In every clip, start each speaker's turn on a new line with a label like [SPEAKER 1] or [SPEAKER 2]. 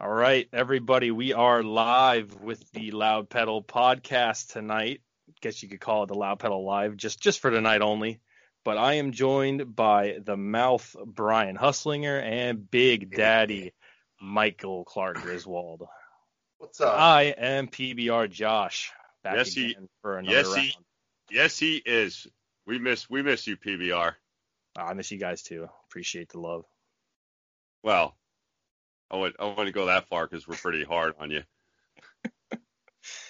[SPEAKER 1] All right, everybody, we are live with the Loud Pedal podcast tonight. Guess you could call it the Loud Pedal Live just just for tonight only. But I am joined by the mouth Brian Hustlinger and Big Daddy Michael Clark Griswold.
[SPEAKER 2] What's up?
[SPEAKER 1] I am PBR Josh. Back
[SPEAKER 3] Uh, Yes, he-
[SPEAKER 1] again for another
[SPEAKER 3] yes,
[SPEAKER 1] round.
[SPEAKER 3] he- Yes, he is. We miss we miss you, PBR.
[SPEAKER 1] Ah, I miss you guys too. Appreciate the love.
[SPEAKER 3] Well, I would I wouldn't go that far because we're pretty hard on you.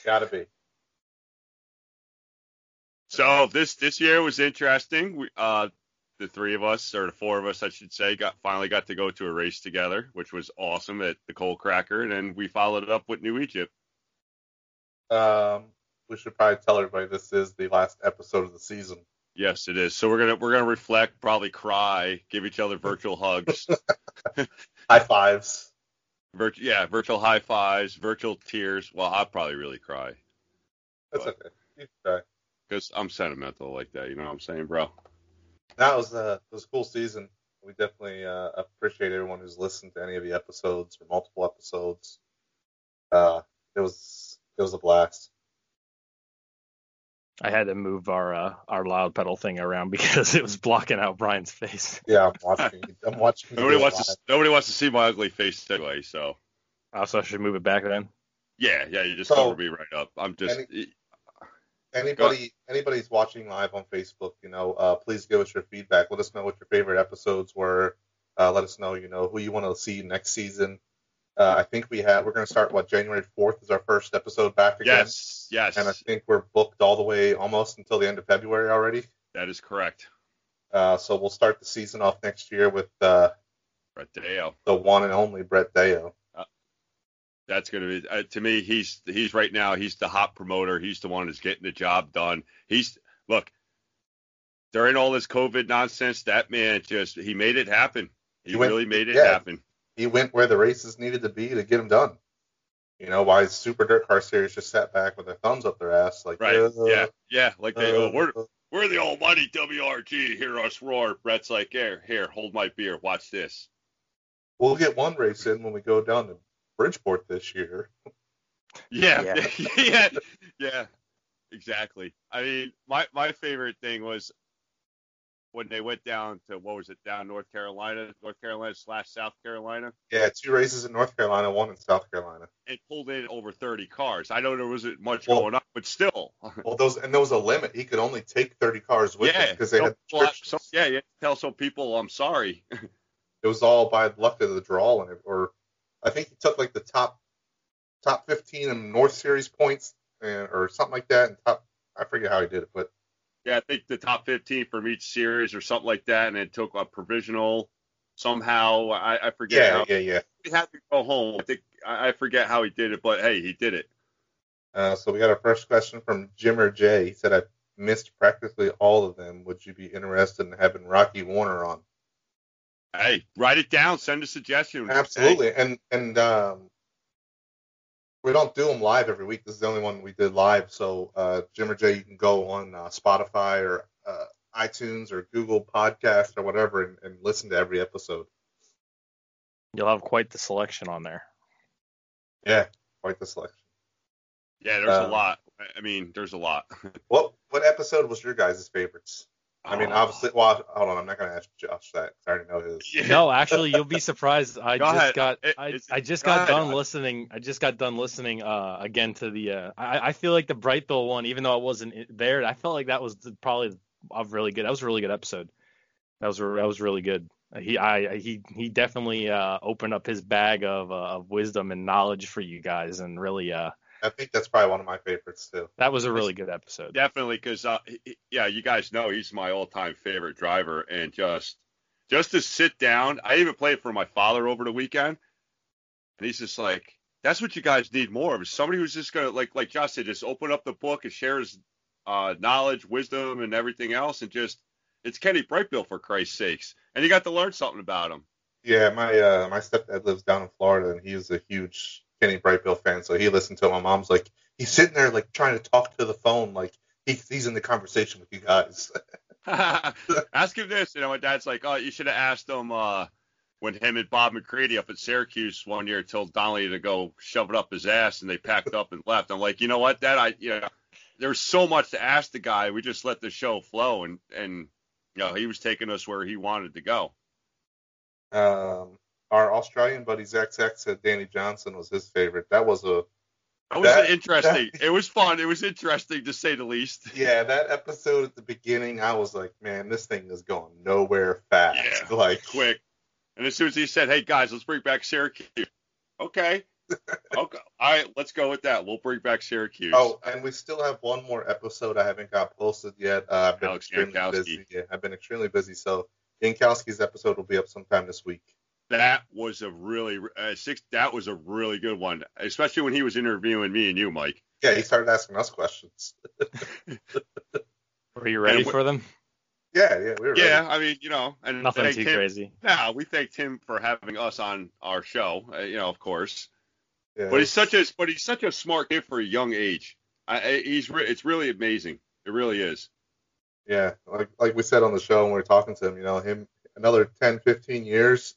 [SPEAKER 2] Gotta be.
[SPEAKER 3] So this this year was interesting. We uh the three of us or the four of us I should say got finally got to go to a race together, which was awesome at the Coal Cracker, and then we followed it up with New Egypt.
[SPEAKER 2] Um, we should probably tell everybody this is the last episode of the season.
[SPEAKER 3] Yes, it is. So we're gonna we're gonna reflect, probably cry, give each other virtual hugs,
[SPEAKER 2] High fives.
[SPEAKER 3] virt- yeah, virtual high fives, virtual tears. Well, I'll probably really cry
[SPEAKER 2] That's
[SPEAKER 3] What?
[SPEAKER 2] okay. You can try.
[SPEAKER 3] because I'm sentimental like that. You know what I'm saying, bro?
[SPEAKER 2] That was a it was a cool season. We definitely uh, appreciate everyone who's listened to any of the episodes or multiple episodes. Uh, it was it was a blast.
[SPEAKER 1] I had to move our uh, our loud pedal thing around because it was blocking out Brian's face.
[SPEAKER 2] Yeah, I'm watching. I'm watching.
[SPEAKER 3] Nobody wants to nobody wants to see my ugly face anyway. So
[SPEAKER 1] Also, Oh, I should move it back then.
[SPEAKER 3] yeah, yeah, you just
[SPEAKER 2] So-
[SPEAKER 3] cover me right up. I'm just
[SPEAKER 2] anybody anybody who's watching live on Facebook, you know, uh, please give us your feedback. Let us know what your favorite episodes were. Uh, let us know, you know, who you want to see next season. Uh, I think we have we're going to start what January fourth is our first episode back again,
[SPEAKER 3] yes, yes,
[SPEAKER 2] and I think we're booked all the way almost until the end of February already.
[SPEAKER 3] that is correct.
[SPEAKER 2] Uh, so we'll start the season off next year with uh,
[SPEAKER 3] Radeo.
[SPEAKER 2] the one and only Brett Deo.
[SPEAKER 3] That's gonna be uh, to me. He's he's right now. He's the hot promoter. He's the one that's getting the job done. He's look during all this COVID nonsense. That man just he made it happen. He,
[SPEAKER 2] He went-
[SPEAKER 3] really made it
[SPEAKER 2] yeah.
[SPEAKER 3] happen.
[SPEAKER 2] He went where the races needed to be to get them done. You know, why Super Dirt Car Series just sat back with their thumbs up their ass, like
[SPEAKER 3] Right?
[SPEAKER 2] uh,
[SPEAKER 3] yeah, yeah. Like they,
[SPEAKER 2] uh,
[SPEAKER 3] oh, we're we're the almighty WRG. Hear us roar. Brett's like, here, here, hold my beer. Watch this.
[SPEAKER 2] We'll get one race in when we go down to Bridgeport this year.
[SPEAKER 3] Yeah, yeah, yeah, exactly. I mean, my my favorite thing was when they went down to what was it down North Carolina, North Carolina slash South Carolina,
[SPEAKER 2] Yeah, two races in North Carolina, one in South Carolina.
[SPEAKER 3] and pulled in over 30 cars. I know there wasn't much
[SPEAKER 2] Well-
[SPEAKER 3] going on, but still,
[SPEAKER 2] Well, those and there was a limit. He could only take 30 cars with him
[SPEAKER 3] yeah,
[SPEAKER 2] because they
[SPEAKER 3] so-
[SPEAKER 2] had
[SPEAKER 3] well, I-
[SPEAKER 2] restrictions.
[SPEAKER 3] so- yeah, yeah. Tell some people I'm sorry.
[SPEAKER 2] It was all by luck of the draw, and it, or I think he took like the top top 15 in North Series points and, or something like that, and top I forget how he did it, but
[SPEAKER 3] Yeah, I think the top 15 from each series or something like that, and it took a provisional somehow. I, I forget.
[SPEAKER 2] yeah,
[SPEAKER 3] how,
[SPEAKER 2] yeah, yeah.
[SPEAKER 3] He had to go home. I think I I forget how he did it, but hey, he did it.
[SPEAKER 2] Uh, so we got our first question from Jim or Jay. He said, "I missed practically all of them. Would you be interested in having Rocky Warner on?"
[SPEAKER 3] Hey, write it down. Send a suggestion.
[SPEAKER 2] Absolutely, and and um, we don't do them live every week. This is the only one we did live. So uh, Jim or Jay, you can go on uh, Spotify or uh, iTunes or Google Podcast or whatever, and, and listen to every episode.
[SPEAKER 1] You'll have quite the selection on there.
[SPEAKER 2] Yeah, quite the selection.
[SPEAKER 3] Hey, yeah, there's
[SPEAKER 2] Um,
[SPEAKER 3] a lot. I- I mean, there's a lot.
[SPEAKER 2] What what episode was your guys' favorites? I mean, obviously, well, hold on, I'm not gonna ask Josh that 'cause I already know his.
[SPEAKER 3] Yeah.
[SPEAKER 1] No, actually, you'll be surprised. I
[SPEAKER 3] Go
[SPEAKER 1] just
[SPEAKER 3] ahead.
[SPEAKER 1] got
[SPEAKER 3] It-
[SPEAKER 1] I,
[SPEAKER 3] it's-
[SPEAKER 1] I just
[SPEAKER 3] go
[SPEAKER 1] got
[SPEAKER 3] ahead.
[SPEAKER 1] done listening. I just got done listening uh, again to the. Uh, I, I feel like the Brightville one, even though I wasn't in- there, I felt like that was the, probably a really good. That was a really good episode. That was re- that was really good. He I he he definitely uh, opened up his bag of uh, of wisdom and knowledge for you guys, and really uh,
[SPEAKER 2] I think that's probably one of my favorites too.
[SPEAKER 1] that was a really good episode.
[SPEAKER 3] Definitely, because uh, he- he- yeah, you guys know he's my all-time favorite driver, and just just to sit down, I even played for my father over the weekend, and he's just like, That's what you guys need more of. is Somebody who's just gonna like like Josh said, just open up the book and share his uh, knowledge, wisdom, and everything else, and just it's Kenny Brightbill for Christ's sakes, and you got to learn something about him.
[SPEAKER 2] Yeah, my uh, my stepdad lives down in Florida, and he's a huge Kenny Brightbill fan, so he listened to it. My mom's like, he's sitting there like trying to talk to the phone, like he, he's in the conversation with you guys.
[SPEAKER 3] ask him this. You know, my dad's like, oh, you should have asked him uh, when him and Bob McCready up at Syracuse one year told Donnelly to go shove it up his ass, and they packed up and left. I'm like, you know what, Dad? I, you know, there's so much to ask the guy. We just let the show flow, and and you know, he was taking us where he wanted to go.
[SPEAKER 2] Um, our Australian buddy Zach Zach said Danny Johnson was his favorite. That was a
[SPEAKER 3] That was
[SPEAKER 2] That-
[SPEAKER 3] interesting. it was fun. It was interesting to say the least.
[SPEAKER 2] yeah, that episode at the beginning, I was like, man, this thing is going nowhere fast.
[SPEAKER 3] Yeah,
[SPEAKER 2] like
[SPEAKER 3] quick. And as soon as he said, "Hey guys, let's bring back Syracuse," okay, okay, all right, let's go with that. We'll bring back Syracuse.
[SPEAKER 2] Oh, and we still have one more episode I haven't got posted yet. Uh, I've been
[SPEAKER 3] Alex
[SPEAKER 2] extremely
[SPEAKER 3] Jankowski.
[SPEAKER 2] busy. Yeah, I've been extremely busy. So Yankowski's episode will be up sometime this week.
[SPEAKER 3] that was a really uh, six. That was a really good one, especially when he was interviewing me and you, Mike.
[SPEAKER 2] Yeah, he started asking us questions.
[SPEAKER 1] Were you ready
[SPEAKER 3] wh-
[SPEAKER 1] for them?
[SPEAKER 2] Yeah, yeah, we were
[SPEAKER 3] Yeah, I mean, you know, and
[SPEAKER 1] Nothing
[SPEAKER 3] thank
[SPEAKER 1] too
[SPEAKER 3] him.
[SPEAKER 1] crazy.
[SPEAKER 3] Nah, we thanked him for having us on our show. Uh, you know, of course.
[SPEAKER 2] ready. Yeah.
[SPEAKER 3] But he's such a but he's such a smart kid for a young age. I, I he's re- it's really amazing. It really is.
[SPEAKER 2] Yeah, like like we said on the show when we were talking to him, you know, him another 10, 15 years,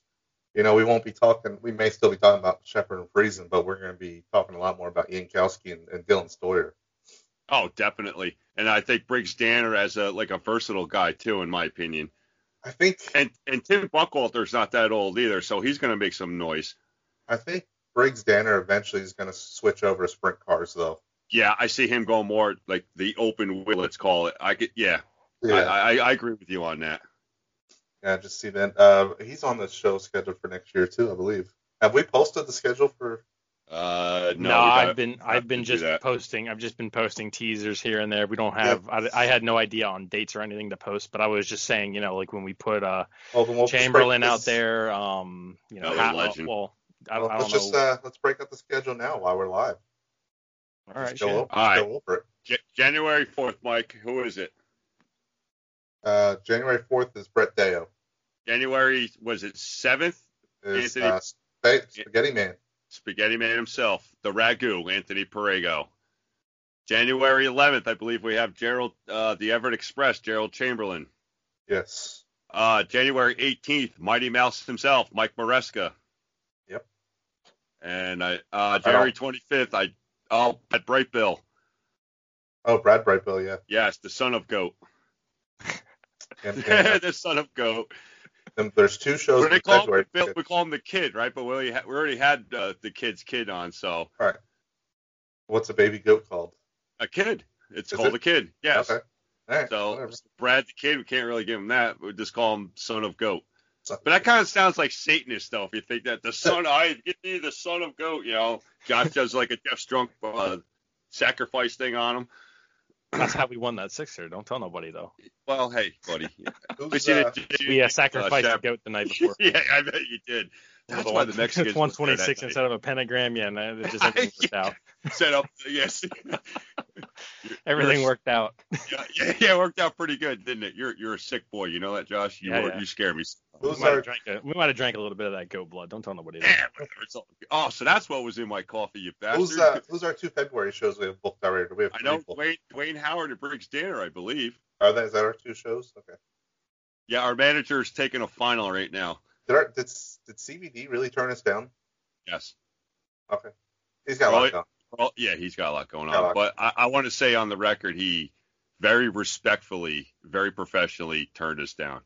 [SPEAKER 2] you know, we won't be talking. We may still be talking about Shepard and Friesen, but we're going to be talking a lot more about Yankowski and, and Dylan Stoyer.
[SPEAKER 3] Oh, definitely. And I think Briggs Danner as a like a versatile guy too, in my opinion.
[SPEAKER 2] I think
[SPEAKER 3] And and Tim Buckwalter's not that old either, so he's gonna make some noise.
[SPEAKER 2] I think Briggs Danner eventually is going to switch over to sprint cars though.
[SPEAKER 3] Yeah, I see him going more like the open wheel, let's call it. I get yeah, I, I, I agree with you on that.
[SPEAKER 2] yeah, I just see that. Uh, he's on the show scheduled for next year too, I believe. Have we posted the schedule for?
[SPEAKER 3] Uh
[SPEAKER 1] No,
[SPEAKER 3] no, we gotta-
[SPEAKER 1] I've been
[SPEAKER 3] have
[SPEAKER 1] I've
[SPEAKER 3] to
[SPEAKER 1] been
[SPEAKER 3] do
[SPEAKER 1] just
[SPEAKER 3] that.
[SPEAKER 1] posting. I've just been posting teasers here and there. We don't have. I, I had no idea on dates or anything to post, but I was just saying, you know, like when we put uh
[SPEAKER 2] Well, then we'll just
[SPEAKER 1] Chamberlain
[SPEAKER 2] break
[SPEAKER 1] out
[SPEAKER 2] this-
[SPEAKER 1] there, um, you know,
[SPEAKER 3] Another
[SPEAKER 1] how-
[SPEAKER 3] legend.
[SPEAKER 1] well, I,
[SPEAKER 2] well,
[SPEAKER 1] I
[SPEAKER 2] let's
[SPEAKER 1] don't
[SPEAKER 2] just
[SPEAKER 1] know.
[SPEAKER 2] uh, let's break up the schedule now while we're live.
[SPEAKER 3] uh,
[SPEAKER 1] All right,
[SPEAKER 2] Let's go,
[SPEAKER 1] shit.
[SPEAKER 2] over,
[SPEAKER 3] All right.
[SPEAKER 2] go over it.
[SPEAKER 3] J- January fourth, Mike. Who is it?
[SPEAKER 2] Uh, January fourth is Brett Deo.
[SPEAKER 3] January was it seventh?
[SPEAKER 2] Is
[SPEAKER 3] Anthony-
[SPEAKER 2] uh, Sp- Spaghetti Man.
[SPEAKER 3] Spaghetti Man himself, the Ragu, Anthony Perego. January 11th, I believe we have Gerald, uh, the Everett Express, Gerald Chamberlain.
[SPEAKER 2] Yes.
[SPEAKER 3] Uh, January 18th, Mighty Mouse himself, Mike Maresca.
[SPEAKER 2] Yep.
[SPEAKER 3] And I, uh, January 25th, I, oh, at Bright Bill.
[SPEAKER 2] Oh, Brad Brightbill, yeah.
[SPEAKER 3] Yes, the son of goat.
[SPEAKER 2] And, and,
[SPEAKER 3] the son of goat.
[SPEAKER 2] and there's two shows
[SPEAKER 3] What do they
[SPEAKER 2] in
[SPEAKER 3] call him?
[SPEAKER 2] February.
[SPEAKER 3] Bill- We call him the kid, right? But we already, ha- we already had uh, the kid's kid on, so
[SPEAKER 2] What's a baby goat called?
[SPEAKER 3] a kid. It's
[SPEAKER 2] Is
[SPEAKER 3] called
[SPEAKER 2] it?
[SPEAKER 3] a kid. Yes.
[SPEAKER 2] Okay. All right.
[SPEAKER 3] So
[SPEAKER 2] whatever.
[SPEAKER 3] Brad the Kid, we can't really give him that. We just call him Son of Goat.
[SPEAKER 2] So-
[SPEAKER 3] But that kind of sounds like Satanist, though. If you think that the son, I get me the son of goat. You know, Josh does like a Jeff Strunk uh, sacrifice thing on him.
[SPEAKER 1] That's how we won that sixer. Don't tell nobody though.
[SPEAKER 3] Well, hey, buddy. We
[SPEAKER 2] who's,
[SPEAKER 3] seen
[SPEAKER 2] uh,
[SPEAKER 3] it.
[SPEAKER 1] We uh, sacrificed
[SPEAKER 3] Shep.
[SPEAKER 1] the goat the night before.
[SPEAKER 3] yeah, I bet you did. That's why the Mexicans
[SPEAKER 1] one
[SPEAKER 3] was there
[SPEAKER 1] twenty
[SPEAKER 3] that
[SPEAKER 1] six
[SPEAKER 3] night.
[SPEAKER 1] instead of a pentagram. Yeah, and it just everything worked out.
[SPEAKER 3] set up. uh, Yes.
[SPEAKER 1] Everything worked out.
[SPEAKER 3] yeah, yeah, yeah, it worked out pretty good, didn't it? You're you're a sick boy. You know that, Josh. You
[SPEAKER 1] Yeah,
[SPEAKER 3] were,
[SPEAKER 1] yeah.
[SPEAKER 3] you scare me.
[SPEAKER 1] We
[SPEAKER 2] who's
[SPEAKER 1] might
[SPEAKER 2] our
[SPEAKER 1] have drank a, we might have drank a little bit of that goat blood. Don't tell nobody that.
[SPEAKER 3] Yeah, whatever. It's all- Oh, so that's what was in my coffee, you bastard.
[SPEAKER 2] who's, uh, who's our two February shows we have booked already? We have
[SPEAKER 3] I
[SPEAKER 2] three
[SPEAKER 3] know
[SPEAKER 2] booked.
[SPEAKER 3] Dwayne, Dwayne Howard and Briggs Danner, I believe.
[SPEAKER 2] Are that, is that our two shows? Okay.
[SPEAKER 3] Yeah, our manager is taking a final right now.
[SPEAKER 2] Did, our, did did CBD really turn us down?
[SPEAKER 3] Yes.
[SPEAKER 2] He's got a lot
[SPEAKER 3] Really?
[SPEAKER 2] done.
[SPEAKER 3] Well, yeah, he's got a lot going
[SPEAKER 2] Got a
[SPEAKER 3] on.
[SPEAKER 2] lot.
[SPEAKER 3] But I, I want to say on the record, he very respectfully, very professionally turned us down.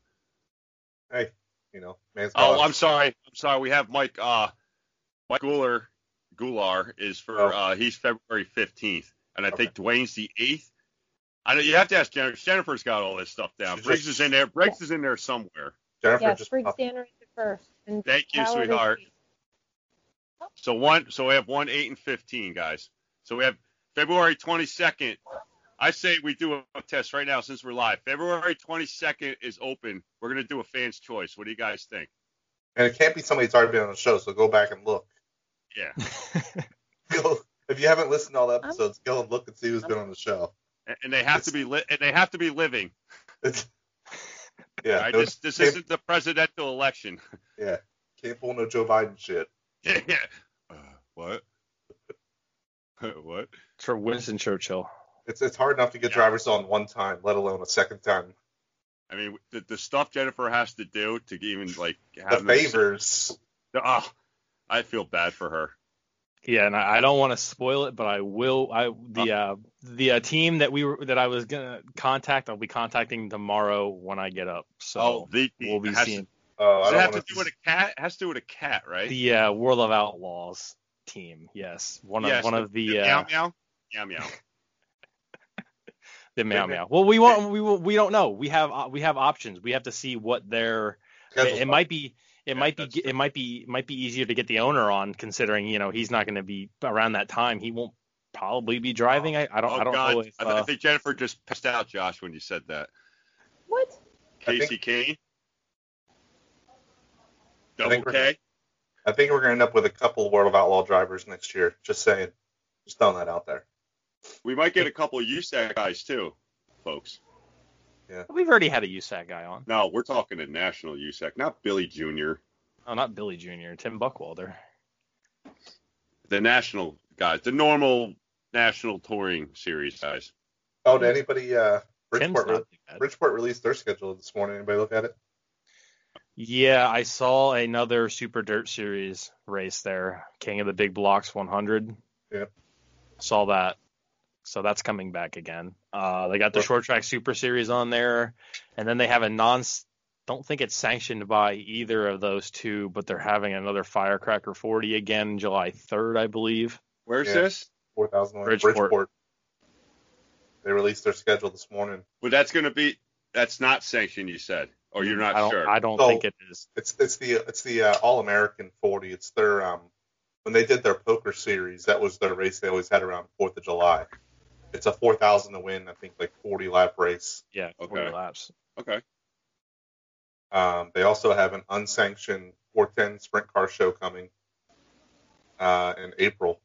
[SPEAKER 2] You know, man's got a
[SPEAKER 3] Oh,
[SPEAKER 2] lot-
[SPEAKER 3] I'm sorry. I'm sorry. We have Mike. Uh, Mike Guler, Gular is for.
[SPEAKER 2] Oh.
[SPEAKER 3] Uh, he's February 15th, and I
[SPEAKER 2] Okay.
[SPEAKER 3] think Dwayne's the eighth. I know you have to ask Jennifer. Jennifer's got all this stuff down.
[SPEAKER 2] She's
[SPEAKER 3] Briggs
[SPEAKER 2] just-
[SPEAKER 3] is in there. Briggs is in there somewhere.
[SPEAKER 2] Jennifer
[SPEAKER 4] Yes,
[SPEAKER 2] just
[SPEAKER 4] Briggs
[SPEAKER 2] popped-
[SPEAKER 4] Danner is the first. And
[SPEAKER 3] Thank you,
[SPEAKER 4] Howard is
[SPEAKER 3] sweetheart.
[SPEAKER 4] the-
[SPEAKER 3] So one, so we have one eight and fifteen guys. So we have February twenty second. I say we do a test right now since we're live. February twenty second is open. We're gonna do a fan's choice. What do you guys think?
[SPEAKER 2] and it can't be somebody that's already been on the show. So go back and look.
[SPEAKER 3] Yeah.
[SPEAKER 2] You'll- if you haven't listened to all the episodes, go and look and see who's been on the show.
[SPEAKER 3] And- And they have to be li- and they have to be living.
[SPEAKER 2] It's, yeah,
[SPEAKER 3] right?
[SPEAKER 2] no,
[SPEAKER 3] This this
[SPEAKER 2] Dave-
[SPEAKER 3] isn't the presidential election.
[SPEAKER 2] can't pull no Joe Biden shit.
[SPEAKER 3] yeah. Uh, what? what?
[SPEAKER 1] It's for Winston Churchill.
[SPEAKER 2] It's it's hard enough to get
[SPEAKER 3] Yeah.
[SPEAKER 2] drivers on one time, let alone a second time.
[SPEAKER 3] I mean, the, the stuff Jennifer has to do to even like
[SPEAKER 2] The
[SPEAKER 3] have them-
[SPEAKER 2] favors.
[SPEAKER 3] Oh, I feel bad for her.
[SPEAKER 1] Yeah, and I, I don't want to spoil it, but I will. I
[SPEAKER 3] Oh.
[SPEAKER 1] the uh, the uh, team that we were that I was gonna contact, I'll be contacting tomorrow when I get up. So
[SPEAKER 3] oh, the, the-
[SPEAKER 1] we'll be
[SPEAKER 3] it has
[SPEAKER 1] seeing
[SPEAKER 2] Oh, I
[SPEAKER 3] Does it
[SPEAKER 2] don't
[SPEAKER 3] have
[SPEAKER 2] wanna-
[SPEAKER 3] to do with a cat? It has to do with a cat, right?
[SPEAKER 1] the uh, World of Outlaws team. Yes, one of
[SPEAKER 3] Yes,
[SPEAKER 1] one of the
[SPEAKER 3] Meow
[SPEAKER 1] uh,
[SPEAKER 3] meow. Meow meow.
[SPEAKER 1] the meow
[SPEAKER 3] They-
[SPEAKER 1] meow. Well, we won't. We will, we don't know. We have uh, we have options. We have to see what their
[SPEAKER 2] schedule's
[SPEAKER 1] it, it
[SPEAKER 2] fine.
[SPEAKER 1] might be it
[SPEAKER 3] Yeah,
[SPEAKER 1] might be
[SPEAKER 3] that's true.
[SPEAKER 1] it might be might be easier to get the owner on considering you know he's not going to be around that time he won't probably be driving i, I don't
[SPEAKER 3] oh
[SPEAKER 1] i don't
[SPEAKER 3] God,
[SPEAKER 1] know if,
[SPEAKER 3] I, th- I
[SPEAKER 1] uh,
[SPEAKER 3] think Jennifer just pissed out Josh when you said that.
[SPEAKER 4] What?
[SPEAKER 2] I think-
[SPEAKER 3] Casey Kane.
[SPEAKER 2] I
[SPEAKER 3] Double
[SPEAKER 2] think we're-
[SPEAKER 3] K.
[SPEAKER 2] I think we're gonna end up with a couple World of Outlaw drivers next year. Just saying. Just throwing that out there.
[SPEAKER 3] We might get a couple of USAC guys too, folks.
[SPEAKER 1] we've already had a usac guy on
[SPEAKER 3] No, we're talking a national USAC, not Billy Jr.
[SPEAKER 1] oh not billy junior tim buckwalder
[SPEAKER 3] The national guys, the normal national touring series guys.
[SPEAKER 2] Oh, did anybody uh
[SPEAKER 1] tim's
[SPEAKER 2] Bridgeport,
[SPEAKER 1] not
[SPEAKER 2] re-
[SPEAKER 1] too bad.
[SPEAKER 2] Bridgeport released their schedule this morning. Anybody look at it?
[SPEAKER 1] yeah i saw another super dirt series race there king of the big blocks 100
[SPEAKER 2] Yep.
[SPEAKER 1] saw that so that's coming back again uh they got the
[SPEAKER 2] Well-
[SPEAKER 1] short track super series on there and then they have a non don't think it's sanctioned by either of those two, but they're having another Firecracker 40 again July 3rd, I believe.
[SPEAKER 3] Where's
[SPEAKER 2] Yeah.
[SPEAKER 3] this?
[SPEAKER 2] Four thousand
[SPEAKER 1] Bridgeport.
[SPEAKER 2] They released their schedule this morning.
[SPEAKER 3] Well, that's going to be that's not sanctioned. You said, or you're not
[SPEAKER 1] I don't,
[SPEAKER 3] sure.
[SPEAKER 1] I don't
[SPEAKER 2] So-
[SPEAKER 1] think it is.
[SPEAKER 2] It's it's the it's the uh, All American 40. It's their um when they did their poker series, that was their race they always had around Fourth of July. It's a 4,000 to win, I think like 40 lap race.
[SPEAKER 1] Yeah,
[SPEAKER 3] Okay.
[SPEAKER 1] 40 laps.
[SPEAKER 3] okay.
[SPEAKER 2] Um, they also have an unsanctioned 410 sprint car show coming uh, in April.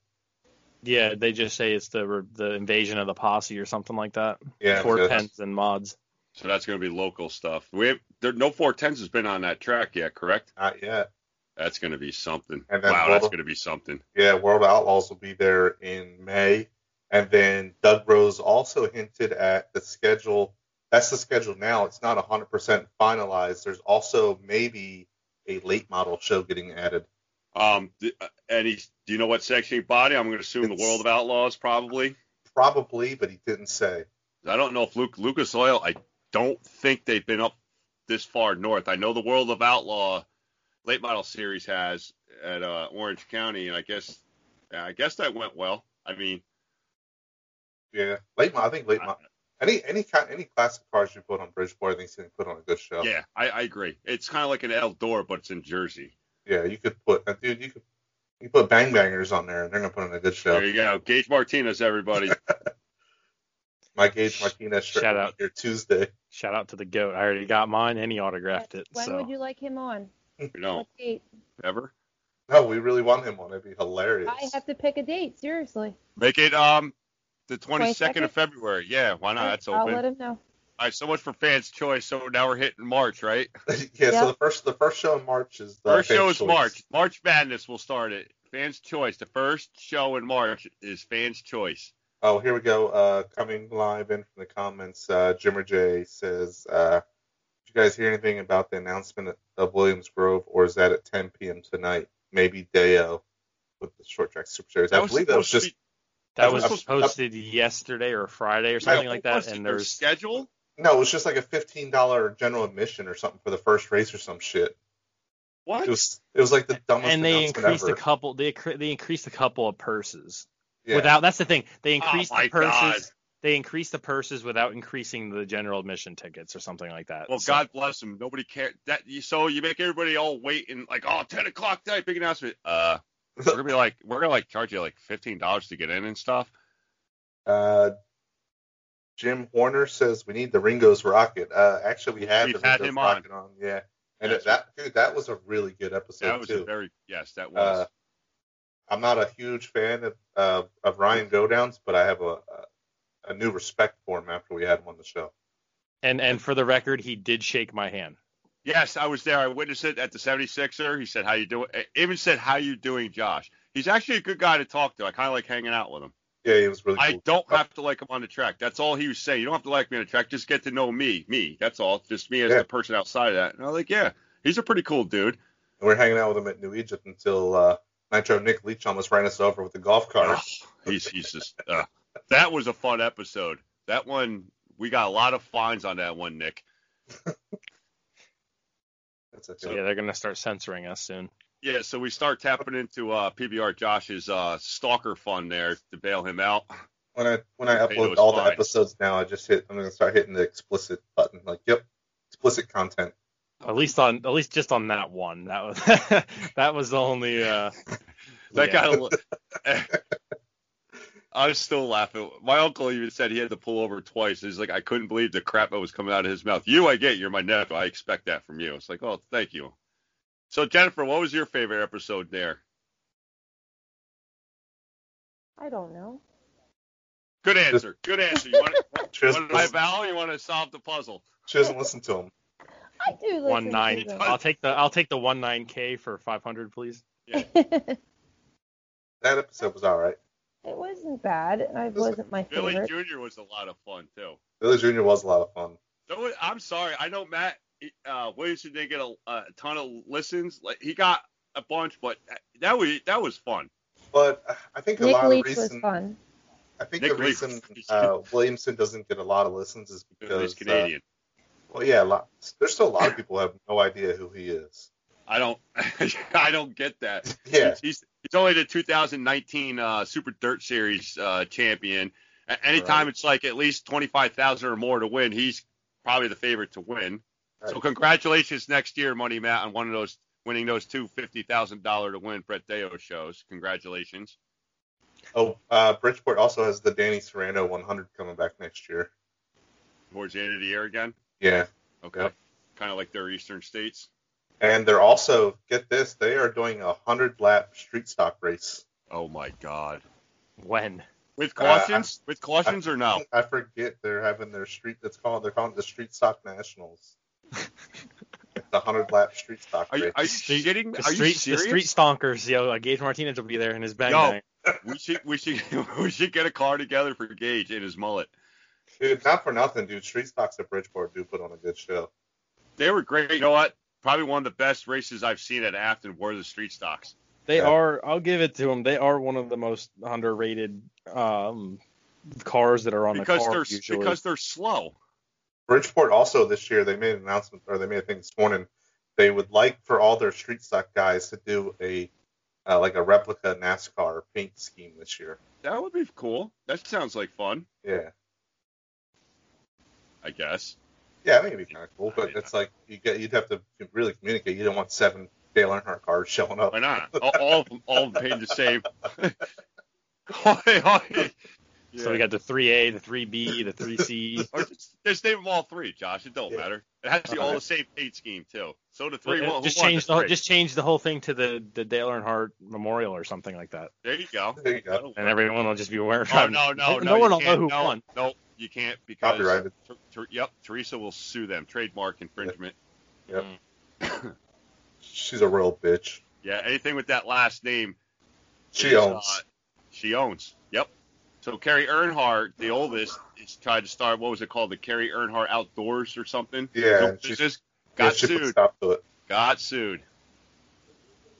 [SPEAKER 1] Yeah, they just say it's the re- the invasion of the posse or something like that.
[SPEAKER 2] Yeah,
[SPEAKER 1] Four
[SPEAKER 2] because-
[SPEAKER 1] tens and mods.
[SPEAKER 3] So that's going to be local stuff. We have there no 410s has been on that track yet, correct?
[SPEAKER 2] not yet.
[SPEAKER 3] That's going to be something.
[SPEAKER 2] And then
[SPEAKER 3] wow,
[SPEAKER 2] World
[SPEAKER 3] that's
[SPEAKER 2] of-
[SPEAKER 3] going to be something.
[SPEAKER 2] Yeah, World Outlaws will be there in May, and then Doug Rose also hinted at the schedule. That's the schedule now. It's not 100% finalized. There's also maybe a late model show getting added.
[SPEAKER 3] Um, th- uh, and he's, do you know what sanctioning body? I'm going to assume the
[SPEAKER 2] It's-
[SPEAKER 3] World of Outlaws probably.
[SPEAKER 2] Probably, but he didn't say.
[SPEAKER 3] I don't know if Luke Lucas Oil. I don't think they've been up this far north. I know the World of Outlaw late model series has at uh, Orange County, and I guess I guess that went well. I mean,
[SPEAKER 2] Yeah, late model. I think late model. Any any kind any classic cars you put on Bridgeport, I think he's going to put on a good show.
[SPEAKER 3] Yeah, I, I agree. It's kind of like an Eldor, but it's in Jersey.
[SPEAKER 2] Yeah, you could put uh, dude, you could you put Bang Bangers on there, and they're going to put on a good show.
[SPEAKER 3] There you go. Gage Martinez, everybody.
[SPEAKER 2] My Gage Martinez shirt
[SPEAKER 1] Shout
[SPEAKER 2] will be
[SPEAKER 1] out.
[SPEAKER 2] here Tuesday.
[SPEAKER 1] Shout out to the goat. I already got mine and he autographed it.
[SPEAKER 4] When
[SPEAKER 1] so
[SPEAKER 4] would you like him on?
[SPEAKER 3] you know,
[SPEAKER 4] What date?
[SPEAKER 3] ever.
[SPEAKER 2] No, we really want him on. It'd be hilarious.
[SPEAKER 4] I have to pick a date. Seriously.
[SPEAKER 3] Make it um the 22nd
[SPEAKER 4] 22nd?
[SPEAKER 3] of February. Yeah, why not? That's
[SPEAKER 4] I'll
[SPEAKER 3] open.
[SPEAKER 4] let him know.
[SPEAKER 3] All right, so much for fans' choice. So now we're hitting March, right?
[SPEAKER 2] yeah,
[SPEAKER 4] Yeah.
[SPEAKER 2] so the first the first show in March is the
[SPEAKER 3] first show
[SPEAKER 2] Fans'
[SPEAKER 3] is
[SPEAKER 2] Choice.
[SPEAKER 3] March. March Madness will start it. Fans' choice. The first show in March is fans' choice.
[SPEAKER 2] Oh, here we go. Uh, coming live in from the comments, uh, Jimmer J says, uh, "Did you guys hear anything about the announcement of Williams Grove, or is that at 10 p.m. tonight? Maybe Deo with the short track Super Series. I believe that was
[SPEAKER 3] supposed
[SPEAKER 2] just
[SPEAKER 3] to
[SPEAKER 1] that
[SPEAKER 2] I
[SPEAKER 1] was
[SPEAKER 2] was supposed-
[SPEAKER 1] posted yesterday or Friday or
[SPEAKER 3] be-
[SPEAKER 1] something like that.
[SPEAKER 3] what's
[SPEAKER 1] And
[SPEAKER 3] their
[SPEAKER 1] there's
[SPEAKER 3] schedule.
[SPEAKER 2] no, it was just like a $15 general admission or something for the first race or some shit.
[SPEAKER 3] What?
[SPEAKER 2] It was it was like the dumbest
[SPEAKER 1] and they
[SPEAKER 2] announcement
[SPEAKER 1] increased
[SPEAKER 2] ever.
[SPEAKER 1] a couple. They accre- they increased a couple of purses.
[SPEAKER 2] yeah.
[SPEAKER 1] Without that's the thing. They
[SPEAKER 3] Oh
[SPEAKER 1] increased
[SPEAKER 3] my
[SPEAKER 1] the purses.
[SPEAKER 3] God.
[SPEAKER 1] They increased the purses without increasing the general admission tickets or something like that.
[SPEAKER 3] Well,
[SPEAKER 1] So-
[SPEAKER 3] God bless them. Nobody cares. That you so you make everybody all wait and like, oh, 10 o'clock tonight, big announcement. Uh, we're gonna be like, we're gonna like charge you like fifteen dollars to get in and stuff.
[SPEAKER 2] Uh, Jim Horner says we need the Ringo's Rocket. Uh, actually, we had
[SPEAKER 3] We've
[SPEAKER 2] the
[SPEAKER 3] had
[SPEAKER 2] Ringo's
[SPEAKER 3] him on.
[SPEAKER 2] Rocket on. Yeah, and
[SPEAKER 3] Yes.
[SPEAKER 2] that dude, that was a really good episode
[SPEAKER 3] That was a
[SPEAKER 2] too.
[SPEAKER 3] very yes, that was.
[SPEAKER 2] Uh, I'm not a huge fan of uh, of Ryan Godowns, but I have a, a a new respect for him after we had him on the show.
[SPEAKER 1] And and for the record, he did shake my hand.
[SPEAKER 3] Yes, I was there. I witnessed it at the 76er. He said, "How you doing?" Even said, "How you doing, Josh?" He's actually a good guy to talk to. I kind of like hanging out with him.
[SPEAKER 2] Yeah, he was really.
[SPEAKER 3] I
[SPEAKER 2] cool.
[SPEAKER 3] don't have to like him on the track. That's all he was saying. You don't have to like me on the track. Just get to know me, me. That's all. Just me as
[SPEAKER 2] Yeah.
[SPEAKER 3] the person outside of that. And I'm like, yeah, he's a pretty cool dude.
[SPEAKER 2] We were hanging out with him at New Egypt until uh, Nitro Nick Leach almost ran us over with a golf cart.
[SPEAKER 3] Oh, He's he's just. Uh, that was a fun episode. That one we got a lot of fines on that one, Nick.
[SPEAKER 2] That's a
[SPEAKER 1] So yeah, they're gonna start censoring us soon.
[SPEAKER 3] Yeah, so we start tapping into uh, PBR Josh's uh, stalker fund there to bail him out.
[SPEAKER 2] When I when I
[SPEAKER 3] Potato
[SPEAKER 2] upload
[SPEAKER 3] is
[SPEAKER 2] all the
[SPEAKER 3] fine.
[SPEAKER 2] episodes now, I just hit. I'm gonna start hitting the explicit button. Like, yep, explicit content.
[SPEAKER 1] At least on at least just on that one. That was that was the only. Uh,
[SPEAKER 3] That
[SPEAKER 1] yeah.
[SPEAKER 3] guy. I was still laughing. My uncle even said he had to pull over twice. He's like, I couldn't believe the crap that was coming out of his mouth. You, I get. You're my nephew. I expect that from you. It's like, oh, thank you. So Jennifer, what was your favorite episode there?
[SPEAKER 4] I don't know.
[SPEAKER 3] Good answer. Good answer. You want to
[SPEAKER 2] Just,
[SPEAKER 3] my vowel? You want to solve the puzzle?
[SPEAKER 2] she doesn't listen to him.
[SPEAKER 4] I do listen
[SPEAKER 1] one
[SPEAKER 4] to
[SPEAKER 1] nine.
[SPEAKER 4] them.
[SPEAKER 1] I'll take the I'll take the one nine k for five hundred, please.
[SPEAKER 4] it
[SPEAKER 2] That episode was all right.
[SPEAKER 4] wasn't bad. It wasn't my
[SPEAKER 3] Billy
[SPEAKER 4] favorite.
[SPEAKER 3] Junior was a lot of fun too.
[SPEAKER 2] Billy Jr. was a lot of fun.
[SPEAKER 3] That was- I'm sorry. I know Matt uh, Williamson didn't get a, a ton of listens. Like he got a bunch, but that was that was fun.
[SPEAKER 2] But uh, I think a
[SPEAKER 4] Nick
[SPEAKER 2] lot
[SPEAKER 4] Leach
[SPEAKER 2] of
[SPEAKER 4] was
[SPEAKER 2] reason
[SPEAKER 4] fun.
[SPEAKER 2] I think
[SPEAKER 3] Nick
[SPEAKER 2] the
[SPEAKER 3] Leach.
[SPEAKER 2] reason uh, Williamson doesn't get a lot of listens is
[SPEAKER 3] Because
[SPEAKER 2] because
[SPEAKER 3] he's
[SPEAKER 2] uh,
[SPEAKER 3] Canadian.
[SPEAKER 2] well, yeah, a lot, there's still a lot of people who have no idea who he is.
[SPEAKER 3] I don't I don't get that.
[SPEAKER 2] Yeah,
[SPEAKER 3] He's he's only the 2019 uh, Super Dirt Series uh, champion. A- anytime
[SPEAKER 2] Right.
[SPEAKER 3] it's like at least 25,000 or more to win, he's probably the favorite to win. So
[SPEAKER 2] Right.
[SPEAKER 3] congratulations next year, Money Matt, on one of those winning those two fifty thousand dollar to win Brett Deo shows. Congratulations.
[SPEAKER 2] Oh, uh, Bridgeport also has the Danny Serrano 100 coming back next year.
[SPEAKER 3] Towards the end of the year again.
[SPEAKER 2] Yeah,
[SPEAKER 3] Okay.
[SPEAKER 2] Yep.
[SPEAKER 3] Kind of like their Eastern states.
[SPEAKER 2] and they're also get this, they are doing a 100 lap street stock race.
[SPEAKER 3] Oh my God.
[SPEAKER 1] When?
[SPEAKER 3] With
[SPEAKER 2] Uh, I-
[SPEAKER 3] cautions? With cautions or no?
[SPEAKER 2] I forget they're having their street. That's called they're calling it the Street Stock Nationals. it's a 100 lap street stock
[SPEAKER 3] Are you,
[SPEAKER 2] race.
[SPEAKER 3] are you
[SPEAKER 1] Street-
[SPEAKER 3] shitting? me?
[SPEAKER 1] The
[SPEAKER 3] Are you
[SPEAKER 1] street, the
[SPEAKER 3] serious?
[SPEAKER 1] street stonkers. Yo, uh, Gage Martinez will be there in his bang
[SPEAKER 3] No.
[SPEAKER 1] bang.
[SPEAKER 3] We should we should we should get a car together for Gage and his mullet.
[SPEAKER 2] Dude, not for nothing, dude. Street stocks at Bridgeport do put on a good show.
[SPEAKER 3] They were great. You know what? Probably one of the best races I've seen at Afton were the street stocks.
[SPEAKER 1] They
[SPEAKER 2] Yeah.
[SPEAKER 1] are. I'll give it to them. They are one of the most underrated um, cars that are on
[SPEAKER 3] because
[SPEAKER 1] the car
[SPEAKER 3] they're
[SPEAKER 1] usually.
[SPEAKER 3] because they're slow.
[SPEAKER 2] Bridgeport also this year they made an announcement or they made a thing this morning. They would like for all their street stock guys to do a uh, like a replica NASCAR paint scheme this year.
[SPEAKER 3] That would be cool. That sounds like fun,
[SPEAKER 2] Yeah,
[SPEAKER 3] I guess.
[SPEAKER 2] yeah, I think it'd be kind of cool. But it's like you get you'd have to really communicate. You don't want seven Dale Earnhardt cars showing up.
[SPEAKER 3] Why not? All- All of them, all of them paid the same.
[SPEAKER 1] So we got the 3A, the 3B, the 3C.
[SPEAKER 3] Or just, just name them all three, Josh. It don't
[SPEAKER 2] Yeah.
[SPEAKER 3] matter. It has to be all the same paint scheme too. So the three. one,
[SPEAKER 1] just
[SPEAKER 3] who won
[SPEAKER 1] change the
[SPEAKER 3] the
[SPEAKER 1] whole-
[SPEAKER 3] three?
[SPEAKER 1] just change the whole thing to the the Dale Earnhardt Memorial or something like that,
[SPEAKER 3] There you go.
[SPEAKER 2] There you go.
[SPEAKER 3] That'll
[SPEAKER 1] and
[SPEAKER 3] work.
[SPEAKER 1] everyone will just be wearing.
[SPEAKER 3] Oh no, no, no!
[SPEAKER 1] no, one
[SPEAKER 3] you
[SPEAKER 1] will know
[SPEAKER 3] can't.
[SPEAKER 1] who
[SPEAKER 3] no,
[SPEAKER 1] won.
[SPEAKER 3] No, you can't because
[SPEAKER 2] Copyrighted.
[SPEAKER 3] Ter- ter- yep, Teresa will sue them. Trademark infringement.
[SPEAKER 2] Yep. She's a real bitch.
[SPEAKER 3] Yeah, anything with that last name,
[SPEAKER 2] She
[SPEAKER 3] is,
[SPEAKER 2] owns.
[SPEAKER 3] uh, she owns. Yep. So Carrie Earnhardt, the oldest, is tried to start what was it called, the Carrie Earnhardt Outdoors or something.
[SPEAKER 2] Yeah,
[SPEAKER 3] So
[SPEAKER 2] and she-
[SPEAKER 3] business
[SPEAKER 2] Yeah,
[SPEAKER 3] got
[SPEAKER 2] she put
[SPEAKER 3] sued.
[SPEAKER 2] stop to it.
[SPEAKER 3] Got sued.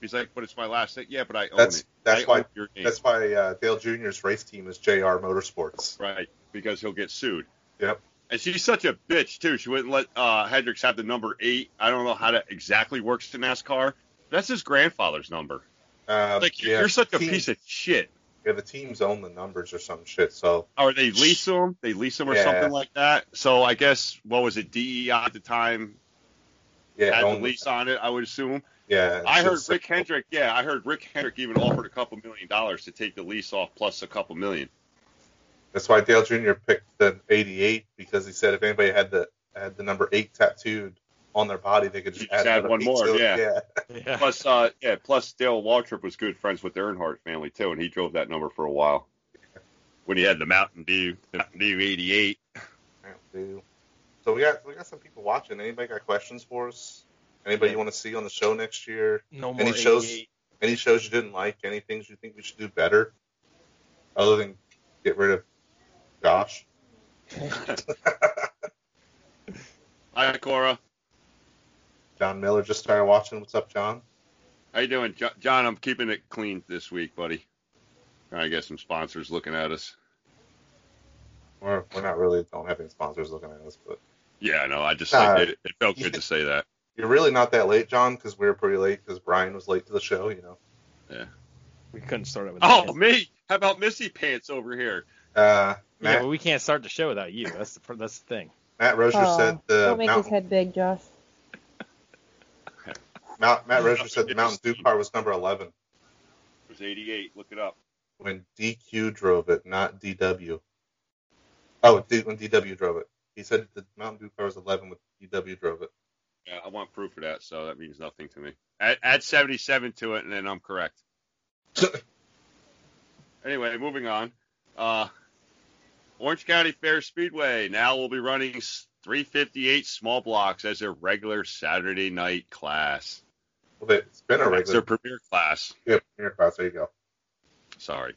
[SPEAKER 3] He's like, but it's my last name. Yeah, but I own
[SPEAKER 2] That's
[SPEAKER 3] it.
[SPEAKER 2] that's
[SPEAKER 3] I
[SPEAKER 2] why
[SPEAKER 3] own your name.
[SPEAKER 2] that's why uh, Dale Jr.'s race team is JR Motorsports.
[SPEAKER 3] Right, because he'll get sued.
[SPEAKER 2] Yep.
[SPEAKER 3] And she's such a bitch too. She wouldn't let uh, Hendricks have the number eight. I don't know how that exactly works in NASCAR. That's his grandfather's number.
[SPEAKER 2] Uh,
[SPEAKER 3] Like
[SPEAKER 2] yeah,
[SPEAKER 3] you're such a
[SPEAKER 2] team-
[SPEAKER 3] piece of shit.
[SPEAKER 2] Yeah, the teams own the numbers or some shit. So
[SPEAKER 3] Or they lease them. They lease them or
[SPEAKER 2] Yeah.
[SPEAKER 3] something like that. So I guess what was it? DEI at the time
[SPEAKER 2] yeah,
[SPEAKER 3] had the
[SPEAKER 2] own,
[SPEAKER 3] lease on it. I would assume.
[SPEAKER 2] yeah.
[SPEAKER 3] I heard
[SPEAKER 2] it's-
[SPEAKER 3] Rick Hendrick. Yeah, I heard Rick Hendrick even offered a couple million dollars to take the lease off plus a couple million.
[SPEAKER 2] That's why Dale Jr. picked the '88 because he said if anybody had the had the number eight tattooed on their body, they could
[SPEAKER 3] You
[SPEAKER 2] just,
[SPEAKER 3] just add
[SPEAKER 2] another
[SPEAKER 3] one
[SPEAKER 2] piece
[SPEAKER 3] more,
[SPEAKER 2] to it.
[SPEAKER 3] yeah.
[SPEAKER 2] yeah.
[SPEAKER 1] Yeah.
[SPEAKER 3] Plus, uh, yeah, plus Dale Waltrip was good friends with the Earnhardt family too, and he drove that number for a while when he had the Mountain Dew, the Mountain Dew '88.
[SPEAKER 2] Yeah, dude. So we got we got some people watching. Anybody got questions for us? Anybody you want to see on the show next year?
[SPEAKER 1] no
[SPEAKER 2] he
[SPEAKER 1] more. E.
[SPEAKER 2] shows-
[SPEAKER 1] 88.
[SPEAKER 2] Any shows you didn't like? Any things you think we should do better? Other than get rid of Josh.
[SPEAKER 3] Hi, Cora.
[SPEAKER 2] John Miller just started watching. What's up, John?
[SPEAKER 3] How you doing, Jo- John? I'm keeping it clean this week, buddy. I guess some sponsors looking at us.
[SPEAKER 2] We're we're not really don't have any sponsors looking at us, but
[SPEAKER 3] Yeah, I know. I just
[SPEAKER 2] Nah.
[SPEAKER 3] it, it felt good to say that.
[SPEAKER 2] you're really not that late, John, because we were pretty late because Brian was late to the show. You know.
[SPEAKER 1] We couldn't start it with. E.
[SPEAKER 3] Oh,
[SPEAKER 1] that.
[SPEAKER 3] me? How about Missy Pants over here?
[SPEAKER 2] Uh,
[SPEAKER 1] yeah,
[SPEAKER 2] Matt,
[SPEAKER 1] but we can't start the show without you. That's the pr- that's the thing.
[SPEAKER 2] Matt Rozier
[SPEAKER 4] Oh,
[SPEAKER 2] said the
[SPEAKER 4] Don't make his
[SPEAKER 2] uh, mountain,
[SPEAKER 4] head big, Josh.
[SPEAKER 2] Mount, Matt Rozier said the Mountain Dew car was number eleven
[SPEAKER 3] It was '88. Look it up.
[SPEAKER 2] when DQ drove it, not DW. Oh, D, when DW drove it. He said the Mountain Dew car was 11 when DW drove it.
[SPEAKER 3] Yeah, I want proof of that, so that means nothing to me. Add, add 77 to it, and then I'm correct. anyway, moving on. Uh, Orange County Fair Speedway now will be running s- 358 small blocks as their regular Saturday night class.
[SPEAKER 2] Well, they- it's been a
[SPEAKER 3] It's their
[SPEAKER 2] regular
[SPEAKER 3] premier class.
[SPEAKER 2] yeah, premier class. There you go.
[SPEAKER 3] Sorry,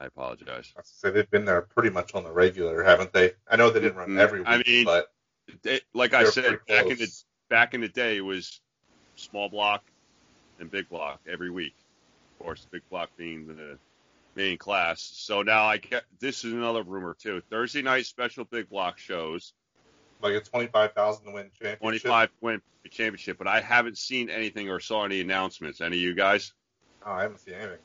[SPEAKER 3] I
[SPEAKER 2] I
[SPEAKER 3] apologize.
[SPEAKER 2] was gonna say, they've been there pretty much on the regular, haven't they? I know they didn't run
[SPEAKER 3] Mm,
[SPEAKER 2] every week,
[SPEAKER 3] I mean,
[SPEAKER 2] but
[SPEAKER 3] It- like
[SPEAKER 2] they're
[SPEAKER 3] I said,
[SPEAKER 2] pretty
[SPEAKER 3] back in the
[SPEAKER 2] close.
[SPEAKER 3] back in the day it was small block and big block every week. Of course, big block being the main class. So now I get this is another rumor too. Thursday night special big block shows
[SPEAKER 2] like a 25,000 to win championship.
[SPEAKER 3] twenty five win the championship, but I haven't seen anything or saw any announcements. Any of you guys?
[SPEAKER 2] Oh, I haven't seen anything.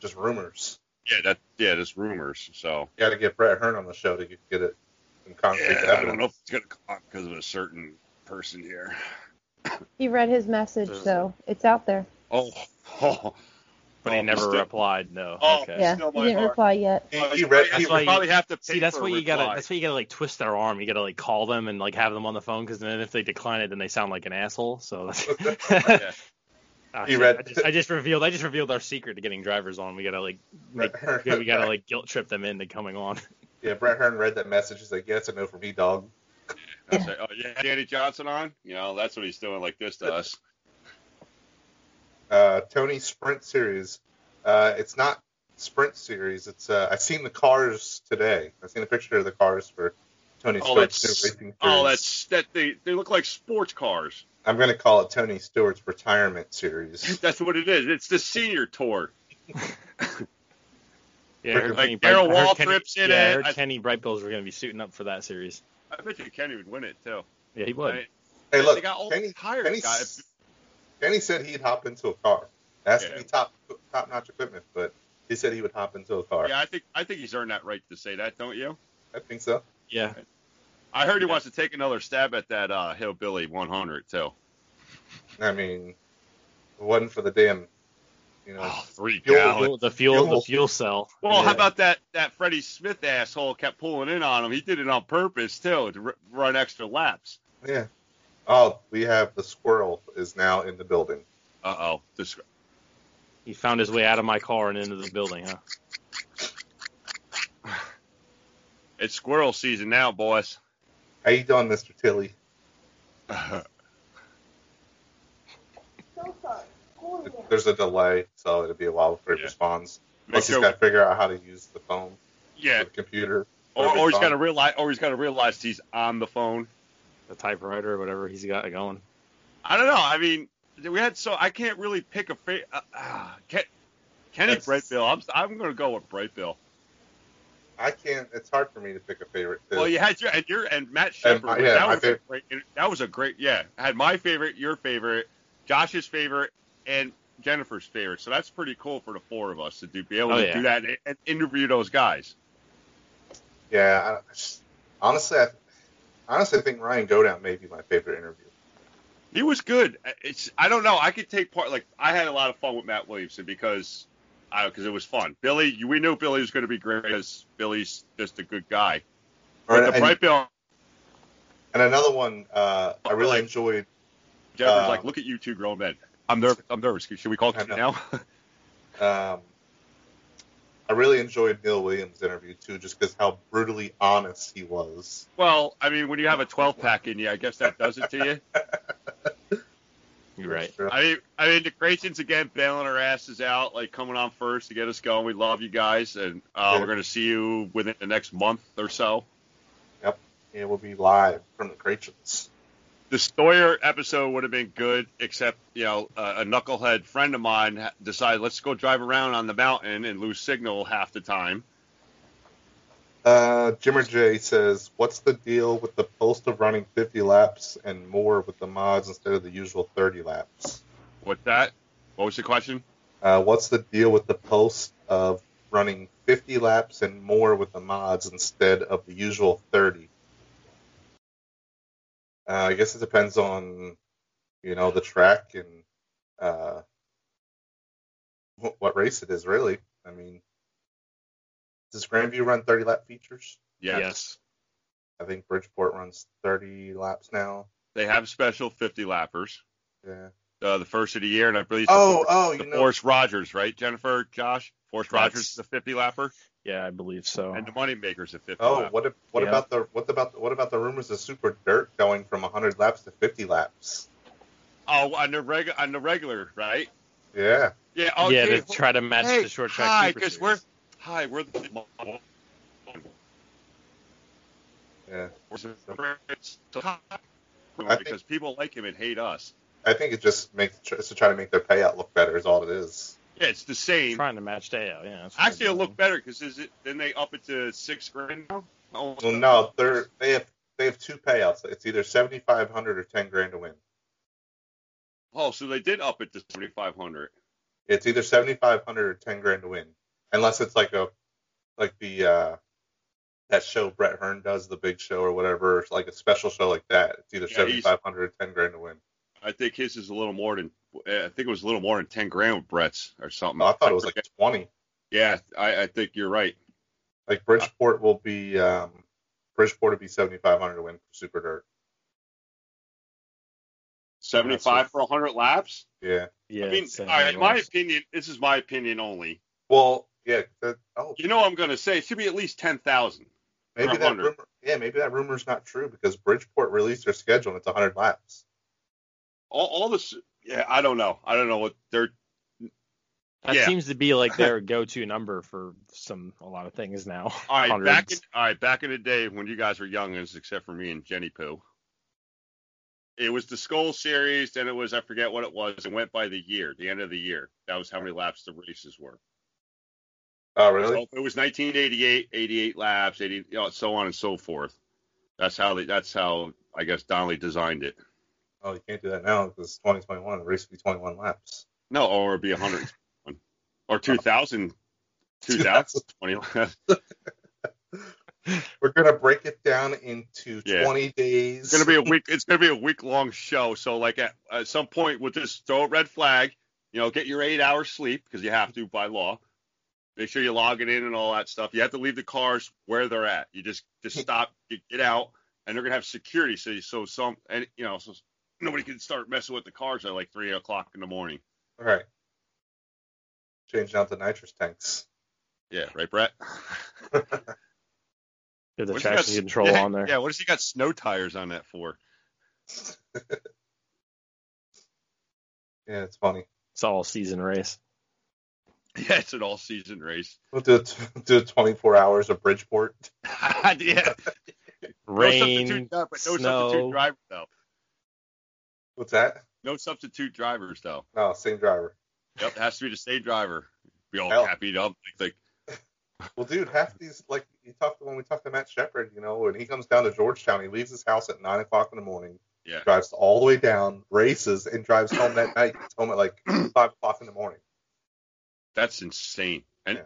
[SPEAKER 2] Just rumors.
[SPEAKER 3] Yeah, that yeah, there's rumors. So
[SPEAKER 2] You got to get Brett Hearn on the show to get, get it in concrete
[SPEAKER 3] yeah,
[SPEAKER 2] evidence.
[SPEAKER 3] I don't know if it's gonna come up because of a certain person here.
[SPEAKER 4] He read his message,
[SPEAKER 1] Does-
[SPEAKER 4] so it's out there.
[SPEAKER 3] Oh, oh,
[SPEAKER 1] But he
[SPEAKER 3] Oh,
[SPEAKER 1] never
[SPEAKER 3] still-
[SPEAKER 1] replied. No.
[SPEAKER 3] Oh,
[SPEAKER 1] okay.
[SPEAKER 4] Yeah,
[SPEAKER 3] still
[SPEAKER 4] he
[SPEAKER 3] my
[SPEAKER 4] didn't
[SPEAKER 3] heart.
[SPEAKER 4] reply yet.
[SPEAKER 2] He, he read,
[SPEAKER 3] that's
[SPEAKER 2] he,
[SPEAKER 3] why
[SPEAKER 1] why
[SPEAKER 3] you
[SPEAKER 1] you-
[SPEAKER 3] probably have to pay
[SPEAKER 1] See, that's
[SPEAKER 3] for
[SPEAKER 1] what
[SPEAKER 3] a
[SPEAKER 1] you gotta.
[SPEAKER 3] reply.
[SPEAKER 1] That's what you gotta like twist their arm. You gotta like call them and like have them on the phone because then if they decline it, then they sound like an asshole. So that's.
[SPEAKER 3] Yeah.
[SPEAKER 1] Ah,
[SPEAKER 2] You
[SPEAKER 1] shit,
[SPEAKER 2] read-
[SPEAKER 1] I just, I just revealed. I just revealed our secret to getting drivers on. We gotta like. Make, we gotta like guilt trip them into coming on.
[SPEAKER 2] yeah, Brett Hearn read that message. He's like, yes, I know for me, dog.
[SPEAKER 3] I say, oh, yeah, Danny Johnson on? You know, that's what he's doing like this to us.
[SPEAKER 2] uh, Tony Sprint Series. Uh, it's not Sprint Series. It's uh, I've seen the cars today. I've seen a picture of the cars for Tony
[SPEAKER 3] Oh,
[SPEAKER 2] Stewart's
[SPEAKER 3] that's-
[SPEAKER 2] new racing series.
[SPEAKER 3] Oh, that's that. They they look like sports cars.
[SPEAKER 2] I'm gonna call it Tony Stewart's retirement series.
[SPEAKER 3] That's what it is. It's the senior tour.
[SPEAKER 1] Yeah, I heard
[SPEAKER 3] Like
[SPEAKER 1] Kenny Bright-
[SPEAKER 3] Darryl
[SPEAKER 1] I heard Kenny-
[SPEAKER 3] Waltrip's in
[SPEAKER 1] yeah,
[SPEAKER 3] it.
[SPEAKER 1] I heard
[SPEAKER 3] I-
[SPEAKER 1] Kenny Brightbills were gonna be suiting up for that series.
[SPEAKER 3] I bet you Kenny would win it too.
[SPEAKER 1] Yeah, he would.
[SPEAKER 3] Right.
[SPEAKER 2] Hey,
[SPEAKER 3] they
[SPEAKER 2] look,
[SPEAKER 3] got all
[SPEAKER 2] Kenny,
[SPEAKER 3] tired
[SPEAKER 2] Kenny,
[SPEAKER 3] guys.
[SPEAKER 2] Kenny said he'd hop into a car. That's
[SPEAKER 3] Yeah.
[SPEAKER 2] to be top top notch equipment, but he said he would hop into a car.
[SPEAKER 3] Yeah, I think I think he's earned that right to say that, don't you?
[SPEAKER 2] I think so.
[SPEAKER 1] Yeah,
[SPEAKER 3] I heard he
[SPEAKER 1] Yeah.
[SPEAKER 3] wants to take another stab at that uh, hillbilly 100 too.
[SPEAKER 2] I mean, if it wasn't for the damn, you know,
[SPEAKER 3] Oh, three
[SPEAKER 2] You'll-
[SPEAKER 3] gallon.
[SPEAKER 1] Fuel- the fuel,
[SPEAKER 2] Fuel.
[SPEAKER 1] the fuel cell.
[SPEAKER 3] Well,
[SPEAKER 2] Yeah.
[SPEAKER 3] how about that? That Freddie Smith asshole kept pulling in on him. He did it on purpose too to r- run extra laps.
[SPEAKER 2] yeah. Oh, we have the squirrel is now in the building.
[SPEAKER 3] Uh oh, this
[SPEAKER 1] He found his way out of my car and into the building, huh?
[SPEAKER 3] It's squirrel season now, boys.
[SPEAKER 2] How you doing, Mr. Tilly?
[SPEAKER 3] Uh-huh.
[SPEAKER 2] There's a delay, so it'll be a while before he
[SPEAKER 3] Yeah.
[SPEAKER 2] responds.
[SPEAKER 3] Make
[SPEAKER 2] Plus,
[SPEAKER 3] sure,
[SPEAKER 2] he's got to figure out how to use the phone,
[SPEAKER 3] yeah,
[SPEAKER 2] or the computer.
[SPEAKER 3] or,
[SPEAKER 2] his
[SPEAKER 3] or he's
[SPEAKER 2] phone.
[SPEAKER 3] got to realize, or he's got to realize he's on the phone.
[SPEAKER 1] The typewriter or whatever he's got going.
[SPEAKER 3] I don't know. I mean, we had so I can't really pick a fa- uh, uh, Ken, Kenny
[SPEAKER 2] That's-
[SPEAKER 3] Brightbill. I'm I'm gonna go with Brightbill.
[SPEAKER 2] I can't. It's hard for me to pick a favorite. Too.
[SPEAKER 3] Well, you had your and your and Matt Shepard.
[SPEAKER 2] my- yeah,
[SPEAKER 3] that
[SPEAKER 2] my
[SPEAKER 3] was
[SPEAKER 2] favorite.
[SPEAKER 3] a great. That was a great. Yeah, I had my favorite, your favorite, Josh's favorite, and Jennifer's favorite. So that's pretty cool for the four of us to do, be able
[SPEAKER 1] Oh,
[SPEAKER 3] to
[SPEAKER 1] yeah.
[SPEAKER 3] do that and, and interview those guys.
[SPEAKER 2] Yeah. I, honestly, I honestly think Ryan Godown may be my favorite interview.
[SPEAKER 3] He was good. Uh, It's I don't know. I could take part. Like I had a lot of fun with Matt Williamson because I because it was fun. Billy, we knew Billy was going to be great because Billy's just a good guy. But
[SPEAKER 2] Or,
[SPEAKER 3] the
[SPEAKER 2] and,
[SPEAKER 3] Bright Bill,
[SPEAKER 2] and another one uh, I really
[SPEAKER 3] Like-
[SPEAKER 2] enjoyed
[SPEAKER 3] Deborah's
[SPEAKER 2] Uh,
[SPEAKER 3] like, look at you two grown men. I'm nervous. I'm nervous. Should we call
[SPEAKER 2] I
[SPEAKER 3] it
[SPEAKER 2] know.
[SPEAKER 3] now?
[SPEAKER 2] Um, I really enjoyed Neil Williams' interview too, just because how brutally honest he was.
[SPEAKER 3] well, I mean, when you have a 12 pack in you, I guess that does it to you.
[SPEAKER 1] You're right.
[SPEAKER 3] I mean, I mean, the Creations again bailing our asses out, like coming on first to get us going. We love you guys, and uh,
[SPEAKER 2] Yeah.
[SPEAKER 3] we're going to see you within the next month or so.
[SPEAKER 2] It will be live from the Creatures.
[SPEAKER 3] The Stoyer episode would have been good, except you know, uh, a knucklehead friend of mine ha- decided let's go drive around on the mountain and lose signal half the time.
[SPEAKER 2] Uh, Jimmer J says, "What's the deal with the post of running 50 laps and more with the mods instead of the usual 30 laps?
[SPEAKER 3] What's that? What was the question?
[SPEAKER 2] Uh, what's the deal with the post of running 50 laps and more with the mods instead of the usual 30?" Uh, I guess it depends on, you know, the track and uh, wh- what race it is, really. I mean, does Grandview run 30 lap features?
[SPEAKER 3] Yes.
[SPEAKER 1] Yes.
[SPEAKER 2] I think Bridgeport runs 30 laps now.
[SPEAKER 3] They have special 50 lappers,
[SPEAKER 2] Yeah.
[SPEAKER 3] uh, the first of the year, and I believe
[SPEAKER 2] Oh,
[SPEAKER 3] the,
[SPEAKER 2] oh,
[SPEAKER 3] the
[SPEAKER 2] you know.
[SPEAKER 3] Force Rogers, right, Jennifer, Josh? Force
[SPEAKER 1] That's-
[SPEAKER 3] Rogers is a 50 lapper,
[SPEAKER 1] Yeah, I believe so.
[SPEAKER 3] and the Moneymakers a 50
[SPEAKER 2] Oh,
[SPEAKER 3] lapper.
[SPEAKER 2] what ab- what
[SPEAKER 1] Yeah.
[SPEAKER 2] about the what about the, what about the rumors of Super Dirt going from 100 laps to 50 laps?
[SPEAKER 3] Oh, on the reg on the regular, right?
[SPEAKER 2] Yeah.
[SPEAKER 3] Yeah. Oh,
[SPEAKER 1] yeah,
[SPEAKER 3] geez.
[SPEAKER 1] to try to match
[SPEAKER 3] Hey,
[SPEAKER 1] the short track.
[SPEAKER 3] Hi,
[SPEAKER 1] Super
[SPEAKER 3] because
[SPEAKER 1] Series.
[SPEAKER 3] we're hi, we're the
[SPEAKER 2] Yeah. think-
[SPEAKER 3] because people like him and hate us.
[SPEAKER 2] I think it just makes tr- it's to try to make their payout look better is all it is.
[SPEAKER 3] Yeah, it's the same.
[SPEAKER 1] trying to match Deo. Yeah. that's what we're
[SPEAKER 3] Actually, it'll
[SPEAKER 1] doing.
[SPEAKER 3] look better because is it? Then they up it to six grand now. Oh,
[SPEAKER 2] Well, no, they're they have they have two payouts. It's either 7,500 or 10 grand to win.
[SPEAKER 3] oh, so they did up it to seventy five hundred.
[SPEAKER 2] It's either 7,500 or 10 grand to win, unless it's like a like the uh that show Brett Hearn does, the big show or whatever, like a special show like that. It's either
[SPEAKER 3] Yeah, he's-
[SPEAKER 2] 7,500 or 10 grand to win.
[SPEAKER 3] I think his is a little more than. eh, I think it was a little more than ten grand with Brett's or something.
[SPEAKER 2] No, I thought it was like
[SPEAKER 3] forget-
[SPEAKER 2] 20.
[SPEAKER 3] Yeah, I, I think you're right.
[SPEAKER 2] Like Bridgeport will be um, Bridgeport will be 7,500 to win for Super Dirt.
[SPEAKER 3] Seventy five for hundred laps.
[SPEAKER 2] Yeah.
[SPEAKER 1] Yeah.
[SPEAKER 3] I mean,
[SPEAKER 1] it's, uh,
[SPEAKER 3] all right, in my
[SPEAKER 1] it's-
[SPEAKER 3] opinion, this is my opinion only.
[SPEAKER 2] Well, yeah. That, oh,
[SPEAKER 3] You know what I'm going to say? It should be at least 10,000.
[SPEAKER 2] maybe that
[SPEAKER 3] 100.
[SPEAKER 2] rumor. Yeah, maybe that rumor's not true because Bridgeport released their schedule and it's 100 laps.
[SPEAKER 3] All, all this, yeah, I don't know. I don't know what they're,
[SPEAKER 1] That
[SPEAKER 3] yeah.
[SPEAKER 1] seems to be like their go-to number for some a lot of things now.
[SPEAKER 3] all right, back in,
[SPEAKER 1] Hundreds.
[SPEAKER 3] all right, back in the day when you guys were youngins, except for me and Jenny Pooh, it was the Skull Series, then it was, I forget what it was, it went by the year, the end of the year. That was how many laps the races were.
[SPEAKER 2] Oh, really?
[SPEAKER 3] So it was 1988, 88 laps, 80, you know, so on and so forth. That's how they, that's how I guess Donnelly designed it.
[SPEAKER 2] Oh, you can't do that now because 2021 the race will be 21 laps.
[SPEAKER 3] No, or it'd be 100 or 2,000. 2020.
[SPEAKER 2] We're gonna break it down into
[SPEAKER 3] Yeah.
[SPEAKER 2] 20 days.
[SPEAKER 3] It's gonna be a week. It's gonna be a week long show. So like at, at some point, we'll just throw a red flag. You know, get your eight hours sleep because you have to by law. Make sure you log it in and all that stuff. You have to leave the cars where they're at. You just just stop, you get out, and they're gonna have security. So you- so some and you know so nobody can start messing with the cars at like three o'clock in the morning.
[SPEAKER 2] all right. Changing out the nitrous tanks.
[SPEAKER 3] Yeah, right, Brett.
[SPEAKER 1] Get the
[SPEAKER 3] What if you got
[SPEAKER 1] traction
[SPEAKER 3] s-
[SPEAKER 1] control
[SPEAKER 3] yeah,
[SPEAKER 1] on there.
[SPEAKER 3] Yeah, what if you got snow tires on that for?
[SPEAKER 2] Yeah, it's funny.
[SPEAKER 1] It's all season race.
[SPEAKER 3] Yeah, it's an all season race.
[SPEAKER 2] We'll do it, do 24 hours of Bridgeport.
[SPEAKER 3] yeah. no
[SPEAKER 1] Rain.
[SPEAKER 3] substitute, driver,
[SPEAKER 1] snow.
[SPEAKER 3] no substitute driver though.
[SPEAKER 2] What's that?
[SPEAKER 3] No substitute drivers though.
[SPEAKER 2] No, same driver.
[SPEAKER 3] Yep, it has to be the same driver. Be all
[SPEAKER 2] Hell.
[SPEAKER 3] happy up like, like
[SPEAKER 2] Well, dude, half these like you talked when we talked to Matt Shepard, you know, when he comes down to Georgetown, he leaves his house at nine o'clock in the morning,
[SPEAKER 3] Yeah.
[SPEAKER 2] drives all the way down, races, and drives home that night. Gets home at like five o'clock in the morning.
[SPEAKER 3] that's insane. And
[SPEAKER 2] Yeah.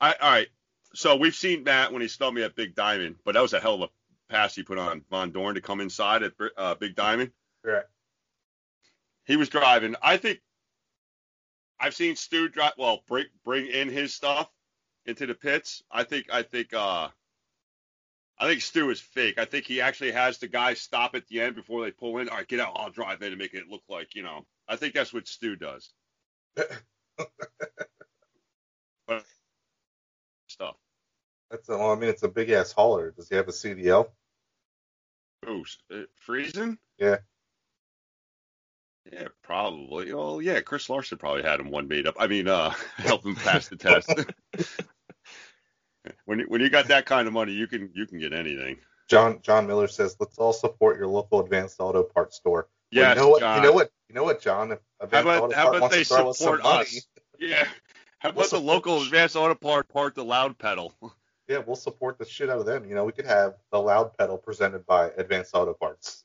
[SPEAKER 3] I all right. So we've seen Matt when he stunned me at Big Diamond, but that was a hell of a pass he put on Von Dorn to come inside at uh, Big Diamond.
[SPEAKER 2] Right.
[SPEAKER 3] He was driving. I think I've seen Stu drive well bring bring in his stuff into the pits. I think I think uh I think Stu is fake. I think he actually has the guy stop at the end before they pull in. All right, get out. I'll drive in and make it look like you know. I think that's what Stu does. but stuff.
[SPEAKER 2] That's a, well, I mean, it's a big ass hauler. Does he have a CDL?
[SPEAKER 3] Ooh, s- uh, freezing?
[SPEAKER 2] Yeah.
[SPEAKER 3] Yeah, probably. Well, yeah, Chris Larson probably had him one made up. I mean, uh, help him pass the test. when you- when you got that kind of money, you can you can get anything.
[SPEAKER 2] John John Miller says, "Let's all support your local Advanced Auto Parts store." Well,
[SPEAKER 3] Yes,
[SPEAKER 2] you know what?
[SPEAKER 3] John.
[SPEAKER 2] You know what? You know what, John? If Advanced
[SPEAKER 3] about-
[SPEAKER 2] Auto
[SPEAKER 3] how
[SPEAKER 2] Part
[SPEAKER 3] about
[SPEAKER 2] wants
[SPEAKER 3] they
[SPEAKER 2] to throw us some
[SPEAKER 3] support
[SPEAKER 2] money,
[SPEAKER 3] us? Yeah. How about
[SPEAKER 2] What's
[SPEAKER 3] the
[SPEAKER 2] the-
[SPEAKER 3] local advanced auto part part the loud pedal?
[SPEAKER 2] yeah, we'll support the shit out of them. You know, we could have the loud pedal presented by Advanced Auto Parts.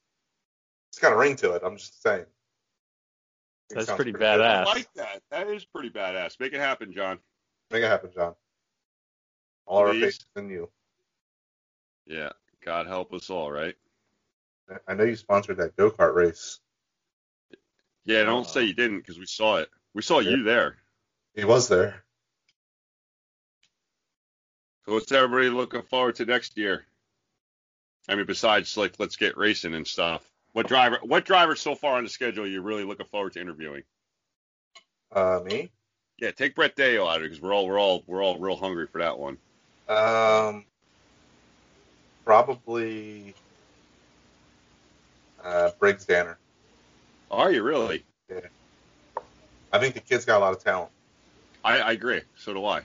[SPEAKER 2] It's got a ring to it. I'm just saying. It
[SPEAKER 1] That's
[SPEAKER 2] sounds
[SPEAKER 1] pretty
[SPEAKER 2] good.
[SPEAKER 1] badass.
[SPEAKER 3] I like that. That is pretty badass. Make it happen, John.
[SPEAKER 2] Make it happen, John. All our
[SPEAKER 3] Please.
[SPEAKER 2] faith is in you.
[SPEAKER 3] Yeah. God help us all, right?
[SPEAKER 2] I know you sponsored that go kart race.
[SPEAKER 3] Yeah, don't
[SPEAKER 1] Uh,
[SPEAKER 3] say you didn't because we saw it. We saw
[SPEAKER 2] Yeah.
[SPEAKER 3] you there.
[SPEAKER 2] He was there.
[SPEAKER 3] So what's everybody looking forward to next year? I mean, besides like let's get racing and stuff. What driver? What driver so far on the schedule are you really looking forward to interviewing?
[SPEAKER 2] Uh, me.
[SPEAKER 3] Yeah, take Brett Dale out of it because we're all we're all we're all real hungry for that one.
[SPEAKER 2] Um, probably uh, Briggs Danner.
[SPEAKER 3] Are you really?
[SPEAKER 2] I think the kid's got a lot of talent.
[SPEAKER 3] I, I agree. So do I.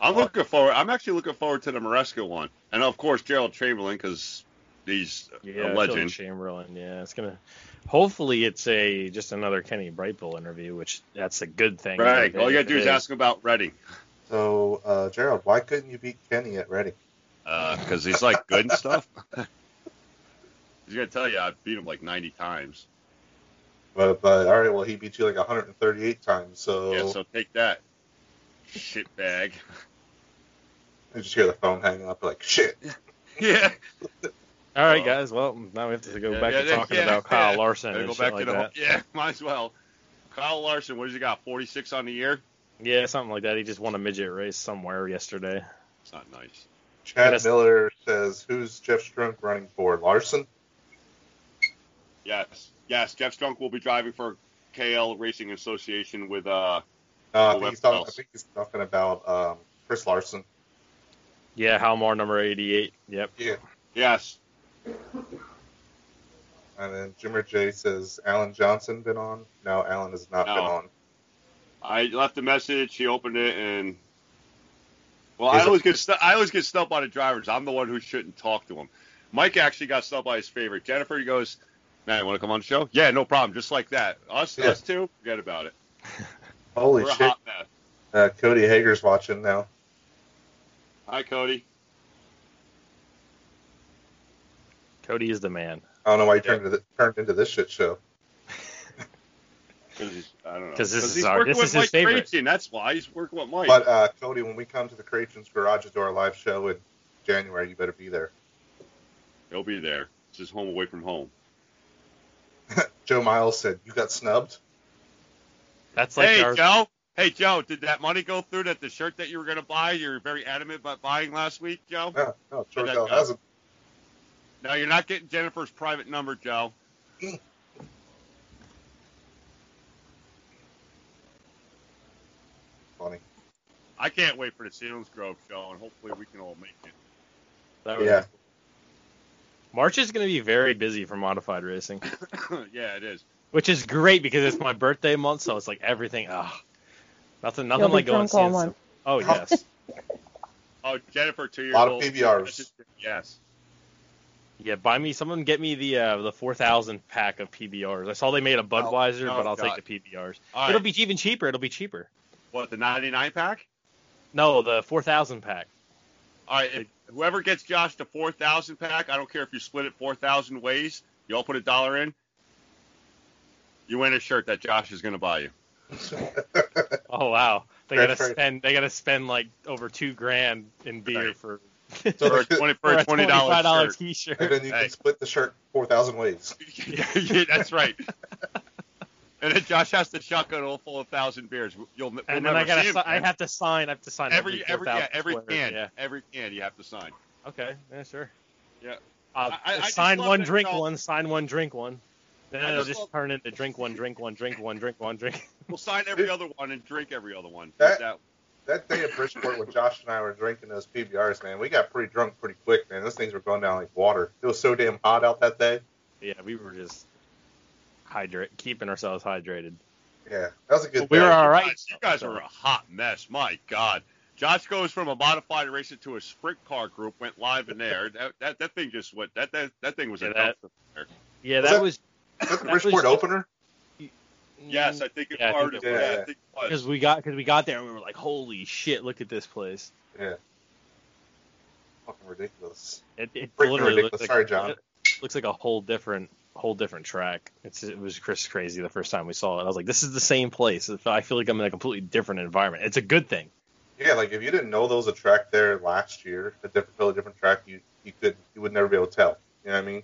[SPEAKER 3] I'm looking forward. I'm actually looking forward to the Maresca one, and of course Gerald Chamberlain because he's
[SPEAKER 1] Yeah,
[SPEAKER 3] a
[SPEAKER 1] Phil
[SPEAKER 3] legend.
[SPEAKER 1] Chamberlain. Yeah, it's gonna. Hopefully, it's a just another Kenny Brightbill interview, which that's a good thing.
[SPEAKER 3] Right.
[SPEAKER 1] If it-
[SPEAKER 3] All you
[SPEAKER 1] if
[SPEAKER 3] gotta do
[SPEAKER 1] it
[SPEAKER 3] is ask him about Redding
[SPEAKER 2] So, uh, Gerald, why couldn't you beat Kenny at Reading?
[SPEAKER 3] because uh, he's like good and stuff. he's gonna tell you I beat him like 90 times.
[SPEAKER 2] But, but all right, well, he beat you like 138 times. So,
[SPEAKER 3] Yeah, so take that. Shit bag.
[SPEAKER 2] I just hear the phone hanging up, like shit.
[SPEAKER 3] yeah.
[SPEAKER 1] All right, guys. Well, now we have to go
[SPEAKER 3] Yeah,
[SPEAKER 1] back to
[SPEAKER 3] yeah,
[SPEAKER 1] talking
[SPEAKER 3] yeah,
[SPEAKER 1] about Kyle
[SPEAKER 3] yeah.
[SPEAKER 1] Larson
[SPEAKER 3] Gotta
[SPEAKER 1] and
[SPEAKER 3] go
[SPEAKER 1] shit
[SPEAKER 3] back
[SPEAKER 1] like
[SPEAKER 3] to the
[SPEAKER 1] that.
[SPEAKER 3] yeah, might as well. Kyle Larson, what has he got? 46 on the year.
[SPEAKER 1] Yeah, something like that. He just won a midget race somewhere yesterday.
[SPEAKER 3] It's not nice.
[SPEAKER 2] Chad
[SPEAKER 1] That's-
[SPEAKER 2] Miller says, "Who's Jeff Strunk running for? Larson?
[SPEAKER 3] Yes, yes. Jeff Strunk will be driving for KL Racing Association with uh.
[SPEAKER 2] Uh, I,
[SPEAKER 3] Who
[SPEAKER 2] think he's
[SPEAKER 3] else?
[SPEAKER 2] talking, I think he's talking about um, Chris Larson.
[SPEAKER 1] Yeah, Halmar number 88. Yep.
[SPEAKER 2] Yeah.
[SPEAKER 3] Yes,
[SPEAKER 2] And then Jimmer J says, "Alan Johnson been on? No, Alan has not been
[SPEAKER 3] No.
[SPEAKER 2] on.
[SPEAKER 3] I left a message. He opened it and. Well,
[SPEAKER 2] Is
[SPEAKER 3] I
[SPEAKER 2] it-
[SPEAKER 3] always get stu- I always get stumped by the drivers. I'm the one who shouldn't talk to them. Mike actually got stumped by his favorite. Jennifer, he goes, "Man, want to come on the show? Yeah, no problem. Just like that. Us,
[SPEAKER 2] Yeah.
[SPEAKER 3] us two, forget about it.
[SPEAKER 2] Holy
[SPEAKER 3] We're a
[SPEAKER 2] shit!
[SPEAKER 3] hot mess."
[SPEAKER 2] Uh, Cody Hager's watching now.
[SPEAKER 3] Hi, Cody.
[SPEAKER 1] Cody is the man.
[SPEAKER 2] I don't know why he turned, into th- turned into this shit show.
[SPEAKER 3] Because he's- I don't know.
[SPEAKER 1] 'Cause this is
[SPEAKER 3] he's
[SPEAKER 1] our-
[SPEAKER 3] working
[SPEAKER 1] this
[SPEAKER 3] with
[SPEAKER 1] is his
[SPEAKER 3] Mike
[SPEAKER 1] favorite.
[SPEAKER 3] Krejci, and that's why he's working with
[SPEAKER 1] Oh,
[SPEAKER 3] Mike.
[SPEAKER 2] But uh, Cody, when we come to the Creations Garage Door live show in January, you better be there.
[SPEAKER 3] He'll be there. It's his home away from home.
[SPEAKER 2] Joe Miles said, "You got snubbed."
[SPEAKER 1] That's like
[SPEAKER 3] hey,
[SPEAKER 1] our.
[SPEAKER 3] Joe. Hey, Joe. Did that money go through? That the shirt that you were gonna buy, you were very adamant about buying last week, Joe.
[SPEAKER 2] No, no,
[SPEAKER 3] Yeah,
[SPEAKER 2] Jordan
[SPEAKER 3] that-
[SPEAKER 2] hasn't.
[SPEAKER 3] No, you're not getting Jennifer's private number, Joe.
[SPEAKER 2] Funny.
[SPEAKER 3] I can't wait for the Seals Grove show, and hopefully we can all make it.
[SPEAKER 1] that was-
[SPEAKER 2] Yeah,
[SPEAKER 1] March is going to be very busy for modified racing,
[SPEAKER 3] yeah, it is.
[SPEAKER 1] which is great because it's my birthday month, so it's like everything. Ah, nothing, nothing
[SPEAKER 4] You'll
[SPEAKER 1] like
[SPEAKER 4] be
[SPEAKER 1] going
[SPEAKER 4] drunk all
[SPEAKER 1] seeing some-
[SPEAKER 4] month.
[SPEAKER 1] Oh yes,
[SPEAKER 3] Oh, Jennifer, two years
[SPEAKER 2] Lot of
[SPEAKER 3] old.
[SPEAKER 2] PBRs.
[SPEAKER 3] Yes.
[SPEAKER 1] yeah. Buy me someone. Get me the uh, the four thousand pack of PBRs. I saw they made a Budweiser,
[SPEAKER 3] oh,
[SPEAKER 1] but I'll
[SPEAKER 3] God.
[SPEAKER 1] take the PBRs.
[SPEAKER 3] All
[SPEAKER 1] It'll
[SPEAKER 3] right.
[SPEAKER 1] be even cheaper. It'll be cheaper.
[SPEAKER 3] what the 99 pack?
[SPEAKER 1] No, the four thousand pack.
[SPEAKER 3] All right, if whoever gets Josh the four thousand pack, I don't care if you split it four thousand ways. You all put a dollar in. You win a shirt that Josh is going to buy you.
[SPEAKER 1] Oh wow, they
[SPEAKER 2] Fair
[SPEAKER 1] gotta
[SPEAKER 2] trade.
[SPEAKER 1] spend. They gotta spend like over two grand in beer
[SPEAKER 3] Right.
[SPEAKER 1] for
[SPEAKER 2] So
[SPEAKER 3] For a
[SPEAKER 2] they could-
[SPEAKER 3] twenty
[SPEAKER 1] for
[SPEAKER 3] for a
[SPEAKER 1] a
[SPEAKER 3] twenty
[SPEAKER 1] $25
[SPEAKER 3] dollar shirt.
[SPEAKER 2] and
[SPEAKER 1] t-shirt.
[SPEAKER 2] then you
[SPEAKER 3] Hey.
[SPEAKER 2] can split the shirt four thousand ways.
[SPEAKER 3] yeah, that's right. and then Josh has to shotgun all full of thousand beers. You'll we'll
[SPEAKER 1] And then
[SPEAKER 3] never
[SPEAKER 1] I gotta.
[SPEAKER 3] see him.
[SPEAKER 1] si- I have to sign. I have to sign
[SPEAKER 3] every every yeah,
[SPEAKER 1] 4,000
[SPEAKER 3] every
[SPEAKER 1] squares,
[SPEAKER 3] can
[SPEAKER 1] Yeah.
[SPEAKER 3] every can you have to sign.
[SPEAKER 1] Okay. Yeah. Sure.
[SPEAKER 3] Yeah.
[SPEAKER 1] Uh,
[SPEAKER 3] I- I just
[SPEAKER 1] sign
[SPEAKER 3] love
[SPEAKER 1] one,
[SPEAKER 3] that
[SPEAKER 1] drink
[SPEAKER 3] Mel-
[SPEAKER 1] one, sign one, drink one. Then
[SPEAKER 3] I
[SPEAKER 1] it'll
[SPEAKER 3] just
[SPEAKER 1] just
[SPEAKER 3] love-
[SPEAKER 1] turn into drink one, drink one, drink one, drink one, drink.
[SPEAKER 3] We'll sign every other one and drink every other one.
[SPEAKER 2] That-
[SPEAKER 3] That-
[SPEAKER 2] That day at Bridgeport when Josh and I were drinking those PBRs, man, we got pretty drunk pretty quick, man. Those things were going down like water. It was so damn hot out that day.
[SPEAKER 1] Yeah, we were just hydrate, keeping ourselves hydrated.
[SPEAKER 2] Yeah, that was a good.
[SPEAKER 1] We
[SPEAKER 2] day.
[SPEAKER 1] were all right.
[SPEAKER 3] Guys, you guys are a hot mess. My God. Josh goes from a modified racer to a sprint car group. Went live in there. That that, that thing just went. That that, that thing was
[SPEAKER 1] Yeah,
[SPEAKER 3] a
[SPEAKER 1] that-
[SPEAKER 3] dumpster.
[SPEAKER 1] Yeah,
[SPEAKER 2] Was
[SPEAKER 1] that
[SPEAKER 2] that-
[SPEAKER 1] was
[SPEAKER 2] Is that the
[SPEAKER 1] That was-
[SPEAKER 2] Bridgeport opener?
[SPEAKER 3] Yes, I think it
[SPEAKER 1] Yeah, I
[SPEAKER 3] fired
[SPEAKER 1] think
[SPEAKER 2] it
[SPEAKER 3] it.
[SPEAKER 2] was.
[SPEAKER 3] Yeah, I think it was.
[SPEAKER 1] because we got because we got there and we were like, holy shit, look at this place.
[SPEAKER 2] Yeah. Fucking ridiculous.
[SPEAKER 1] It, it
[SPEAKER 2] Freaking
[SPEAKER 1] literally looks
[SPEAKER 2] ridiculous.
[SPEAKER 1] like,
[SPEAKER 2] Sorry, John.
[SPEAKER 1] it looks like a whole different whole different track. It's it was Chris crazy the first time we saw it. I was like, this is the same place. I feel like I'm in a completely different environment. It's a good thing.
[SPEAKER 2] Yeah, like if you didn't know there was a track there last year, a different totally different track, you you could you would never be able to tell. You know what I mean?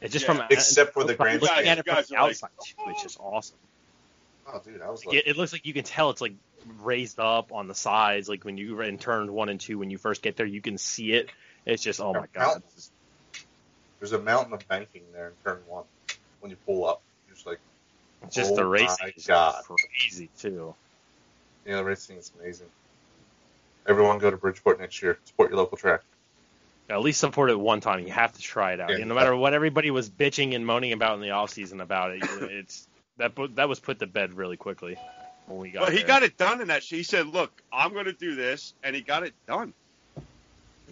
[SPEAKER 1] It's just
[SPEAKER 3] Yeah.
[SPEAKER 1] from
[SPEAKER 2] Except for the
[SPEAKER 1] looking
[SPEAKER 2] grandstand.
[SPEAKER 1] at it
[SPEAKER 3] You
[SPEAKER 1] from
[SPEAKER 3] guys
[SPEAKER 1] the
[SPEAKER 3] are like,
[SPEAKER 1] outside, which is awesome.
[SPEAKER 2] Oh, dude, I was like,
[SPEAKER 1] It, it looks like you can tell it's like raised up on the sides. Like when you were in turn one and two, when you first get there, you can see it. It's just oh my god, this is-
[SPEAKER 2] there's a mountain of banking there in turn one when you pull up. You're just like,
[SPEAKER 1] it's just
[SPEAKER 2] Oh
[SPEAKER 1] the race
[SPEAKER 2] my
[SPEAKER 1] is
[SPEAKER 2] God.
[SPEAKER 1] crazy too.
[SPEAKER 2] you know, the racing is amazing. Everyone go to Bridgeport next year. Support your local track.
[SPEAKER 1] At least support it one time. You have to try it out.
[SPEAKER 2] Yeah.
[SPEAKER 1] And no matter what everybody was bitching and moaning about in the off season about it, it's that put- that was put to bed really quickly when we got.
[SPEAKER 3] But he
[SPEAKER 1] there.
[SPEAKER 3] got it done in that. He said, "Look, I'm going to do this," and he got it done.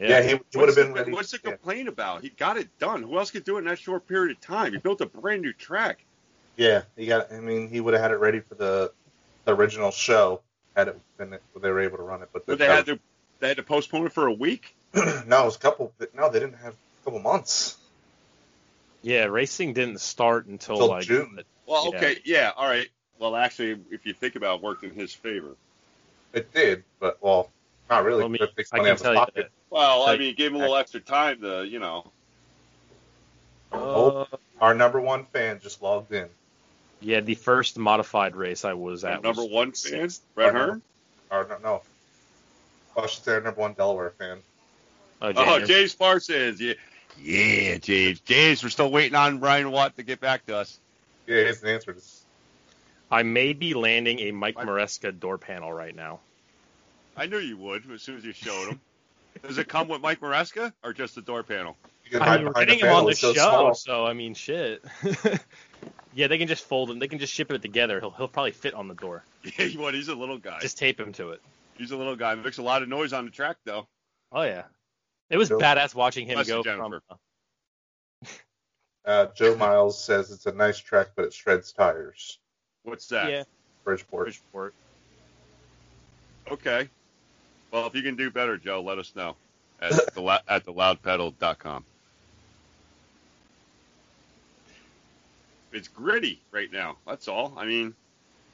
[SPEAKER 2] Yeah, he, he would have
[SPEAKER 3] What's
[SPEAKER 2] been
[SPEAKER 3] the-
[SPEAKER 2] ready.
[SPEAKER 3] What's the
[SPEAKER 2] yeah.
[SPEAKER 3] complaint about? He got it done. Who else could do it in that short period of time? He built a brand new track.
[SPEAKER 2] yeah, he got. I mean, he would have had it ready for the the original show had it been they were able to run it. But
[SPEAKER 3] But they had to they had to postpone it for a week.
[SPEAKER 2] no, it was a couple. No, they didn't have a couple months.
[SPEAKER 1] yeah, racing didn't start until,
[SPEAKER 2] Till
[SPEAKER 1] like
[SPEAKER 2] June.
[SPEAKER 3] Well,
[SPEAKER 1] Yeah.
[SPEAKER 3] okay, yeah, all right. Well, actually, if you think about, it, it worked in his favor.
[SPEAKER 2] It did, but well, not really.
[SPEAKER 1] Let me-
[SPEAKER 2] It takes
[SPEAKER 1] I
[SPEAKER 2] money
[SPEAKER 1] can
[SPEAKER 2] out of
[SPEAKER 1] tell
[SPEAKER 2] his
[SPEAKER 1] you
[SPEAKER 2] pocket.
[SPEAKER 1] that.
[SPEAKER 3] Well, I
[SPEAKER 1] Like-
[SPEAKER 3] mean, it gave him a little extra time to, you know.
[SPEAKER 2] Oh.
[SPEAKER 1] Uh,
[SPEAKER 2] Our number one fan just logged in.
[SPEAKER 1] Yeah, the first modified race I was
[SPEAKER 3] Our
[SPEAKER 1] at.
[SPEAKER 3] number
[SPEAKER 1] was,
[SPEAKER 3] one fan, Brett Hearn.
[SPEAKER 2] Or no, no. Well, I should say our number one Delaware fan.
[SPEAKER 1] Oh,
[SPEAKER 3] Oh,
[SPEAKER 1] James.
[SPEAKER 3] James Parsons. Yeah. yeah, James. James, we're still waiting on Ryan Watt to get back to us.
[SPEAKER 2] Yeah, his answer is
[SPEAKER 1] I may be landing a Mike
[SPEAKER 3] My-
[SPEAKER 1] Maresca door panel right now.
[SPEAKER 3] I knew you would as soon as you showed him. Does it come with Mike Maresca or just the door panel?
[SPEAKER 2] you can
[SPEAKER 1] I
[SPEAKER 2] hide
[SPEAKER 1] mean, we're
[SPEAKER 2] behind the
[SPEAKER 1] getting him on
[SPEAKER 2] panel,
[SPEAKER 1] the
[SPEAKER 2] it's so
[SPEAKER 1] show,
[SPEAKER 2] small.
[SPEAKER 1] so I mean, shit. yeah, they can just fold him. They can just ship it together. He'll he'll probably fit on the door.
[SPEAKER 3] Yeah, what? He's a little guy.
[SPEAKER 1] Just tape him to it.
[SPEAKER 3] He's a little guy. Makes a lot of noise on the track, though.
[SPEAKER 1] Oh yeah, it was
[SPEAKER 2] Nope.
[SPEAKER 1] badass watching him
[SPEAKER 3] Bless you,
[SPEAKER 1] go
[SPEAKER 3] Jennifer.
[SPEAKER 1] from.
[SPEAKER 2] Uh, Joe Miles says it's a nice track, but it shreds tires.
[SPEAKER 3] What's that?
[SPEAKER 1] Yeah,
[SPEAKER 2] Bridgeport.
[SPEAKER 1] Bridgeport.
[SPEAKER 3] Okay. Well, if you can do better, Joe, let us know at the lou- at theloudpedal.com. It's gritty right now. That's all. I mean,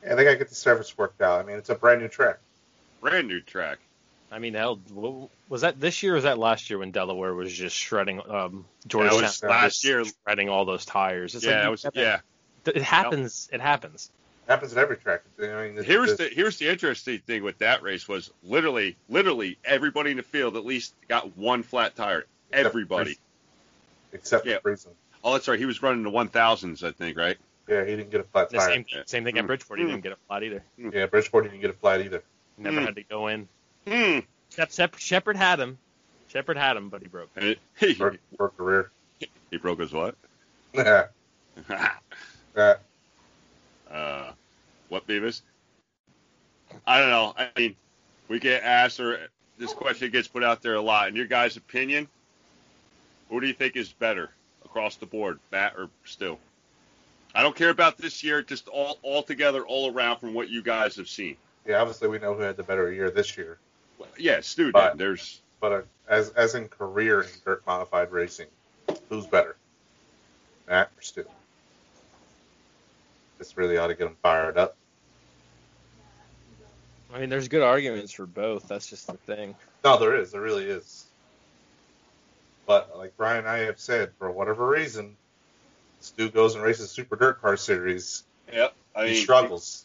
[SPEAKER 2] Yeah, they gotta get the surface worked out. I mean, it's a brand new track.
[SPEAKER 3] brand new track.
[SPEAKER 1] I mean, hell, w- was that this year or was that last year when Delaware was just shredding? Um,
[SPEAKER 3] That
[SPEAKER 1] Georgetown
[SPEAKER 3] was
[SPEAKER 1] was
[SPEAKER 3] last year.
[SPEAKER 1] shredding all those tires. It's like
[SPEAKER 3] yeah,
[SPEAKER 1] you
[SPEAKER 3] it was,
[SPEAKER 1] gotta-
[SPEAKER 3] yeah.
[SPEAKER 1] it happens. It happens.
[SPEAKER 2] It happens at every track. I mean, it's-
[SPEAKER 3] Here's
[SPEAKER 2] it's-
[SPEAKER 3] the here's the interesting thing with that race was literally literally everybody in the field at least got one flat tire.
[SPEAKER 2] except
[SPEAKER 3] Everybody.
[SPEAKER 2] Friesen- Except
[SPEAKER 3] Yeah.
[SPEAKER 2] for Friesen.
[SPEAKER 3] Oh, that's right. He was running the one thousands, I think, right?
[SPEAKER 2] Yeah, he didn't get a flat
[SPEAKER 1] The
[SPEAKER 2] tire.
[SPEAKER 1] same same thing at
[SPEAKER 3] Mm.
[SPEAKER 1] Bridgeport. He didn't get a flat either.
[SPEAKER 2] Yeah, Bridgeport didn't get a flat either.
[SPEAKER 1] Never
[SPEAKER 3] Mm.
[SPEAKER 1] had to go in.
[SPEAKER 3] Hmm.
[SPEAKER 1] Shep, Shep, Shepard had him. Shepard had him, but he broke.
[SPEAKER 3] And it- he,
[SPEAKER 2] Broke, broke the rear.
[SPEAKER 3] he broke his what?
[SPEAKER 2] Yeah. yeah.
[SPEAKER 3] uh, what Beavis? I don't know. I mean, we get asked, or this question gets put out there a lot. In your guys' opinion, who do you think is better across the board, Matt or Stu? I don't care about this year, just all all together, all around from what you guys have seen.
[SPEAKER 2] Yeah, obviously we know who had the better year this year,
[SPEAKER 3] Well, Yeah, Stu.
[SPEAKER 2] But-
[SPEAKER 3] did. There's
[SPEAKER 2] but uh, as as in career in dirt modified racing, who's better, Matt or Stu? This really ought to get them fired up.
[SPEAKER 1] I mean, there's good arguments for both. That's just the thing.
[SPEAKER 2] No, there is, there really is. But like Brian and I have said, for whatever reason, Stu goes and races Super Dirt Car Series.
[SPEAKER 3] yep. I
[SPEAKER 2] he struggles.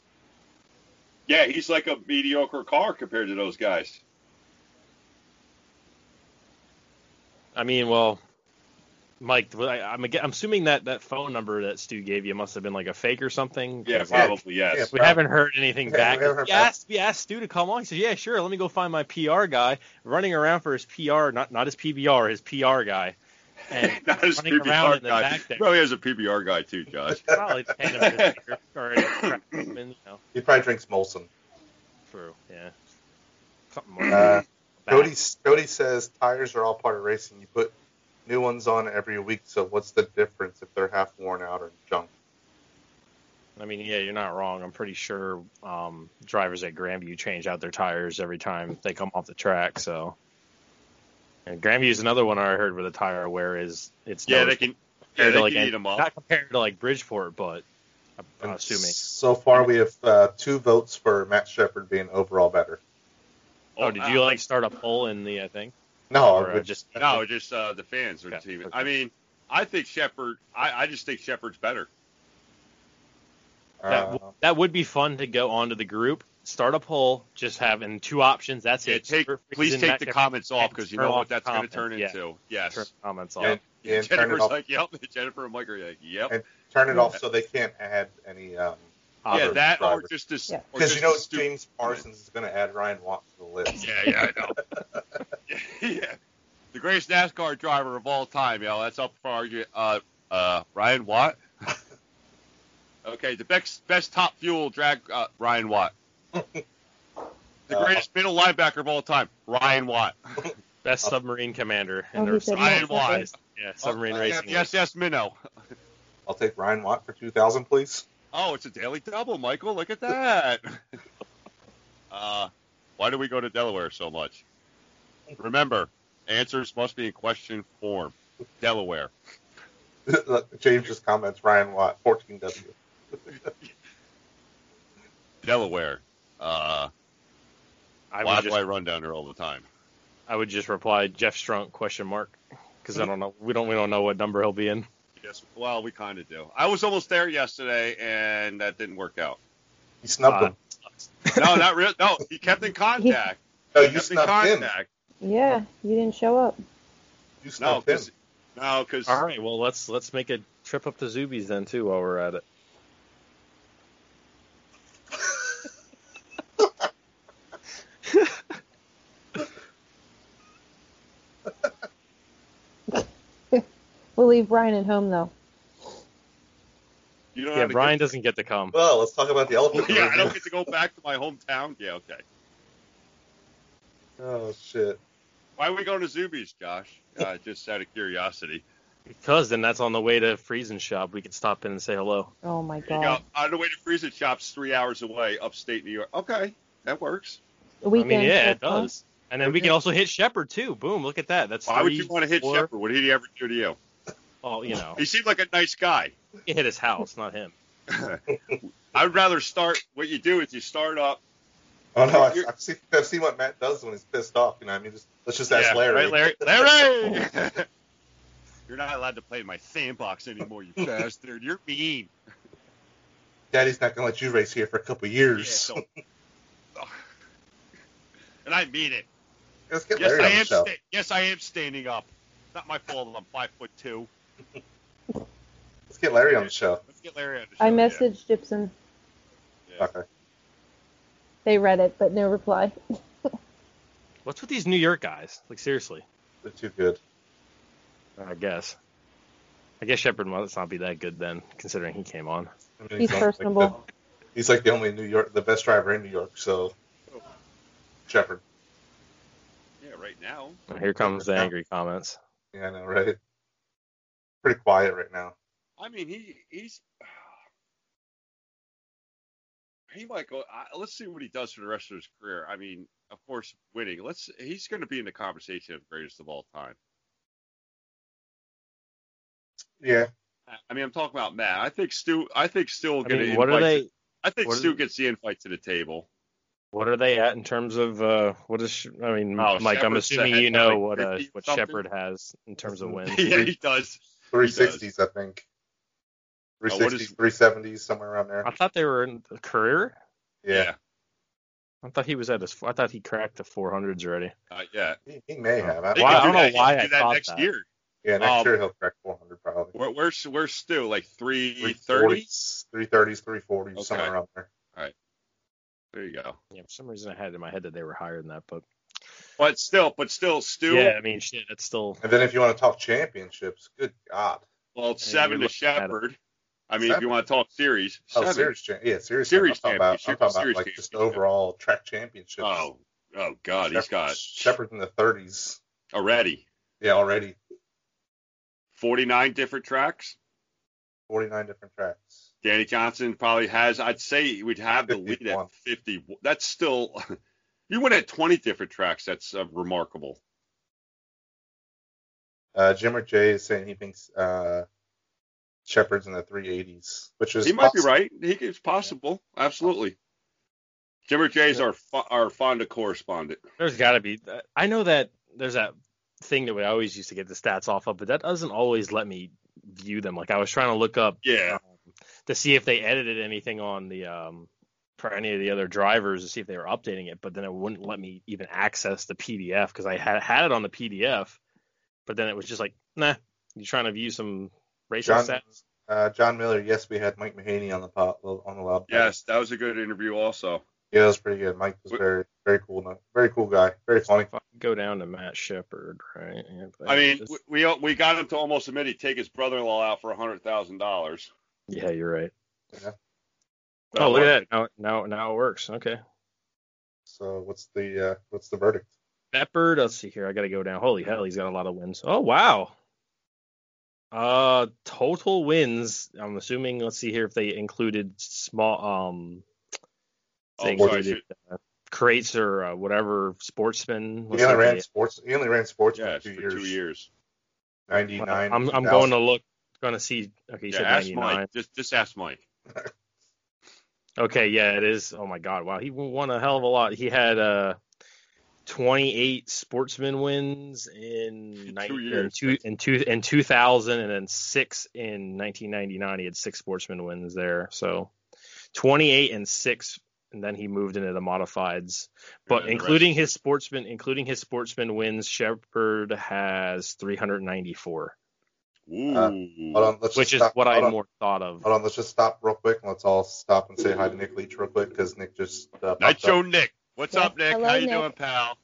[SPEAKER 3] Yeah, he's like a mediocre car compared to those guys.
[SPEAKER 1] I mean, well, Mike, I, I'm, ag- I'm assuming that that phone number that Stu gave you must have been like a fake or something.
[SPEAKER 3] Yeah,
[SPEAKER 1] 'cause
[SPEAKER 3] probably yes.
[SPEAKER 1] We haven't heard anything
[SPEAKER 2] Yeah,
[SPEAKER 1] back.
[SPEAKER 2] we haven't heard
[SPEAKER 1] We
[SPEAKER 2] back.
[SPEAKER 1] asked, we asked Stu to come on. He said, "Yeah, sure. Let me go find my PR guy running around for his PR, not not his PBR, his PR guy." And
[SPEAKER 3] Not his
[SPEAKER 1] running around
[SPEAKER 3] PBR
[SPEAKER 1] in the
[SPEAKER 3] guy.
[SPEAKER 1] back there.
[SPEAKER 3] Probably has a PBR guy too, Josh.
[SPEAKER 1] probably paying him his beer or his crap, and, you know,
[SPEAKER 2] He probably drinks Molson.
[SPEAKER 1] true. Yeah, something more.
[SPEAKER 2] Uh,
[SPEAKER 1] Back.
[SPEAKER 2] Cody Cody says tires are all part of racing. You put new ones on every week, so what's the difference if they're half worn out or junk?
[SPEAKER 1] I mean, yeah, you're not wrong. I'm pretty sure um, drivers at Grandview change out their tires every time they come off the track. So, and Grandview is another one I heard with a tire wear is it's
[SPEAKER 3] Yeah,
[SPEAKER 1] no-
[SPEAKER 3] they can. Yeah,
[SPEAKER 1] to
[SPEAKER 3] they
[SPEAKER 1] like
[SPEAKER 3] can
[SPEAKER 1] any-
[SPEAKER 3] eat them up.
[SPEAKER 1] not compared to like Bridgeport, but I'm, I'm assuming.
[SPEAKER 2] So far, we have uh, two votes for Matt Shepard being overall better.
[SPEAKER 1] Oh, did you like start a poll in the uh, thing?
[SPEAKER 2] No,
[SPEAKER 1] Or,
[SPEAKER 2] I
[SPEAKER 1] uh,
[SPEAKER 2] would
[SPEAKER 1] just-
[SPEAKER 3] No, just uh, the fans are
[SPEAKER 1] Yeah,
[SPEAKER 3] teaming.
[SPEAKER 1] okay.
[SPEAKER 3] I mean, I think Shepard. I, I just think Shepard's better.
[SPEAKER 2] uh,
[SPEAKER 1] That,
[SPEAKER 2] um,
[SPEAKER 1] w- that would be fun to go onto the group, start a poll, just having two options. That's
[SPEAKER 3] Yeah,
[SPEAKER 1] it.
[SPEAKER 3] take,
[SPEAKER 1] For-
[SPEAKER 3] please
[SPEAKER 1] in
[SPEAKER 3] take
[SPEAKER 1] that-
[SPEAKER 3] the comments off because you know
[SPEAKER 1] Turn
[SPEAKER 3] what
[SPEAKER 1] off
[SPEAKER 3] that's going to
[SPEAKER 1] comments,
[SPEAKER 3] turn
[SPEAKER 1] yeah.
[SPEAKER 3] into.
[SPEAKER 1] Turn
[SPEAKER 3] Yes.
[SPEAKER 1] comments off.
[SPEAKER 2] and, and turn
[SPEAKER 3] Jennifer's
[SPEAKER 2] it off.
[SPEAKER 3] like, yep. Jennifer and Mike are like, yep.
[SPEAKER 2] And turn it off so they can't add any. Um,
[SPEAKER 3] yeah,
[SPEAKER 1] Auburn.
[SPEAKER 3] that or
[SPEAKER 2] driver.
[SPEAKER 3] just this.
[SPEAKER 4] Yeah.
[SPEAKER 3] or
[SPEAKER 2] because you
[SPEAKER 3] just
[SPEAKER 2] know
[SPEAKER 3] this stupid-
[SPEAKER 2] James Parsons is going to add Ryan Watt to the list.
[SPEAKER 3] Yeah, yeah, I know. yeah. The greatest NASCAR driver of all time, y'all. That's up for argument. Uh, uh, Ryan Watt. okay, the best best top fuel drag uh, Ryan Watt. The
[SPEAKER 2] Uh,
[SPEAKER 3] greatest middle linebacker of all time, Ryan Watt.
[SPEAKER 1] Best submarine commander.
[SPEAKER 4] Oh,
[SPEAKER 1] And
[SPEAKER 4] he
[SPEAKER 1] there's
[SPEAKER 4] said
[SPEAKER 3] Ryan
[SPEAKER 4] Matt
[SPEAKER 3] Watt.
[SPEAKER 4] Shepard.
[SPEAKER 1] yeah, submarine
[SPEAKER 2] uh,
[SPEAKER 1] racing.
[SPEAKER 3] Oh, Yes, yes, Minnow.
[SPEAKER 2] I'll take Ryan Watt for two thousand, please.
[SPEAKER 3] Oh, it's a daily double, Michael. Look at that. uh, why do we go to Delaware so much? Remember, answers must be in question form. Delaware.
[SPEAKER 2] James just comments Ryan Watt fourteen W.
[SPEAKER 3] Delaware. Uh,
[SPEAKER 1] I
[SPEAKER 3] why
[SPEAKER 1] would,
[SPEAKER 3] do
[SPEAKER 1] just,
[SPEAKER 3] I run down there all the time?
[SPEAKER 1] I would just reply Jeff Strunk question mark because I don't know. We don't we don't know what number he'll be in.
[SPEAKER 3] Yes. Well, we kind of do. I was almost there yesterday, and that didn't work out.
[SPEAKER 2] You snubbed
[SPEAKER 1] Uh,
[SPEAKER 2] him.
[SPEAKER 3] No, not real. No, he kept in contact.
[SPEAKER 2] No,
[SPEAKER 3] He
[SPEAKER 2] you
[SPEAKER 3] kept in
[SPEAKER 2] snubbed him.
[SPEAKER 3] contact.
[SPEAKER 4] Yeah, you didn't show up.
[SPEAKER 2] You
[SPEAKER 3] No,
[SPEAKER 2] snubbed him.
[SPEAKER 3] because no, because
[SPEAKER 2] Uh-huh.
[SPEAKER 1] All right. Well, let's let's make a trip up to Zuby's then too while we're at it.
[SPEAKER 4] We'll leave Brian at home though.
[SPEAKER 3] you don't
[SPEAKER 1] Yeah,
[SPEAKER 3] have to
[SPEAKER 1] Brian
[SPEAKER 3] get-
[SPEAKER 1] doesn't get to come.
[SPEAKER 2] Well, let's talk about the elephant. in the
[SPEAKER 3] Yeah, I
[SPEAKER 2] room.
[SPEAKER 3] don't get to go back to my hometown. Yeah, okay.
[SPEAKER 2] Oh shit.
[SPEAKER 3] Why are we going to Zuby's, Josh? Uh, just out of curiosity.
[SPEAKER 1] Because then that's on the way to Friesen's shop. We could stop in and say hello.
[SPEAKER 4] Oh my
[SPEAKER 3] There you go.
[SPEAKER 4] god.
[SPEAKER 3] On the way to Freezing Shop's three hours away, upstate New York. Okay, that works.
[SPEAKER 4] The weekend.
[SPEAKER 1] I mean, yeah,
[SPEAKER 4] trip,
[SPEAKER 1] it
[SPEAKER 4] huh?
[SPEAKER 1] does. And then we can also hit Shepard too. Boom! Look at that. That's
[SPEAKER 3] Why would you
[SPEAKER 1] three,
[SPEAKER 3] want to hit
[SPEAKER 1] four-
[SPEAKER 3] Shepard? What did he ever do to you?
[SPEAKER 1] Oh, you know,
[SPEAKER 3] He seemed like a nice guy.
[SPEAKER 1] we can hit his house, not him.
[SPEAKER 3] I'd rather start. What you do is you start up.
[SPEAKER 2] Oh no, I've,
[SPEAKER 3] You're-
[SPEAKER 2] I've seen I've seen what Matt does when he's pissed off. You know, what I mean, just let's just ask
[SPEAKER 3] Yeah,
[SPEAKER 2] Larry.
[SPEAKER 3] Right, Larry. Larry. You're not allowed to play in my sandbox anymore, you bastard. You're mean.
[SPEAKER 2] Daddy's not gonna let you race here for a couple
[SPEAKER 3] Yeah,
[SPEAKER 2] years.
[SPEAKER 3] so- and I mean it.
[SPEAKER 2] let's get
[SPEAKER 3] Yes,
[SPEAKER 2] Larry
[SPEAKER 3] I
[SPEAKER 2] on the
[SPEAKER 3] am.
[SPEAKER 2] show.
[SPEAKER 3] Sta- yes, I am standing up. Not my fault. that I'm five foot two.
[SPEAKER 2] Let's get Larry on the show.
[SPEAKER 3] Let's get Larry on the show.
[SPEAKER 4] I
[SPEAKER 3] Oh, yeah.
[SPEAKER 4] messaged Gibson.
[SPEAKER 3] Yeah.
[SPEAKER 2] Okay.
[SPEAKER 4] They read it, but no reply.
[SPEAKER 1] What's with these New York guys? Like seriously,
[SPEAKER 2] They're too good.
[SPEAKER 1] I guess. I guess Shepard must not be that good then, considering he came on.
[SPEAKER 2] I mean,
[SPEAKER 4] He's
[SPEAKER 2] only, like,
[SPEAKER 4] personable.
[SPEAKER 2] the- he's like the only New York, the best driver in New York. So, Shepard.
[SPEAKER 3] Yeah, right now.
[SPEAKER 1] Here comes the angry comments.
[SPEAKER 2] Yeah, I know, right? Pretty quiet right now.
[SPEAKER 3] I mean, he he's he might go. I, let's see what he does for the rest of his career. I mean, of course, winning. Let's he's going to be in the conversation of greatest of all time.
[SPEAKER 2] Yeah.
[SPEAKER 3] I mean, I'm talking about Matt. I think Stu. I think Stu will
[SPEAKER 1] I
[SPEAKER 3] get
[SPEAKER 1] mean,
[SPEAKER 3] an
[SPEAKER 1] what are
[SPEAKER 3] invite
[SPEAKER 1] they?
[SPEAKER 3] to- I think
[SPEAKER 1] what are
[SPEAKER 3] Stu
[SPEAKER 1] they-
[SPEAKER 3] gets the invite to the table.
[SPEAKER 1] What are they at in terms of uh, what is? Sh- I mean,
[SPEAKER 3] Oh,
[SPEAKER 1] Mike, I'm
[SPEAKER 3] Shepard's
[SPEAKER 1] assuming
[SPEAKER 3] at
[SPEAKER 1] you know
[SPEAKER 3] like
[SPEAKER 1] what uh,
[SPEAKER 3] 50
[SPEAKER 1] what
[SPEAKER 3] something.
[SPEAKER 1] Shepard has in terms of wins.
[SPEAKER 3] yeah, he does.
[SPEAKER 2] 360s, I think. 360s,
[SPEAKER 3] what is-
[SPEAKER 2] 370s, somewhere around there.
[SPEAKER 1] I thought they were in the career.
[SPEAKER 2] Yeah.
[SPEAKER 1] I thought he was at his. I thought he cracked the 400s already.
[SPEAKER 3] Uh, yeah.
[SPEAKER 2] He, he may have.
[SPEAKER 3] They
[SPEAKER 2] I
[SPEAKER 3] could
[SPEAKER 1] Why- I
[SPEAKER 3] do
[SPEAKER 1] don't know
[SPEAKER 3] that. He
[SPEAKER 1] why
[SPEAKER 3] could
[SPEAKER 1] I
[SPEAKER 3] do that
[SPEAKER 1] thought
[SPEAKER 3] next
[SPEAKER 1] that.
[SPEAKER 3] year.
[SPEAKER 2] yeah, next
[SPEAKER 3] um,
[SPEAKER 2] year he'll crack 400 probably.
[SPEAKER 3] We're, we're we're still like 330.
[SPEAKER 2] 330s, 330s, 340s,
[SPEAKER 3] Okay.
[SPEAKER 2] somewhere around there.
[SPEAKER 3] There you go.
[SPEAKER 1] Yeah, for some reason I had in my head that they were higher than that, but
[SPEAKER 3] But still, but still, Stu.
[SPEAKER 1] yeah, I mean, shit, that's still.
[SPEAKER 2] And then if you want to talk championships, good God.
[SPEAKER 3] Well, it's seven
[SPEAKER 1] you're
[SPEAKER 3] to
[SPEAKER 1] looking at it.
[SPEAKER 3] Shepard. I mean, if you want to talk series,
[SPEAKER 2] Oh,
[SPEAKER 3] seven.
[SPEAKER 2] series champ. Yeah, series,
[SPEAKER 3] Series
[SPEAKER 2] champ. I'm talking about, I'm
[SPEAKER 3] championship,
[SPEAKER 2] talking
[SPEAKER 3] series
[SPEAKER 2] about like just
[SPEAKER 3] championship.
[SPEAKER 2] overall track championships.
[SPEAKER 3] Oh, oh God, he's
[SPEAKER 2] Shepard-
[SPEAKER 3] got
[SPEAKER 2] Shepard's in the 30s.
[SPEAKER 3] already
[SPEAKER 2] Yeah, already
[SPEAKER 3] 49 different tracks.
[SPEAKER 2] 49 different tracks.
[SPEAKER 3] Danny Johnson probably has. I'd say he would have the lead
[SPEAKER 2] 51.
[SPEAKER 3] at 50. That's still. You went at 20 different tracks. That's uh, remarkable.
[SPEAKER 2] Uh, Jim or Jay is saying he thinks uh, Shepard's in the 380s, which is
[SPEAKER 3] He might be
[SPEAKER 2] possible.
[SPEAKER 3] right. He, it's possible. Absolutely. Jimmer Jay's our fo- our Fonda correspondent.
[SPEAKER 1] There's got to be. uh, I know that there's that thing that we always used to get the stats off of, but that doesn't always let me view them. Like I was trying to look up
[SPEAKER 3] Yeah.
[SPEAKER 1] um, to see if they edited anything on the um for any of the other drivers to see if they were updating it, but then it wouldn't let me even access the PDF because I had had it on the PDF, but then it was just like, nah, you're trying to view some racial
[SPEAKER 2] John,
[SPEAKER 1] stats.
[SPEAKER 2] uh, John Miller, yes, we had Mike Mahaney on the pot, on the loud.
[SPEAKER 3] Yes, that was a good interview. Also,
[SPEAKER 2] Yeah, that was pretty good. Mike was
[SPEAKER 3] Wh-
[SPEAKER 2] very, very cool, no- very cool guy, very funny.
[SPEAKER 1] If I go down to Matt Shepard, right? Yeah, but
[SPEAKER 3] I mean,
[SPEAKER 1] just-
[SPEAKER 3] we- we all- we got him to almost admit he'd take his brother-in-law out for hundred thousand dollars.
[SPEAKER 1] yeah, you're right. Oh, look at that. Now, now, now it works. Okay.
[SPEAKER 2] So what's the uh, what's the verdict?
[SPEAKER 1] Pepper. Let's see here. I gotta go down. Holy hell, he's got a lot of wins. Oh wow. Uh, total wins. I'm assuming. Let's see here if they included small um
[SPEAKER 3] Oh,
[SPEAKER 1] things.
[SPEAKER 3] sorry,
[SPEAKER 1] They did, uh, crates or uh, whatever sportsman.
[SPEAKER 2] He only ran sports. He only ran sports
[SPEAKER 3] Yes,
[SPEAKER 2] for two
[SPEAKER 3] for
[SPEAKER 2] years.
[SPEAKER 3] two years.
[SPEAKER 2] Ninety nine.
[SPEAKER 1] I'm I'm going to look. Gonna see. Okay, you
[SPEAKER 3] Yeah,
[SPEAKER 1] said
[SPEAKER 3] ask
[SPEAKER 1] 99.
[SPEAKER 3] Mike. Just just ask Mike.
[SPEAKER 1] Okay, yeah, it is. Oh my god, wow, he won a hell of a lot. He had uh 28 sportsman wins in,
[SPEAKER 3] In
[SPEAKER 1] nine-
[SPEAKER 3] two
[SPEAKER 1] in
[SPEAKER 3] years.
[SPEAKER 1] two in two in 2000, and then six in 1999. He had six sportsman wins there, so 28 and six, and then he moved into the modifieds.
[SPEAKER 3] And
[SPEAKER 1] But
[SPEAKER 3] the rest-
[SPEAKER 1] including his sportsman, including his sportsman wins, Shepard has 394,
[SPEAKER 2] Uh,
[SPEAKER 3] Ooh.
[SPEAKER 2] Hold on, let's
[SPEAKER 1] which
[SPEAKER 2] just
[SPEAKER 1] is
[SPEAKER 2] stop.
[SPEAKER 1] what I
[SPEAKER 2] hold on,
[SPEAKER 1] more thought of.
[SPEAKER 2] Hold on, let's just stop real quick and let's all stop and say hi to Nick Leach real quick because Nick just uh, popped
[SPEAKER 3] Night Show
[SPEAKER 2] up.
[SPEAKER 3] Nick. What's
[SPEAKER 4] Yes,
[SPEAKER 3] up, Nick?
[SPEAKER 4] hello,
[SPEAKER 3] How you
[SPEAKER 4] Nick.
[SPEAKER 3] doing, pal?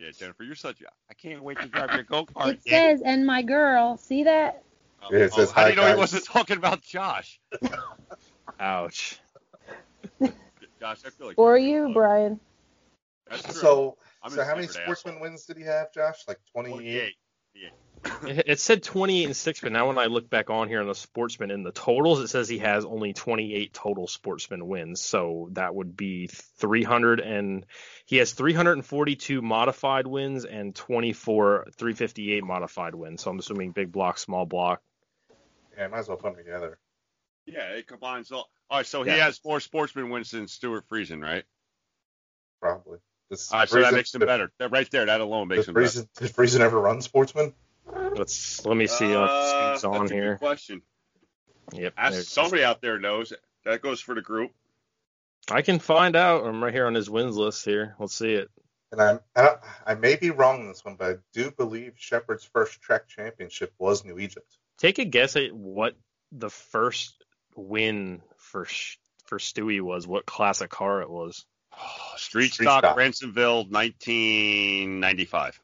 [SPEAKER 3] Yeah, Jennifer, you're such a. I can't wait to drive your go kart.
[SPEAKER 4] It says, and my girl. See that?
[SPEAKER 3] oh,
[SPEAKER 2] Yeah, it says,
[SPEAKER 3] oh, how do
[SPEAKER 2] "Hi,
[SPEAKER 3] you know
[SPEAKER 2] guys."
[SPEAKER 3] he wasn't talking about Josh?
[SPEAKER 1] Ouch.
[SPEAKER 3] Josh, I feel like.
[SPEAKER 4] Or
[SPEAKER 3] you're-
[SPEAKER 4] you, Brian.
[SPEAKER 3] That's true.
[SPEAKER 2] So,
[SPEAKER 3] I'm
[SPEAKER 2] so
[SPEAKER 3] his
[SPEAKER 2] how many
[SPEAKER 3] favorite
[SPEAKER 2] sportsman
[SPEAKER 3] asshole.
[SPEAKER 2] wins did he have, Josh? Like twenty eight.
[SPEAKER 3] 48.
[SPEAKER 1] It it said 28 and 6, but now when I look back on here on the sportsman in the totals, it says he has only 28 total sportsman wins. So that would be 300 and he has 342 modified wins and 24 358 modified wins. So I'm assuming big block, small block.
[SPEAKER 2] Yeah, might as well put them together. E
[SPEAKER 3] Yeah, it combines all. All right, so he
[SPEAKER 1] Yeah.
[SPEAKER 3] has more sportsman wins than Stuart Friesen, right?
[SPEAKER 2] Probably. This
[SPEAKER 3] All right, so that makes him better. That right there, that alone makes
[SPEAKER 2] Does
[SPEAKER 3] him better.
[SPEAKER 2] Friesen, did Friesen ever run sportsman?
[SPEAKER 1] Let's let me see
[SPEAKER 3] Uh,
[SPEAKER 1] uh, who's on
[SPEAKER 3] that's a good
[SPEAKER 1] here.
[SPEAKER 3] question.
[SPEAKER 1] Yep. there it
[SPEAKER 3] Ask
[SPEAKER 1] is.
[SPEAKER 3] somebody out there knows. That goes for the group.
[SPEAKER 1] I can find out. I'm right here on his wins list here. Let's see it.
[SPEAKER 2] And I'm, I, don't, I may be wrong on this one, but I do believe Shepard's first track championship was New Egypt.
[SPEAKER 1] Take a guess at what the first win for Sh- for Stewie was. What class of car it was?
[SPEAKER 3] Street,
[SPEAKER 2] Street
[SPEAKER 3] Stock,
[SPEAKER 2] Stock.
[SPEAKER 3] Ransomville, 1995.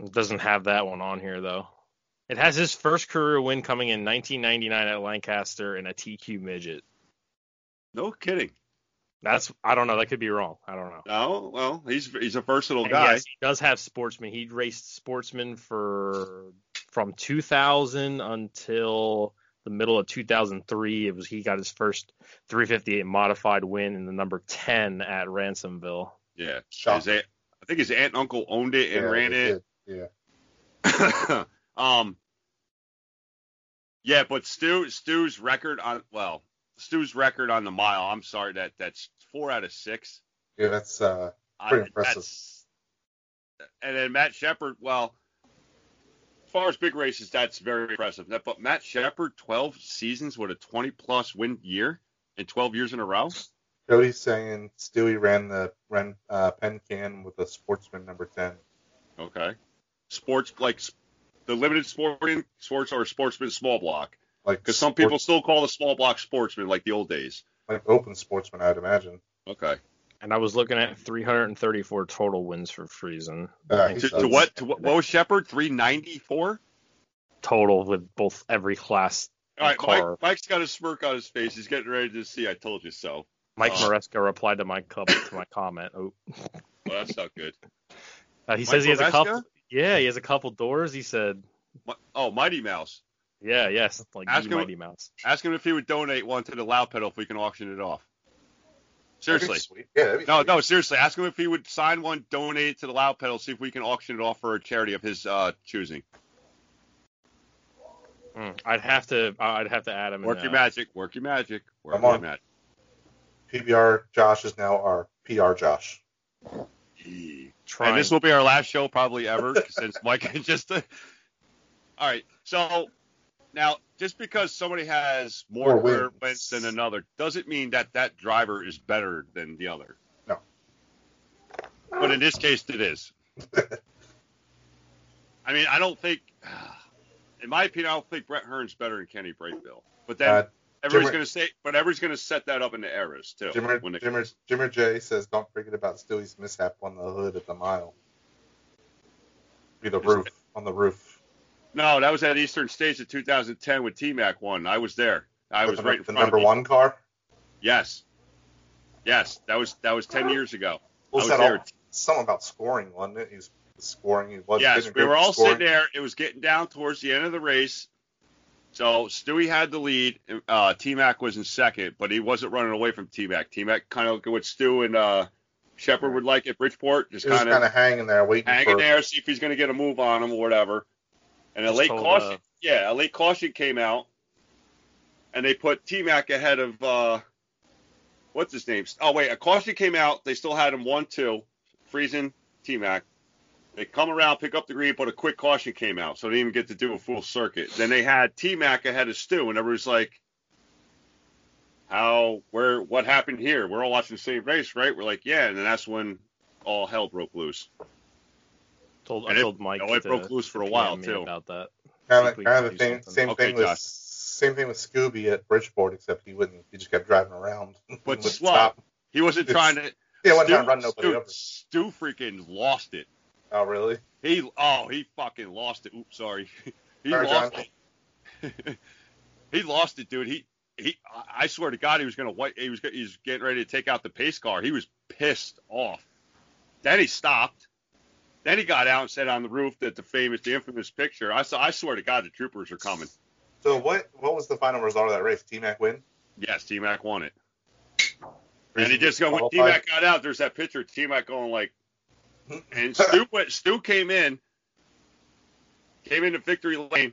[SPEAKER 1] It doesn't have that one on here though. It has his first career win coming in 1999 at Lancaster in a TQ midget.
[SPEAKER 3] No kidding.
[SPEAKER 1] That's I don't know. That could be wrong. I don't know.
[SPEAKER 3] Oh well, he's he's a versatile
[SPEAKER 1] And
[SPEAKER 3] guy.
[SPEAKER 1] yes, he does have sportsman. He raced sportsman for from 2000 until the middle of 2003. It was he got his first 358 modified win in the number 10 at Ransomville.
[SPEAKER 3] Yeah, his
[SPEAKER 2] Shocking.
[SPEAKER 3] aunt, I think his aunt and uncle owned it and
[SPEAKER 2] Yeah,
[SPEAKER 3] ran
[SPEAKER 2] they
[SPEAKER 3] it.
[SPEAKER 2] did, Yeah.
[SPEAKER 3] um, yeah, but Stu Stu's record on well Stu's record on the mile. I'm sorry that that's four out of six.
[SPEAKER 2] Yeah, that's uh,
[SPEAKER 3] I-
[SPEAKER 2] Pretty impressive.
[SPEAKER 3] that's- and then Matt Shepard, well, as far as big races, that's very impressive. That- But Matt Shepard, 12 seasons with a 20 plus win year and 12 years in a row.
[SPEAKER 2] good Cody's saying Stewie ran the ran uh, pen can with a sportsman number ten.
[SPEAKER 3] Okay. Sports like s- the limited sporting sports or sportsman small block
[SPEAKER 2] Like
[SPEAKER 3] because some
[SPEAKER 2] sports-
[SPEAKER 3] people still call the small block sportsman like the old days.
[SPEAKER 2] like open sportsman, I'd imagine.
[SPEAKER 3] Okay.
[SPEAKER 1] And I was looking at 334 total wins for Friesen.
[SPEAKER 2] Uh,
[SPEAKER 1] Thanks.
[SPEAKER 3] To,
[SPEAKER 2] sucks.
[SPEAKER 3] to what? To what, what was Shepard? Three ninety four.
[SPEAKER 1] Total with both every class.
[SPEAKER 3] All right,
[SPEAKER 1] Car.
[SPEAKER 3] Mike, Mike's got a smirk on his face. He's getting ready to see. I told you so.
[SPEAKER 1] Mike
[SPEAKER 3] Oh.
[SPEAKER 1] Maresca replied to my cup to my comment. Oh,
[SPEAKER 3] Well, that's not good.
[SPEAKER 1] uh, he
[SPEAKER 3] Mike
[SPEAKER 1] says he has a couple.
[SPEAKER 3] Maresca?
[SPEAKER 1] Yeah, he has a couple doors. He said,
[SPEAKER 3] Mi- Oh, Mighty Mouse.
[SPEAKER 1] yeah, yes, like
[SPEAKER 3] Ask
[SPEAKER 1] the
[SPEAKER 3] him-
[SPEAKER 1] Mighty Mouse.
[SPEAKER 3] Ask him if he would donate one to the loud pedal if we can auction it off.
[SPEAKER 2] That'd be
[SPEAKER 3] Seriously.
[SPEAKER 2] sweet. Yeah. that'd be
[SPEAKER 3] No,
[SPEAKER 2] sweet.
[SPEAKER 3] no, seriously. Ask him if he would sign one, donate it to the loud pedal, see if we can auction it off for a charity of his uh, choosing.
[SPEAKER 1] Mm, I'd have to, I'd have to add him.
[SPEAKER 3] Work
[SPEAKER 1] in,
[SPEAKER 3] your
[SPEAKER 1] uh,
[SPEAKER 3] magic. Work your magic. Work
[SPEAKER 2] Come
[SPEAKER 3] your
[SPEAKER 2] on.
[SPEAKER 3] magic.
[SPEAKER 2] PBR Josh is now our PR Josh.
[SPEAKER 3] Gee.
[SPEAKER 1] trying.
[SPEAKER 3] And this will be our last show probably ever since Mike is just. a- All right. So now, just because somebody has more
[SPEAKER 2] More wins.
[SPEAKER 3] career wins than another doesn't mean that that driver is better than the other.
[SPEAKER 2] No.
[SPEAKER 3] But in this case, it is. I mean, I don't think, in my opinion, I don't think Brett Hearn's better than Kenny Brakeville. But then
[SPEAKER 2] Uh,
[SPEAKER 3] everybody's
[SPEAKER 2] Jimmer-
[SPEAKER 3] going to say, but everybody's going to set that up into errors too.
[SPEAKER 2] Jimmer,
[SPEAKER 3] when they-
[SPEAKER 2] Jimmer, Jimmer J says, "Don't forget about Stewie's mishap on the hood at the mile. Be the roof on the roof.
[SPEAKER 3] No, that was at Eastern States in 2010 with T Mac won. I was there. I was
[SPEAKER 2] the,
[SPEAKER 3] right in
[SPEAKER 2] the
[SPEAKER 3] front
[SPEAKER 2] number
[SPEAKER 3] of you.
[SPEAKER 2] one car.
[SPEAKER 3] Yes, yes, that was that was 10 years ago.
[SPEAKER 2] What was
[SPEAKER 3] I was
[SPEAKER 2] that all-
[SPEAKER 3] there.
[SPEAKER 2] Something about scoring, wasn't it? He was scoring. He was
[SPEAKER 3] yes,
[SPEAKER 2] didn't
[SPEAKER 3] we
[SPEAKER 2] go
[SPEAKER 3] were
[SPEAKER 2] for
[SPEAKER 3] all
[SPEAKER 2] scoring.
[SPEAKER 3] sitting there. It was getting down towards the end of the race. So Stewie had the lead. Uh, T Mac was in second, but he wasn't running away from T Mac. T Mac kind of what Stu and uh, Shepard would like at Bridgeport, just
[SPEAKER 2] He was
[SPEAKER 3] kind of
[SPEAKER 2] kind of hanging there, waiting
[SPEAKER 3] hanging
[SPEAKER 2] for
[SPEAKER 3] there, see if he's going to get a move on him or whatever. And a
[SPEAKER 1] Just
[SPEAKER 3] late
[SPEAKER 1] told,
[SPEAKER 3] caution,
[SPEAKER 1] uh,
[SPEAKER 3] yeah, a late caution came out, and they put T Mac ahead of uh, what's his name? Oh wait, a caution came out. They still had him one two, freezing T Mac. They come around, pick up the green, but a quick caution came out, so they didn't even get to do a full circuit. Then they had T Mac ahead of Stu, and everybody's like, "How? Where? What happened here? We're all watching the same race, right?" We're like, "Yeah," and then that's when all hell broke loose.
[SPEAKER 1] told, I
[SPEAKER 3] and it-
[SPEAKER 1] told Mike.
[SPEAKER 3] oh, it
[SPEAKER 1] to-
[SPEAKER 3] broke loose for a
[SPEAKER 1] to
[SPEAKER 3] while,
[SPEAKER 1] PM me
[SPEAKER 3] too. Oh,
[SPEAKER 1] About that.
[SPEAKER 2] Kind
[SPEAKER 1] See if
[SPEAKER 2] of,
[SPEAKER 1] we
[SPEAKER 2] kind
[SPEAKER 1] can
[SPEAKER 2] of the
[SPEAKER 1] do
[SPEAKER 2] same,
[SPEAKER 1] something.
[SPEAKER 2] same
[SPEAKER 3] Okay,
[SPEAKER 2] thing with
[SPEAKER 3] Josh.
[SPEAKER 2] same thing with Scooby at Bridgeport, except he wouldn't. He just kept driving around. Wouldn't
[SPEAKER 3] slow.
[SPEAKER 2] stop.
[SPEAKER 3] He wasn't
[SPEAKER 2] It's-
[SPEAKER 3] trying to.
[SPEAKER 2] Yeah, wasn't
[SPEAKER 3] Stu-
[SPEAKER 2] trying to run nobody
[SPEAKER 3] Stu-
[SPEAKER 2] over.
[SPEAKER 3] Stu freaking lost it.
[SPEAKER 2] Oh, really?
[SPEAKER 3] He oh he fucking lost it. Oops, sorry. He
[SPEAKER 2] Sorry,
[SPEAKER 3] lost
[SPEAKER 2] John.
[SPEAKER 3] it. he lost it, dude. He he. I- I swear to God, he was gonna white. He was go- he was getting ready to take out the pace car. He was pissed off. Then he stopped. Then he got out and said on the roof that the famous, the infamous picture. I saw. I swear to God, the troopers are coming.
[SPEAKER 2] So what? What was the final result of that race? T Mac win.
[SPEAKER 3] Yes, T Mac won it. And he
[SPEAKER 2] Freezing
[SPEAKER 3] just go when T
[SPEAKER 2] qualified.
[SPEAKER 3] Mac got out, there's that picture of T Mac going like and Stu went, Stu came in came into victory lane.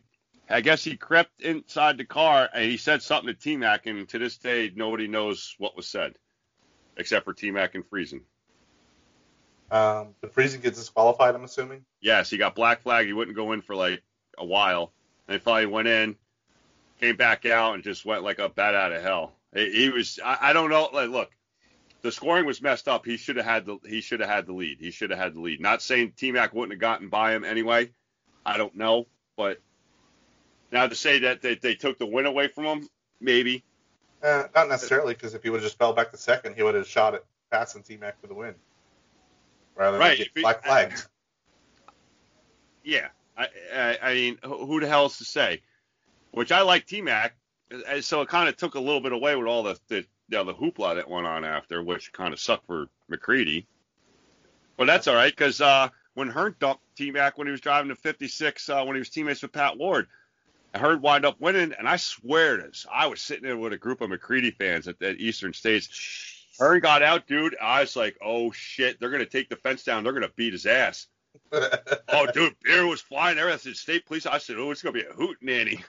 [SPEAKER 3] I guess he crept inside the car and he said something to T Mac and to this day nobody knows what was said. Except for T Mac and Friesen.
[SPEAKER 2] Um, the freezing gets disqualified. I'm assuming.
[SPEAKER 3] Yes, he got black flagged. He wouldn't go in for like a while. And finally went in, came back out, and just went like a bat out of hell. He, he was. I, I don't know. Like, look, the scoring was messed up. He should have had the. He should have had the lead. He should have had the lead. Not saying T Mac wouldn't have gotten by him anyway. I don't know, but now to say that they, they took the win away from him, maybe.
[SPEAKER 2] Uh, not necessarily, because if he would have just fell back to second, he would have shot it passing T Mac for the win. Rather
[SPEAKER 3] Right,
[SPEAKER 2] than get
[SPEAKER 3] if he-
[SPEAKER 2] black flagged.
[SPEAKER 3] Yeah, I, I, I mean, who who the hell is to say? Which I like T Mac, so it kind of took a little bit away with all the the, you know, the hoopla that went on after, which kind of sucked for McCready. But that's all right, because uh, when Hearn dumped T Mac when he was driving to 56, uh, when he was teammates with Pat Ward, Hearn wound up winning, and I swear this, I was sitting there with a group of McCready fans at, at Eastern States. Hearn got out, dude. I was like, oh shit, they're gonna take the fence down, they're gonna beat his ass. Oh, dude, beer was flying. Everything. I said, state police. I said, oh, it's gonna be a hoot nanny.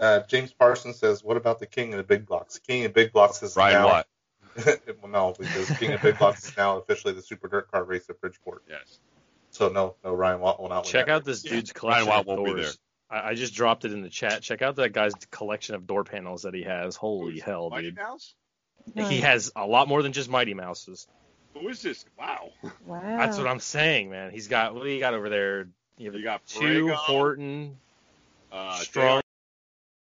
[SPEAKER 2] uh, James Parsons says, "What about the king of the big blocks? King of big blocks is now well, no, because King of Big Blocks is now officially the Super Dirt Car race at Bridgeport.
[SPEAKER 3] Yes.
[SPEAKER 2] So no, no, Ryan Watt will not win.
[SPEAKER 1] Check
[SPEAKER 2] that
[SPEAKER 1] out
[SPEAKER 2] race.
[SPEAKER 1] this dude's
[SPEAKER 3] Ryan
[SPEAKER 1] collection
[SPEAKER 3] Watt
[SPEAKER 1] of
[SPEAKER 3] won't be
[SPEAKER 1] doors. I, I just dropped it in the chat. Check out that guy's collection of door panels that he has. Holy
[SPEAKER 3] Who's
[SPEAKER 1] hell,
[SPEAKER 3] Mighty
[SPEAKER 1] dude!
[SPEAKER 3] Mouse?
[SPEAKER 1] He
[SPEAKER 4] Right.
[SPEAKER 1] has a lot more than just Mighty Mouses.
[SPEAKER 3] Who is this? Wow.
[SPEAKER 4] Wow.
[SPEAKER 1] That's what I'm saying, man. He's got what do you got over there? You, have
[SPEAKER 3] You got
[SPEAKER 1] two
[SPEAKER 3] Borrego.
[SPEAKER 1] Horton,
[SPEAKER 3] Uh,
[SPEAKER 1] Strong,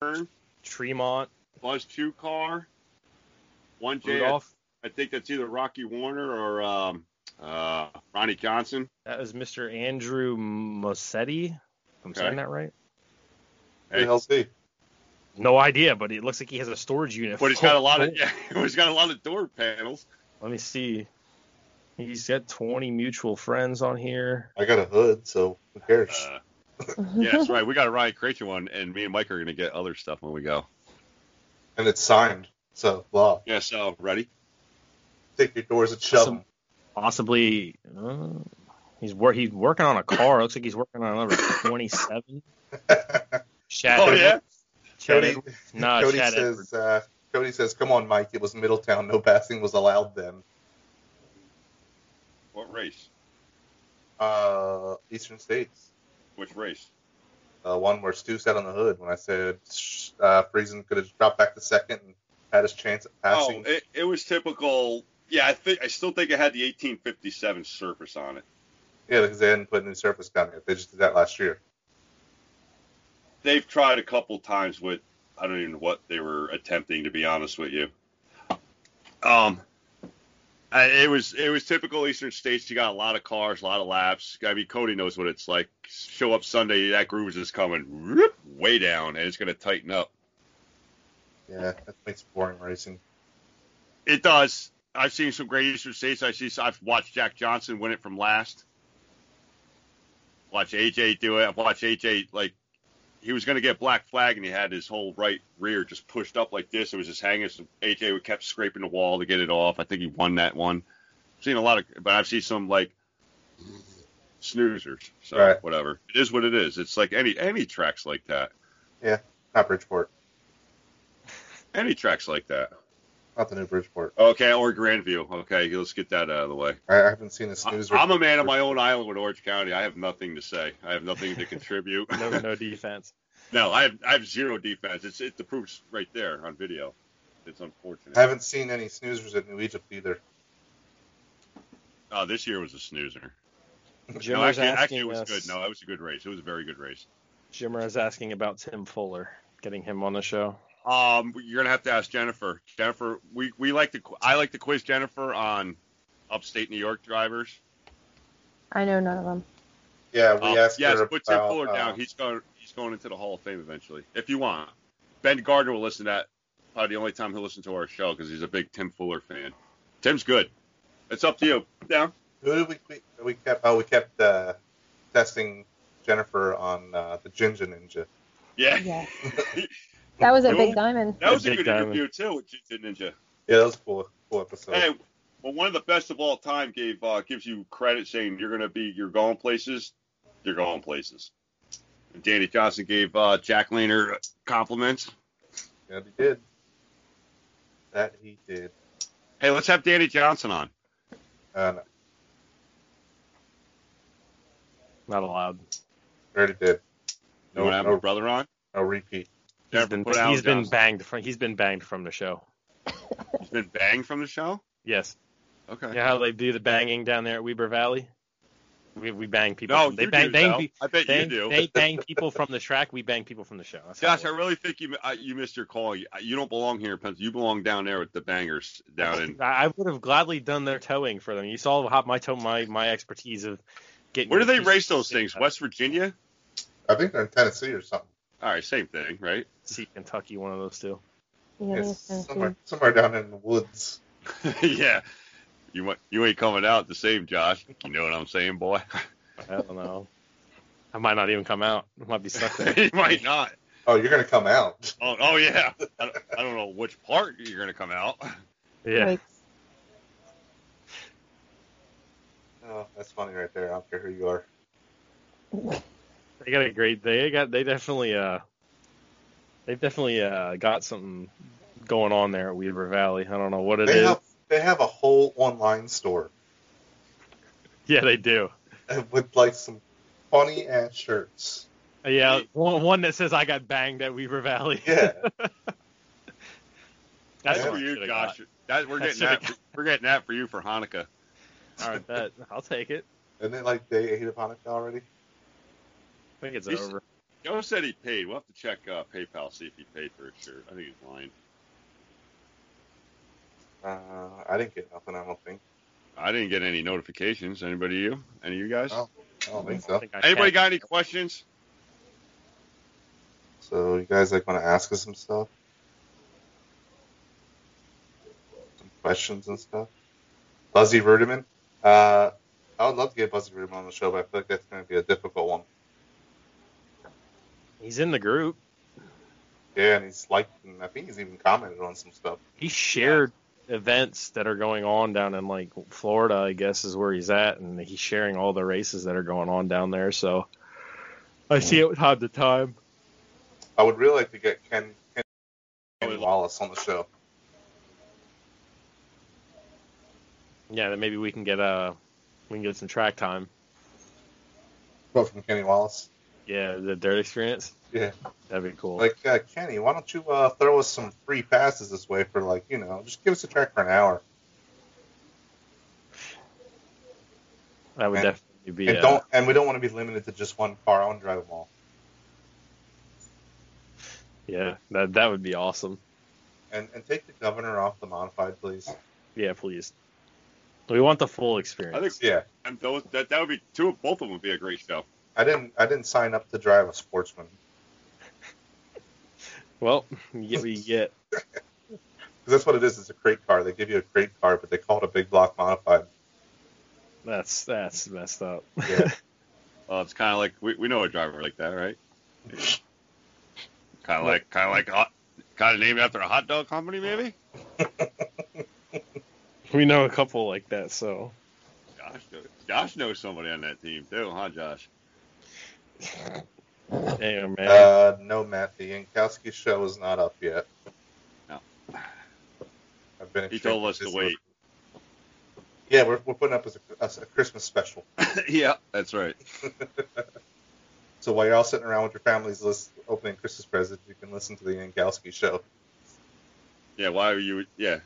[SPEAKER 3] Taylor,
[SPEAKER 1] Tremont,
[SPEAKER 3] Buzz Chukar. One J. I
[SPEAKER 1] Rudolph.
[SPEAKER 3] I think that's either Rocky Warner or um, uh, Ronnie Johnson.
[SPEAKER 1] That was Mr. Andrew Mossetti. I'm saying
[SPEAKER 3] Okay.
[SPEAKER 1] that right?
[SPEAKER 2] Who the hell's he?
[SPEAKER 1] No idea, but it looks like he has a storage unit. Oh,
[SPEAKER 3] But he's got a lot of yeah, he's got a lot of door panels.
[SPEAKER 1] Let me see. He's got 20 mutual friends on here.
[SPEAKER 2] I got a hood, so who cares?
[SPEAKER 3] Uh, yeah, that's right. We got a Ryan Crater one, and me and Mike are gonna get other stuff when we go.
[SPEAKER 2] and it's signed, so blah.
[SPEAKER 3] Yeah, so ready?
[SPEAKER 2] Take your doors and shove them.
[SPEAKER 1] Possibly, uh, he's wor- he's working on a car. looks like he's working on another 27. Chad.
[SPEAKER 3] Oh yeah.
[SPEAKER 1] Edwards. Chad
[SPEAKER 2] Cody,
[SPEAKER 1] Edwards. Nah,
[SPEAKER 2] Cody
[SPEAKER 1] Chad Edwards.
[SPEAKER 2] says, uh, Cody says, come on, Mike. It was Middletown. No passing was allowed then.
[SPEAKER 3] What race?
[SPEAKER 2] Uh, Eastern States.
[SPEAKER 3] Which race?
[SPEAKER 2] Uh, one where Stu sat on the hood when I said sh- uh, Friesen could have dropped back to second and had his chance at passing.
[SPEAKER 3] Oh, it, it was typical. Yeah, I think I still think it had the 1857 surface on it.
[SPEAKER 2] yeah, because they hadn't put a new surface down yet. They just did that last year.
[SPEAKER 3] They've tried a couple times with I don't even know what they were attempting to be honest with you. Um, I, it was it was typical Eastern States. You got a lot of cars, a lot of laps. I mean, Cody knows what it's like. Show up Sunday, that groove is just coming whoop, way down, and it's going to tighten up.
[SPEAKER 2] Yeah, that makes boring racing.
[SPEAKER 3] It does. I've seen some great Eastern States. I see. I've watched Jack Johnson win it from last. Watch AJ do it. I've watched AJ like he was going to get black flag, and he had his whole right rear just pushed up like this. It was just hanging. So AJ would kept scraping the wall to get it off. I think he won that one. I've seen a lot of, but I've seen some like snoozers. So
[SPEAKER 2] Right.
[SPEAKER 3] whatever. It is what it is. It's like any any tracks like that.
[SPEAKER 2] Not Bridgeport.
[SPEAKER 3] Any tracks like that.
[SPEAKER 2] Not the new Bridgeport.
[SPEAKER 3] Okay, or Grandview. Okay, let's get that out of the way.
[SPEAKER 2] I, I haven't seen a
[SPEAKER 3] I-
[SPEAKER 2] snoozer.
[SPEAKER 3] I'm a man of my own island with Orange County. I have nothing to say. I have nothing to contribute.
[SPEAKER 1] No, no defense.
[SPEAKER 3] no, I have I have zero defense. It's it, the proof's right there on video. It's
[SPEAKER 2] I
[SPEAKER 3] unfortunate.
[SPEAKER 2] haven't seen any snoozers at New Egypt either.
[SPEAKER 3] Oh, this year was a snoozer.
[SPEAKER 1] Jimmer's
[SPEAKER 3] no,
[SPEAKER 1] asking
[SPEAKER 3] actually, actually, it was
[SPEAKER 1] us-
[SPEAKER 3] good. No, it was a good race. It was a very good race.
[SPEAKER 1] Jimmer is asking about Tim Fuller, getting him on the show.
[SPEAKER 3] Um, you're gonna have to ask Jennifer. Jennifer, we we like to qu- I like to quiz Jennifer on upstate New York drivers.
[SPEAKER 4] I know none of them.
[SPEAKER 2] Yeah, we
[SPEAKER 3] Um,
[SPEAKER 2] asked
[SPEAKER 3] yes,
[SPEAKER 2] her
[SPEAKER 3] put Tim
[SPEAKER 2] about,
[SPEAKER 3] Fuller
[SPEAKER 2] uh,
[SPEAKER 3] down. He's going. He's going into the Hall of Fame eventually, if you want. Ben Gardner will listen to that. Probably the only time he'll listen to our show because he's a big Tim Fuller fan. Tim's good. It's up to you. Down.
[SPEAKER 2] Who did we we, we kept? Oh, we kept uh, testing Jennifer on uh, the Ginger Ninja.
[SPEAKER 3] Yeah.
[SPEAKER 4] Yeah. That was at
[SPEAKER 3] Well,
[SPEAKER 4] Big Diamond.
[SPEAKER 3] That was a
[SPEAKER 1] Big
[SPEAKER 3] good
[SPEAKER 1] diamond.
[SPEAKER 3] interview too with Jiu Ninja.
[SPEAKER 2] Yeah, that was a cool, cool episode.
[SPEAKER 3] Hey, well, one of the best of all time gave uh, gives you credit saying you're gonna be you're going places, you're going places. And Danny Johnson gave uh, Jack Lehner compliments.
[SPEAKER 2] Yeah, he did. That he did.
[SPEAKER 3] Hey, let's have Danny Johnson on.
[SPEAKER 2] Uh, no,
[SPEAKER 1] Not allowed.
[SPEAKER 2] already did.
[SPEAKER 3] You
[SPEAKER 2] No,
[SPEAKER 3] want to have my
[SPEAKER 2] no,
[SPEAKER 3] brother on?
[SPEAKER 2] no repeat.
[SPEAKER 1] He's
[SPEAKER 3] Jennifer,
[SPEAKER 1] been,
[SPEAKER 3] put Alan
[SPEAKER 1] he's been
[SPEAKER 3] Johnson.
[SPEAKER 1] banged from he's been banged from the show.
[SPEAKER 3] He's been banged from the show.
[SPEAKER 1] Yes.
[SPEAKER 3] Okay.
[SPEAKER 1] You know how they do the banging down there at Weber Valley? We, we bang people.
[SPEAKER 3] No,
[SPEAKER 1] they
[SPEAKER 3] you
[SPEAKER 1] bang
[SPEAKER 3] do,
[SPEAKER 1] bang,
[SPEAKER 3] Sal.
[SPEAKER 1] pe-
[SPEAKER 3] I bet
[SPEAKER 1] bang
[SPEAKER 3] you do.
[SPEAKER 1] they bang people from the track. We bang people from the show. That's how it
[SPEAKER 3] Josh, I
[SPEAKER 1] works.
[SPEAKER 3] really think you I- you missed your call. You, you don't belong here in Pennsylvania. You belong down there with the bangers down in.
[SPEAKER 1] I I would have gladly done their towing for them. You saw how my tow, my my expertise of getting.
[SPEAKER 3] Where do they
[SPEAKER 1] pieces
[SPEAKER 3] race
[SPEAKER 1] of
[SPEAKER 3] those
[SPEAKER 1] shit
[SPEAKER 3] things?
[SPEAKER 1] out of
[SPEAKER 3] West Virginia.
[SPEAKER 2] I think they're in Tennessee or something.
[SPEAKER 3] All right, same thing, right?
[SPEAKER 1] See Kentucky, one of those two.
[SPEAKER 4] Yeah,
[SPEAKER 2] It's
[SPEAKER 4] that's kinda
[SPEAKER 2] somewhere, somewhere down in the woods.
[SPEAKER 3] yeah. You wa- you ain't coming out the same, Josh. You know what I'm saying, boy?
[SPEAKER 1] I don't know. I might not even come out. I might be stuck there.
[SPEAKER 3] you might not.
[SPEAKER 2] Oh, you're gonna come out.
[SPEAKER 3] Oh, oh yeah. I, don't- I don't know which part you're gonna come out.
[SPEAKER 4] cool.
[SPEAKER 1] Yeah.
[SPEAKER 4] Like,
[SPEAKER 2] Oh, that's funny right there. I don't care who you are.
[SPEAKER 1] They got a great. They got. They definitely. Uh, they've definitely uh, got something going on there at Weaver Valley. I don't know what it is.
[SPEAKER 2] they have they have a whole online store
[SPEAKER 1] Yeah, they do.
[SPEAKER 2] with like some funny ass shirts.
[SPEAKER 1] Yeah, one, one that says I got banged at Weaver Valley.
[SPEAKER 2] Yeah.
[SPEAKER 1] That's
[SPEAKER 3] Good
[SPEAKER 1] what
[SPEAKER 3] for
[SPEAKER 1] I
[SPEAKER 3] you,
[SPEAKER 1] should've got.
[SPEAKER 3] Josh. That we're getting that. We're getting that for you for Hanukkah.
[SPEAKER 1] All right, bet. I'll take it.
[SPEAKER 2] Isn't it like day eight of Hanukkah already?
[SPEAKER 1] I think it's
[SPEAKER 3] He's-
[SPEAKER 1] over.
[SPEAKER 3] Joe said he paid. We'll have to check uh, PayPal see if he paid for his shirt. I think he's lying.
[SPEAKER 2] Uh, I didn't get nothing. I don't think.
[SPEAKER 3] I didn't get any notifications. Anybody you? Any of you guys?
[SPEAKER 2] Oh. I don't think
[SPEAKER 1] I
[SPEAKER 2] so.
[SPEAKER 1] think I
[SPEAKER 3] Anybody
[SPEAKER 1] can.
[SPEAKER 3] got any questions?
[SPEAKER 2] So you guys like want to ask us some stuff, some questions and stuff. Buzzy Ruderman. Uh, I would love to get Buzzy Ruderman on the show, but I feel like that's going to be a difficult one.
[SPEAKER 1] He's in the group.
[SPEAKER 2] Yeah, and he's liked, and I think he's even commented on some stuff.
[SPEAKER 1] He shared events that are going on down in like Florida, I guess, is where he's at, and he's sharing all the races that are going on down there. So I see it time to time.
[SPEAKER 2] I would really like to get Ken, Ken
[SPEAKER 3] I would
[SPEAKER 2] Ken Wallace on the show.
[SPEAKER 1] Yeah, then maybe we can get uh we can get some track time.
[SPEAKER 2] Quote from Kenny Wallace.
[SPEAKER 1] Yeah, the dirt experience.
[SPEAKER 2] Yeah.
[SPEAKER 1] That'd be cool.
[SPEAKER 2] Like uh, Kenny, why don't you uh, throw us some free passes this way for like you know, just give us a track for an hour
[SPEAKER 1] that would
[SPEAKER 2] and-
[SPEAKER 1] definitely be.
[SPEAKER 2] and
[SPEAKER 1] uh,
[SPEAKER 2] don't and we don't want to be limited to just one car. I want to drive them all.
[SPEAKER 1] Yeah, that that would be awesome.
[SPEAKER 2] And and take the governor off the modified, please.
[SPEAKER 1] Yeah, please. We want the full experience.
[SPEAKER 3] I think
[SPEAKER 2] Yeah,
[SPEAKER 3] and those that that would be two. of- Both of them would be a great show.
[SPEAKER 2] I didn't I didn't sign up to drive a sportsman
[SPEAKER 1] well, you get what you get.
[SPEAKER 2] 'Cause that's what it is. It's a crate car. They give you a crate car, but they call it a big block modified.
[SPEAKER 1] That's that's messed up.
[SPEAKER 2] Yeah.
[SPEAKER 3] Well, it's kind of like we, we know a driver like that, right? kind of like kind of like hot, kind of named after a hot dog company, maybe.
[SPEAKER 1] we know a couple like that, so
[SPEAKER 3] Josh, knows- Josh knows somebody on that team too, huh, Josh?
[SPEAKER 1] damn man.
[SPEAKER 2] Uh, no, Matt, the Yankowski show is not up yet.
[SPEAKER 3] No.
[SPEAKER 2] I've been.
[SPEAKER 3] He told us to wait.
[SPEAKER 2] Yeah, we're, we're putting up as a, as a Christmas special.
[SPEAKER 3] yeah, that's right.
[SPEAKER 2] So while you're all sitting around with your families, list, opening Christmas presents, you can listen to the Yankowski show.
[SPEAKER 3] Yeah, why are you? Yeah,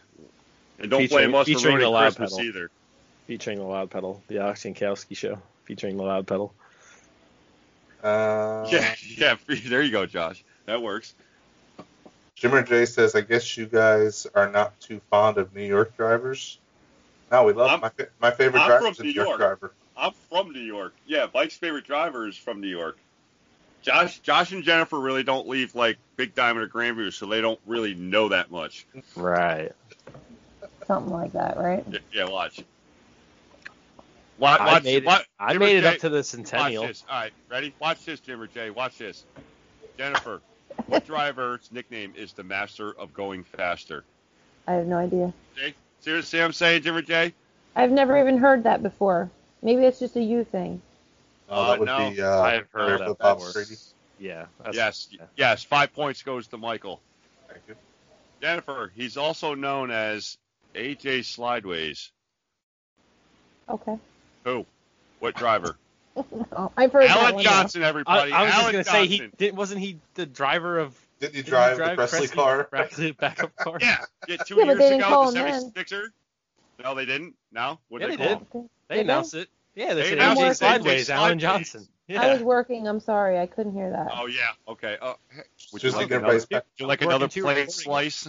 [SPEAKER 3] and don't
[SPEAKER 1] Featuring-
[SPEAKER 3] blame us for
[SPEAKER 1] featuring the
[SPEAKER 3] ruining
[SPEAKER 1] loud
[SPEAKER 3] Christmas
[SPEAKER 1] pedal.
[SPEAKER 3] either.
[SPEAKER 1] featuring the loud pedal, the Oxyankowski show, featuring the loud pedal.
[SPEAKER 2] Uh,
[SPEAKER 3] yeah,
[SPEAKER 1] Um,
[SPEAKER 3] yeah. There you go, Josh. That works.
[SPEAKER 2] Jimmer J says, I guess you guys are not too fond of New York drivers. No, we love
[SPEAKER 3] I'm-
[SPEAKER 2] my, fa- my favorite
[SPEAKER 3] I'm
[SPEAKER 2] driver
[SPEAKER 3] from
[SPEAKER 2] is a
[SPEAKER 3] New
[SPEAKER 2] New York,
[SPEAKER 3] York.
[SPEAKER 2] driver.
[SPEAKER 3] I'm from New York. Yeah, Mike's favorite driver is from New York. Josh, Josh and Jennifer really don't leave like Big Diamond or Grandview, so they don't really know that much.
[SPEAKER 1] Hmm. Right.
[SPEAKER 4] Something like that, right?
[SPEAKER 3] Yeah, yeah watch. Watch,
[SPEAKER 1] I
[SPEAKER 3] watch,
[SPEAKER 1] made it,
[SPEAKER 3] watch,
[SPEAKER 1] I
[SPEAKER 3] Jimmer
[SPEAKER 1] made it
[SPEAKER 3] J,
[SPEAKER 1] up to the
[SPEAKER 3] watch
[SPEAKER 1] centennial.
[SPEAKER 3] this. All right, ready? Watch this, Jimmer J. Watch this. Jennifer, what driver's nickname is the master of going faster?
[SPEAKER 4] I have no idea.
[SPEAKER 3] Jay, seriously, I'm saying, Jimmer J.
[SPEAKER 4] I've never even heard that before. Maybe that's just a you thing.
[SPEAKER 2] Oh,
[SPEAKER 3] Uh,
[SPEAKER 2] that would
[SPEAKER 3] no.
[SPEAKER 2] be uh,
[SPEAKER 1] I have heard
[SPEAKER 2] Barefoot
[SPEAKER 1] that
[SPEAKER 2] Bob
[SPEAKER 1] before.
[SPEAKER 2] Brady.
[SPEAKER 1] Yeah. that's-
[SPEAKER 3] Yes,
[SPEAKER 1] yeah.
[SPEAKER 3] yes. Five points goes to Michael.
[SPEAKER 2] Thank you.
[SPEAKER 3] Jennifer, he's also known as AJ Slideways.
[SPEAKER 4] Okay.
[SPEAKER 3] Who? What driver?
[SPEAKER 4] No, I've heard that
[SPEAKER 3] Alan
[SPEAKER 4] one.
[SPEAKER 3] Johnson,
[SPEAKER 1] I,
[SPEAKER 3] everybody.
[SPEAKER 1] I was just
[SPEAKER 3] Alan
[SPEAKER 1] gonna
[SPEAKER 3] Johnson.
[SPEAKER 1] say he did, wasn't he the driver of
[SPEAKER 2] Did you
[SPEAKER 1] didn't he
[SPEAKER 2] drive, the Presley, car?
[SPEAKER 1] Presley backup car.
[SPEAKER 3] Yeah, yeah, two
[SPEAKER 4] Yeah, but
[SPEAKER 3] years
[SPEAKER 4] they didn't
[SPEAKER 3] ago,
[SPEAKER 4] call
[SPEAKER 3] the
[SPEAKER 4] him then.
[SPEAKER 3] 76er. No, they didn't. No, what
[SPEAKER 1] Yeah,
[SPEAKER 3] did
[SPEAKER 1] they
[SPEAKER 3] they
[SPEAKER 1] did.
[SPEAKER 3] call
[SPEAKER 4] though.
[SPEAKER 3] him?
[SPEAKER 4] Okay.
[SPEAKER 1] They announced it. Yeah, they,
[SPEAKER 3] They
[SPEAKER 1] said
[SPEAKER 4] announced
[SPEAKER 1] AJ
[SPEAKER 4] it.
[SPEAKER 1] sideways,
[SPEAKER 3] They
[SPEAKER 1] Alan
[SPEAKER 3] sideways.
[SPEAKER 1] Johnson. Yeah.
[SPEAKER 4] I was working. I'm sorry. I couldn't hear that.
[SPEAKER 3] Oh yeah, okay. Uh,
[SPEAKER 2] She's
[SPEAKER 3] would you
[SPEAKER 2] just,
[SPEAKER 3] like
[SPEAKER 2] like
[SPEAKER 3] another,
[SPEAKER 2] everybody's
[SPEAKER 3] would
[SPEAKER 2] pe-
[SPEAKER 3] you like
[SPEAKER 1] Working
[SPEAKER 3] another
[SPEAKER 1] two
[SPEAKER 3] plate
[SPEAKER 1] recordings.
[SPEAKER 3] slice?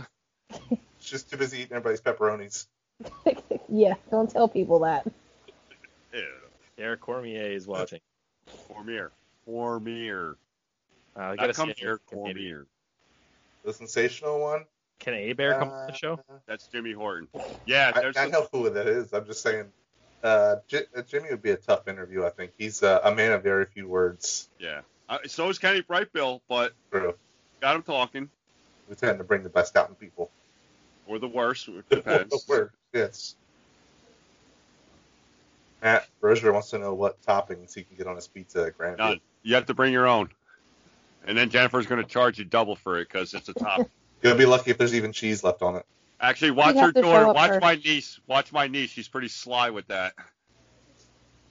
[SPEAKER 2] she's too busy eating everybody's pepperonis.
[SPEAKER 4] yeah. Don't tell people that.
[SPEAKER 3] Ew.
[SPEAKER 1] Eric Cormier is watching.
[SPEAKER 3] Cormier. Cormier.
[SPEAKER 1] Uh, I gotta
[SPEAKER 3] Not come
[SPEAKER 1] see-
[SPEAKER 3] here,
[SPEAKER 1] can Abe-
[SPEAKER 3] Cormier.
[SPEAKER 2] The sensational one. Uh,
[SPEAKER 1] Can A Bear come
[SPEAKER 3] Uh,
[SPEAKER 1] on the show?
[SPEAKER 3] That's Jimmy Horton. Yeah,
[SPEAKER 2] I,
[SPEAKER 3] there's
[SPEAKER 2] I
[SPEAKER 3] a-
[SPEAKER 2] know who that is. I'm just saying, uh, J- uh, Jimmy would be a tough interview. I think he's uh, a man of very few words.
[SPEAKER 3] yeah. Uh, so is Kenny Brightbill, but
[SPEAKER 2] True.
[SPEAKER 3] got him talking
[SPEAKER 2] We tend to bring the best out in people.
[SPEAKER 3] or the worst. It depends.
[SPEAKER 2] Word. Yes. Matt Rozier wants to know what toppings he can get on his pizza at Grandview.
[SPEAKER 3] None. You have to bring your own. And then Jennifer's going to charge you double for it because it's a top.
[SPEAKER 2] You'll be lucky if there's even cheese left on it.
[SPEAKER 3] Actually, watch
[SPEAKER 4] have
[SPEAKER 3] her
[SPEAKER 4] to show
[SPEAKER 3] daughter.
[SPEAKER 4] up
[SPEAKER 3] Watch
[SPEAKER 4] first.
[SPEAKER 3] my niece. Watch my niece. She's pretty sly with that.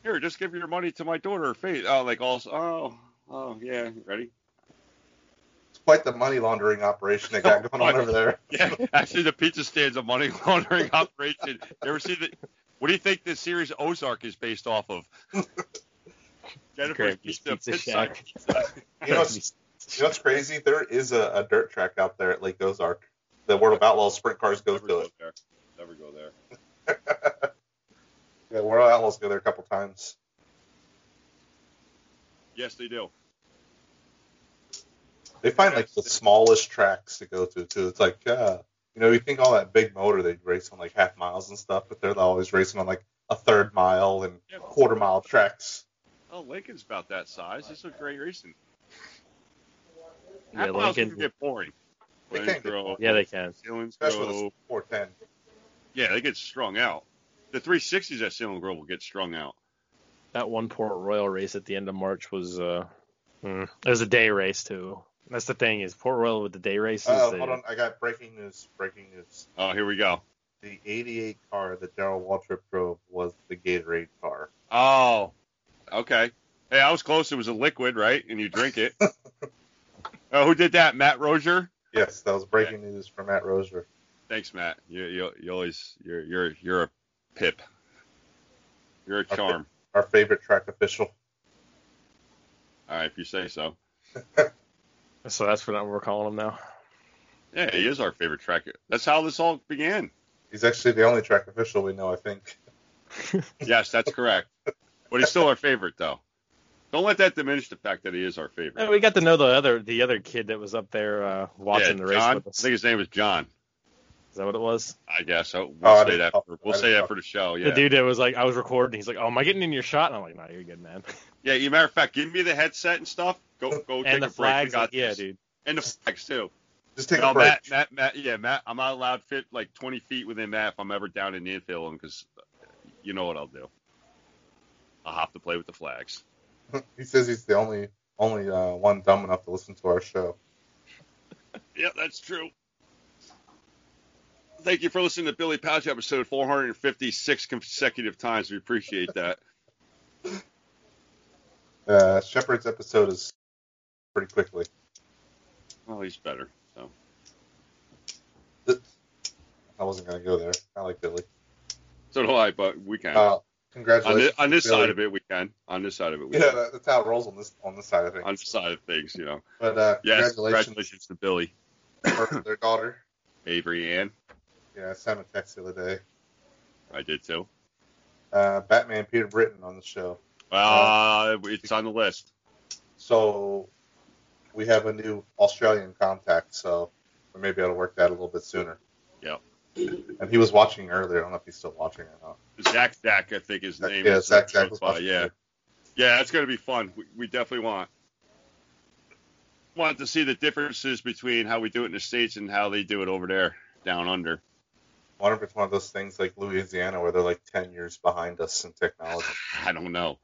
[SPEAKER 3] Here, just give your money to my daughter. Faith. Oh, like all. Oh, oh yeah. Ready?
[SPEAKER 2] quite the money laundering operation they got going on over there.
[SPEAKER 3] Yeah, actually, the pizza stand's a money laundering operation. You ever see the? What do you think the series Ozark is based off of? Jennifer's
[SPEAKER 1] Great,
[SPEAKER 3] Pizza,
[SPEAKER 1] Pizza
[SPEAKER 3] Pizza
[SPEAKER 1] Shack.
[SPEAKER 3] Pizza.
[SPEAKER 2] You know, it's- you know what's crazy? There is a, a dirt track out there at Lake Ozark. The World of Outlaws sprint cars go
[SPEAKER 3] Never
[SPEAKER 2] to
[SPEAKER 3] go
[SPEAKER 2] it.
[SPEAKER 3] there. Never go there.
[SPEAKER 2] Yeah, World of Outlaws go there a couple times.
[SPEAKER 3] Yes, they do.
[SPEAKER 2] They find like the smallest tracks to go to too. It's like, uh, you know, you think all that big motor they race on like half miles and stuff, but they're always racing on like a third mile and
[SPEAKER 3] Yeah, but-
[SPEAKER 2] quarter mile tracks.
[SPEAKER 3] Oh, Lincoln's about that size. It's a great racing.
[SPEAKER 1] Yeah,
[SPEAKER 3] Half miles
[SPEAKER 1] Lincoln-
[SPEAKER 3] can get boring.
[SPEAKER 2] They
[SPEAKER 3] Lanes
[SPEAKER 2] can get
[SPEAKER 3] grow,
[SPEAKER 2] boring.
[SPEAKER 1] Yeah, they can.
[SPEAKER 3] ceilings
[SPEAKER 2] Especially
[SPEAKER 3] grow.
[SPEAKER 2] with a 410.
[SPEAKER 3] Yeah, they get strung out. The 360s at Salem Grove will get strung out.
[SPEAKER 1] That one Port Royal race at the end of March was uh, mm, it was a day race too. That's the thing is Port Royal with the day races.
[SPEAKER 2] Uh,
[SPEAKER 1] they-
[SPEAKER 2] hold on, I got breaking news. Breaking news.
[SPEAKER 3] Oh, here we go.
[SPEAKER 2] The 88 car that Daryl Waltrip drove was the Gatorade car.
[SPEAKER 3] Oh, okay. Hey, I was close. It was a liquid, right? And you drink it. oh, who did that? Matt Rozier.
[SPEAKER 2] Yes, that was breaking news from Matt Roser.
[SPEAKER 3] Thanks, Matt. You, you, you always you're you're you're a pip. You're a
[SPEAKER 2] Okay.
[SPEAKER 3] charm.
[SPEAKER 2] Our favorite track official.
[SPEAKER 3] All right, if you say so.
[SPEAKER 1] So that's what we're calling them now.
[SPEAKER 3] Yeah, he is our favorite tracker. That's how this all began.
[SPEAKER 2] He's actually the only track official we know, I think.
[SPEAKER 3] Yes, that's correct. But he's still our favorite, though. Don't let that diminish the fact that he is our favorite.
[SPEAKER 1] And we got to know the other the other kid that was up there uh, watching
[SPEAKER 3] Yeah,
[SPEAKER 1] the race
[SPEAKER 3] John,
[SPEAKER 1] with us.
[SPEAKER 3] I think his name was John.
[SPEAKER 1] Is that what it was?
[SPEAKER 3] I guess. So we'll
[SPEAKER 2] Oh, I
[SPEAKER 3] say
[SPEAKER 2] didn't
[SPEAKER 3] that.
[SPEAKER 2] talk-
[SPEAKER 3] For, we'll
[SPEAKER 2] I
[SPEAKER 3] say
[SPEAKER 2] didn't
[SPEAKER 3] that for the show.
[SPEAKER 1] The
[SPEAKER 3] Yeah.
[SPEAKER 1] dude that was like, I was recording. He's like, Oh, am I getting in your shot? And I'm like, No, you're good, man.
[SPEAKER 3] Yeah. You matter of fact, give me the headset and stuff. Go go take
[SPEAKER 1] and the
[SPEAKER 3] a break. We
[SPEAKER 1] flags,
[SPEAKER 3] got
[SPEAKER 1] like, yeah,
[SPEAKER 3] this.
[SPEAKER 1] dude.
[SPEAKER 3] And the flags too.
[SPEAKER 2] Just take
[SPEAKER 3] No,
[SPEAKER 2] a break.
[SPEAKER 3] Matt, Matt, Matt, yeah, Matt. I'm not allowed fit like 20 feet within Matt if I'm ever down in the infield because you know what I'll do. I'll have to play with the flags.
[SPEAKER 2] He says he's the only only uh, one dumb enough to listen to our show.
[SPEAKER 3] Yeah, that's true. Thank you for listening to Billy Pouch episode 456 consecutive times. We appreciate that.
[SPEAKER 2] Uh, Shepard's episode is pretty quickly.
[SPEAKER 3] Well, he's better. So
[SPEAKER 2] I wasn't going to go there. I like Billy.
[SPEAKER 3] so do I, but we can.
[SPEAKER 2] Uh,
[SPEAKER 3] on
[SPEAKER 2] congratulations.
[SPEAKER 3] this, on this
[SPEAKER 2] Billy.
[SPEAKER 3] side of it, we can. On this side of it, we
[SPEAKER 2] Yeah,
[SPEAKER 3] can.
[SPEAKER 2] that- that's how it rolls on this on this side of
[SPEAKER 3] On
[SPEAKER 2] things.
[SPEAKER 3] this side of things, you know.
[SPEAKER 2] But uh,
[SPEAKER 3] Yes,
[SPEAKER 2] congratulations,
[SPEAKER 3] congratulations to Billy,
[SPEAKER 2] for their daughter.
[SPEAKER 3] Avery, Ann.
[SPEAKER 2] Yeah, I sent him a text the other day.
[SPEAKER 3] I did too.
[SPEAKER 2] Uh, Batman Peter Britton on the show.
[SPEAKER 3] Uh, it's on the list.
[SPEAKER 2] So we have a new Australian contact, so we may be able to work that a little bit sooner.
[SPEAKER 3] Yep.
[SPEAKER 2] And he was watching earlier. I don't know if he's still watching or not.
[SPEAKER 3] Zach Zach, I think his name
[SPEAKER 2] yeah,
[SPEAKER 3] is.
[SPEAKER 2] Zach Zach was
[SPEAKER 3] Uh,
[SPEAKER 2] watching.
[SPEAKER 3] yeah. Yeah, that's going to be fun. We, we definitely want want to see the differences between how we do it in the states and how they do it over there down under.
[SPEAKER 2] I wonder if it's one of those things like Louisiana where they're like ten years behind us in technology.
[SPEAKER 3] I don't know.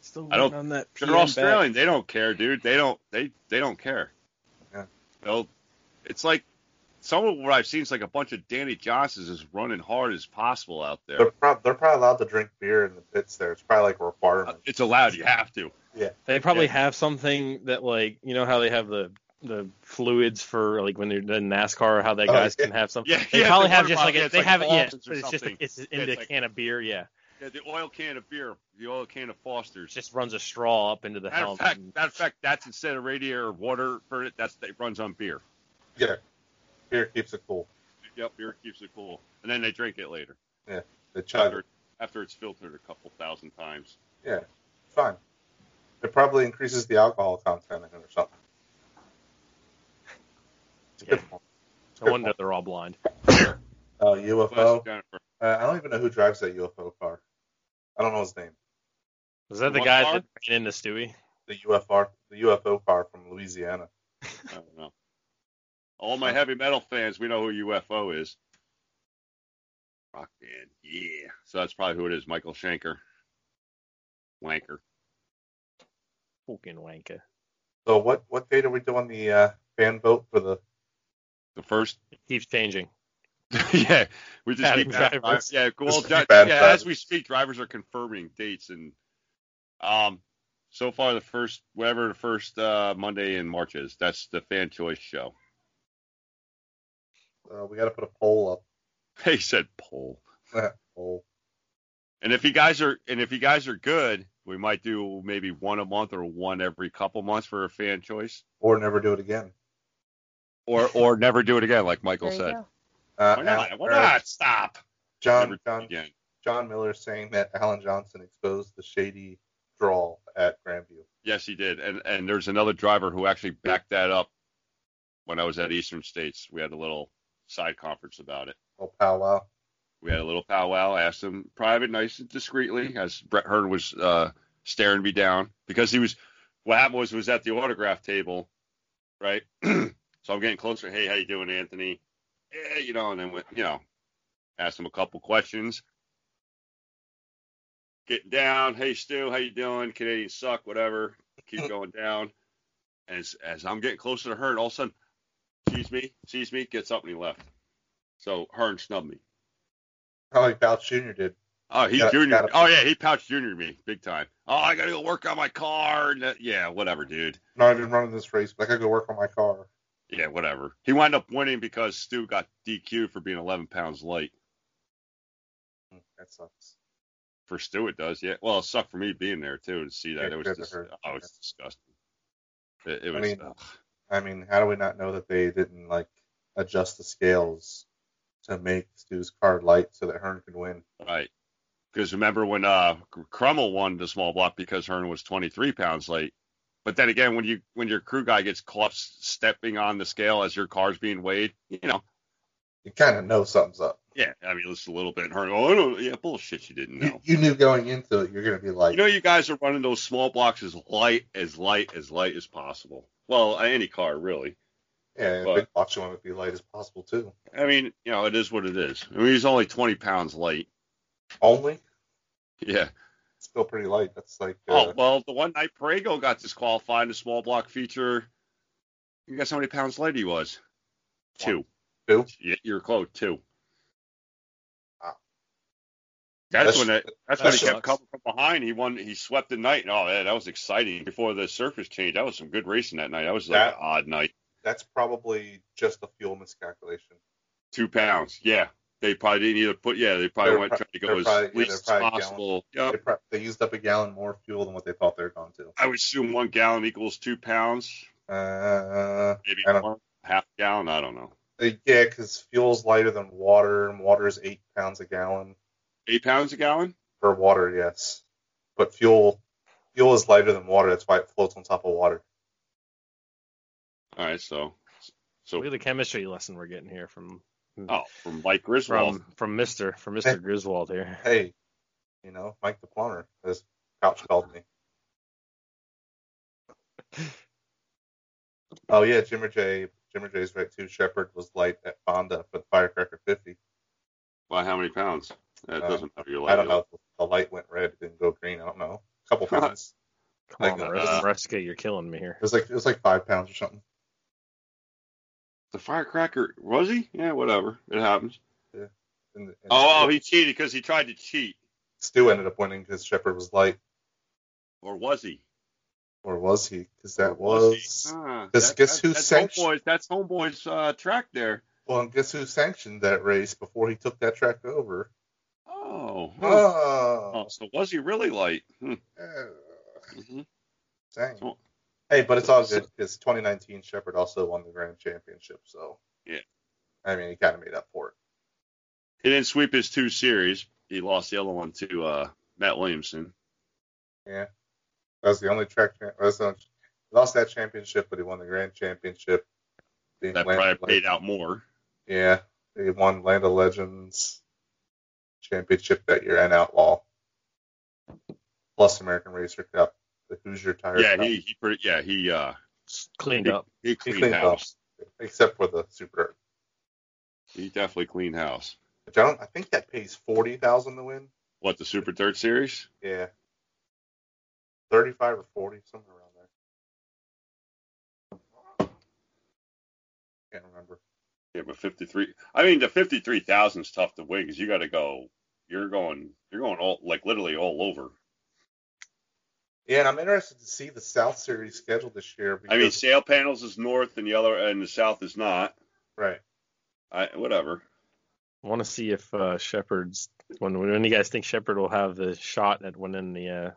[SPEAKER 1] Still
[SPEAKER 3] I don't-
[SPEAKER 1] waiting on that.
[SPEAKER 3] They're
[SPEAKER 1] PM back.
[SPEAKER 3] Australian. They don't care, dude. They don't. They they don't care.
[SPEAKER 2] Yeah.
[SPEAKER 3] They'll, it's like some of what I've seen is like a bunch of Danny Johnsons is running hard as possible out there.
[SPEAKER 2] They're, prob- they're probably allowed to drink beer in the pits there. It's probably like a requirement.
[SPEAKER 3] Uh,
[SPEAKER 1] Uh,
[SPEAKER 3] It's allowed. You have to.
[SPEAKER 1] They probably
[SPEAKER 3] Yeah.
[SPEAKER 1] have something that like you know how they have the the fluids for like when they're in NASCAR, how that
[SPEAKER 2] Oh,
[SPEAKER 1] guys
[SPEAKER 2] yeah.
[SPEAKER 1] can have something.
[SPEAKER 3] Yeah,
[SPEAKER 1] They
[SPEAKER 3] yeah,
[SPEAKER 1] probably
[SPEAKER 3] the
[SPEAKER 1] have
[SPEAKER 3] water
[SPEAKER 1] just
[SPEAKER 3] bottle,
[SPEAKER 1] like
[SPEAKER 3] yeah,
[SPEAKER 1] a,
[SPEAKER 3] it's
[SPEAKER 1] they
[SPEAKER 3] like
[SPEAKER 1] have it, yeah,
[SPEAKER 3] bottles or
[SPEAKER 1] but it's just like,
[SPEAKER 3] something.
[SPEAKER 1] it's in
[SPEAKER 3] Yeah,
[SPEAKER 1] the
[SPEAKER 3] it's like-
[SPEAKER 1] can of beer, yeah.
[SPEAKER 3] Yeah, the oil can of beer, the oil can of
[SPEAKER 1] It
[SPEAKER 3] Foster's.
[SPEAKER 1] just runs a straw up into the
[SPEAKER 3] Matter
[SPEAKER 1] helmet.
[SPEAKER 3] of fact,
[SPEAKER 1] and-
[SPEAKER 3] matter of fact, that's instead of radiator or water for it. That's that runs on beer.
[SPEAKER 2] Yeah, beer keeps it cool.
[SPEAKER 3] Yep, beer keeps it cool, and then they drink it later
[SPEAKER 2] They chug
[SPEAKER 3] after,
[SPEAKER 2] it.
[SPEAKER 3] after it's filtered a couple thousand times.
[SPEAKER 2] Yeah, it's fine. It probably increases the alcohol content in it or something. It's a good
[SPEAKER 1] Yeah.
[SPEAKER 2] one. It's a
[SPEAKER 1] no
[SPEAKER 2] good
[SPEAKER 1] wonder
[SPEAKER 2] one.
[SPEAKER 1] they're all blind.
[SPEAKER 2] Uh, UFO.
[SPEAKER 3] Plus, Jennifer-
[SPEAKER 2] Uh, I don't even know who drives that UFO car. I don't know his name.
[SPEAKER 1] Was that the
[SPEAKER 3] What
[SPEAKER 1] guy
[SPEAKER 3] car?
[SPEAKER 1] that ran into Stewie?
[SPEAKER 2] The UFR, the UFO car from Louisiana.
[SPEAKER 3] I don't know. All my heavy metal fans, we know who UFO is. Rock band, yeah. So that's probably who it is. Michael Shanker, wanker.
[SPEAKER 1] Fucking wanker.
[SPEAKER 2] So what what date are we doing the uh, fan vote for the?
[SPEAKER 3] The first
[SPEAKER 1] Keeps changing.
[SPEAKER 3] yeah, we just
[SPEAKER 1] Adding
[SPEAKER 3] keep adding
[SPEAKER 1] drivers.
[SPEAKER 3] dri- Yeah, cool.
[SPEAKER 2] Just keep
[SPEAKER 3] Dri-
[SPEAKER 2] adding
[SPEAKER 3] yeah,
[SPEAKER 2] drivers.
[SPEAKER 3] as we speak, drivers are confirming dates and um. so far the first whatever the first uh, Monday in March is. That's the fan choice show.
[SPEAKER 2] Uh, we got to put a poll up.
[SPEAKER 3] He said poll.
[SPEAKER 2] Poll.
[SPEAKER 3] And if you guys are and if you guys are good, we might do maybe one a month or one every couple months for a fan choice,
[SPEAKER 2] Or never do it again.
[SPEAKER 3] or or never do it again, like Michael
[SPEAKER 4] There you
[SPEAKER 3] said.
[SPEAKER 4] go.
[SPEAKER 2] Uh,
[SPEAKER 3] Why not? Why
[SPEAKER 2] Alan- uh,
[SPEAKER 3] not? Stop. Never
[SPEAKER 2] John,
[SPEAKER 3] do it
[SPEAKER 2] John,
[SPEAKER 3] again.
[SPEAKER 2] John Miller saying that Alan Johnson exposed the shady draw at Grandview.
[SPEAKER 3] Yes, he did. And and there's another driver who actually backed that up when I was at Eastern States. We had a little side conference about it.
[SPEAKER 2] Oh, powwow.
[SPEAKER 3] We had a little powwow. I asked him private, nice and discreetly, as Brett Hearn was uh, staring me down because he was. What happened was was at the autograph table, right? so I'm getting closer. Hey, how you doing, Anthony? Eh, you know, and then we- you know, asked him a couple questions. Getting down. Hey, Stu, how you doing? Canadians suck. Whatever. Keep going down. As as I'm getting closer to Hearn, all of a sudden, sees me, sees me, gets up and he left. So Hearn snubbed me.
[SPEAKER 2] Probably Bouch Jr. did.
[SPEAKER 3] Oh, he
[SPEAKER 2] Gotta-
[SPEAKER 3] junior.
[SPEAKER 2] gotta-
[SPEAKER 3] oh yeah, he pouch junior me big time. Oh, I gotta go work on my car. and that- Yeah, whatever, dude.
[SPEAKER 2] Not even running this race, but I could go work on my car.
[SPEAKER 3] Yeah, whatever. He wound up winning because Stu got DQ for being 11 pounds light.
[SPEAKER 2] Hmm, That sucks.
[SPEAKER 3] For Stu, it does. Yeah. Well, it sucked for me being there too to see that.
[SPEAKER 2] Yeah,
[SPEAKER 3] it was
[SPEAKER 2] good to
[SPEAKER 3] just.
[SPEAKER 2] hurt.
[SPEAKER 3] Oh, it's disgusting. It, it
[SPEAKER 2] I
[SPEAKER 3] was. uh,
[SPEAKER 2] mean-
[SPEAKER 3] ugh.
[SPEAKER 2] I mean, how do we not know that they didn't like adjust the scales to make Stu's car light so that Hearn could win?
[SPEAKER 3] Right. Because remember when uh Crummel won the small block because Hearn was 23 pounds late. But then again, when you when your crew guy gets caught s- stepping on the scale as your car's being weighed, you know,
[SPEAKER 2] You kind of know something's up.
[SPEAKER 3] yeah, I mean, just a little bit. Hearn, oh, I don't, yeah, bullshit, you didn't know.
[SPEAKER 2] You, you knew going into it, you're gonna be like,
[SPEAKER 3] You know, you guys are running those small blocks as light as light as light as possible. Well, any car really.
[SPEAKER 2] yeah,
[SPEAKER 3] what?
[SPEAKER 2] big box one would be light as possible too.
[SPEAKER 3] I mean, you know, it is what it is. I mean, he's only 20 pounds light.
[SPEAKER 2] Only
[SPEAKER 3] Yeah.
[SPEAKER 2] still pretty light. That's like uh,
[SPEAKER 3] Oh well, the one night Prego got disqualified in the small block feature. You guess how many pounds light he was? Two.
[SPEAKER 2] two.
[SPEAKER 3] Yeah, you're close. Two.
[SPEAKER 2] Wow.
[SPEAKER 3] That's,
[SPEAKER 2] That's-
[SPEAKER 3] when it, that's
[SPEAKER 1] that
[SPEAKER 3] when he kept
[SPEAKER 1] sucks.
[SPEAKER 3] coming from behind. He won. He swept the night. Oh, yeah, that was exciting. Before the surface change, that was some good racing that night. That was like
[SPEAKER 2] That-
[SPEAKER 3] an odd night.
[SPEAKER 2] That's probably just a fuel miscalculation.
[SPEAKER 3] Two pounds. Yeah, they probably didn't either put. Yeah, they probably
[SPEAKER 2] They're
[SPEAKER 3] went
[SPEAKER 2] pro-
[SPEAKER 3] trying to
[SPEAKER 2] they're
[SPEAKER 3] go as
[SPEAKER 2] probably- yeah,
[SPEAKER 3] least
[SPEAKER 2] they're
[SPEAKER 3] as
[SPEAKER 2] probably
[SPEAKER 3] possible.
[SPEAKER 2] They,
[SPEAKER 3] Yep.
[SPEAKER 2] pro- they used up a gallon more fuel than what they thought they were going to.
[SPEAKER 3] I would assume one gallon equals two pounds,
[SPEAKER 2] Uh,
[SPEAKER 3] maybe
[SPEAKER 2] I don't-
[SPEAKER 3] one half gallon. I don't know.
[SPEAKER 2] yeah, because fuel's lighter than water, and water is eight pounds a gallon.
[SPEAKER 3] Eight pounds a gallon.
[SPEAKER 2] For water, yes. But fuel fuel is lighter than water, that's why it floats on top of water.
[SPEAKER 3] All right, so
[SPEAKER 1] Look
[SPEAKER 3] so
[SPEAKER 1] at the chemistry lesson we're getting here from
[SPEAKER 3] oh, from Mike Griswold.
[SPEAKER 1] from from Mister from Mister Griswold here.
[SPEAKER 2] Hey, you know, Mike the plumber, as Couch called me. Oh yeah, Jimmer J Jimmer J's right too. Shepard was light at Fonda for the firecracker fifty.
[SPEAKER 3] By how many pounds? That
[SPEAKER 2] Uh,
[SPEAKER 3] doesn't matter. Your
[SPEAKER 2] I don't know if the light went red, it didn't go green, I don't know. A couple pounds.
[SPEAKER 1] Come on,
[SPEAKER 2] Like,
[SPEAKER 1] Mares-
[SPEAKER 3] uh,
[SPEAKER 1] Maresca, you're killing me here.
[SPEAKER 2] It was like it was like five pounds or something.
[SPEAKER 3] The firecracker was he? Yeah, whatever. It happens.
[SPEAKER 2] And, and
[SPEAKER 3] Oh, oh he cheated because he tried to cheat,
[SPEAKER 2] Stu ended up winning because Shepard was light,
[SPEAKER 3] or was he?
[SPEAKER 2] or was he? Because that
[SPEAKER 3] Was he?
[SPEAKER 2] was
[SPEAKER 3] Ah,
[SPEAKER 2] guess-
[SPEAKER 3] that-
[SPEAKER 2] guess
[SPEAKER 3] that-
[SPEAKER 2] who
[SPEAKER 3] that's
[SPEAKER 2] sanctioned-
[SPEAKER 3] homeboy's. That's homeboy's uh, track there.
[SPEAKER 2] Well, and guess who sanctioned that race before he took that track over?
[SPEAKER 3] Oh. Oh.
[SPEAKER 2] Oh,
[SPEAKER 3] so was he really light? Hmm.
[SPEAKER 2] uh,
[SPEAKER 3] Mhm.
[SPEAKER 2] dang.
[SPEAKER 3] So-
[SPEAKER 2] Hey, but it's all good because 2019 Shepard also won the Grand Championship, so
[SPEAKER 3] Yeah.
[SPEAKER 2] I mean, he kind of made up for it.
[SPEAKER 3] He didn't sweep his two series. He lost the other one to uh, Matt Williamson.
[SPEAKER 2] Yeah, that was the only track. cha- That's the only, he lost that championship, but he won the Grand Championship. He
[SPEAKER 3] That
[SPEAKER 2] landed
[SPEAKER 3] probably
[SPEAKER 2] like-
[SPEAKER 3] paid out more.
[SPEAKER 2] Yeah, he won Land of Legends championship that year and Outlaw, plus American Racer Cup, the Hoosier Tire.
[SPEAKER 3] Yeah,
[SPEAKER 2] Cup,
[SPEAKER 3] he, he pretty, yeah he uh
[SPEAKER 1] Cleaned up.
[SPEAKER 3] he cleaned,
[SPEAKER 2] cleaned up.
[SPEAKER 3] house.
[SPEAKER 2] except for the Super.
[SPEAKER 3] He definitely cleaned house.
[SPEAKER 2] Which I don't. I think that pays forty thousand to win.
[SPEAKER 3] What the Super Dirt Series?
[SPEAKER 2] Yeah, thirty-five or forty, somewhere around there. Can't remember.
[SPEAKER 3] Yeah, but 53. I mean, the 53,000 is tough to win because you got to go. You're going. You're going all like literally all over.
[SPEAKER 2] Yeah, and I'm interested to see the South Series schedule this year.
[SPEAKER 3] I mean, Sail Panels is north and Yellow and the South is not.
[SPEAKER 2] right.
[SPEAKER 3] I whatever.
[SPEAKER 1] I want to see if uh, Shepard's when when you guys think Shepard will have the shot at winning the uh,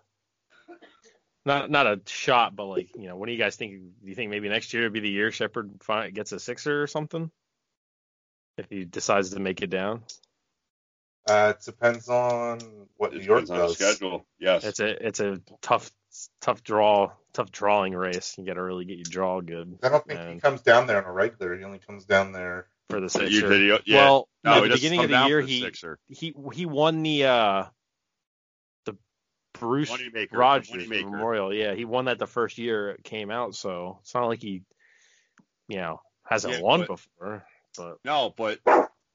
[SPEAKER 1] not not a shot, but like you know, when do you guys think? Do you think maybe next year would be the year Shepard fi- gets a sixer or something? If he decides to make it down,
[SPEAKER 2] Uh, it depends on what
[SPEAKER 3] It
[SPEAKER 2] New York
[SPEAKER 3] depends on the
[SPEAKER 2] does.
[SPEAKER 3] schedule. Yes.
[SPEAKER 1] it's a it's a tough tough draw tough drawing race. You got to really get your draw good
[SPEAKER 2] I don't think he
[SPEAKER 1] And-
[SPEAKER 2] comes down there on a regular. He only comes down there.
[SPEAKER 1] for the
[SPEAKER 3] You
[SPEAKER 1] sixer.
[SPEAKER 3] video- yeah.
[SPEAKER 1] Well,
[SPEAKER 3] no,
[SPEAKER 1] at
[SPEAKER 3] he
[SPEAKER 1] the
[SPEAKER 3] doesn't
[SPEAKER 1] beginning
[SPEAKER 3] come
[SPEAKER 1] of the
[SPEAKER 3] down
[SPEAKER 1] year,
[SPEAKER 3] for the
[SPEAKER 1] he
[SPEAKER 3] sixer.
[SPEAKER 1] he he won the uh the Bruce
[SPEAKER 3] Moneymaker, the
[SPEAKER 1] Rogers
[SPEAKER 3] moneymaker.
[SPEAKER 1] Memorial. Yeah, he won that the first year it came out, so it's not like he you know hasn't
[SPEAKER 3] Yeah,
[SPEAKER 1] won
[SPEAKER 3] but-
[SPEAKER 1] before. But
[SPEAKER 3] No, but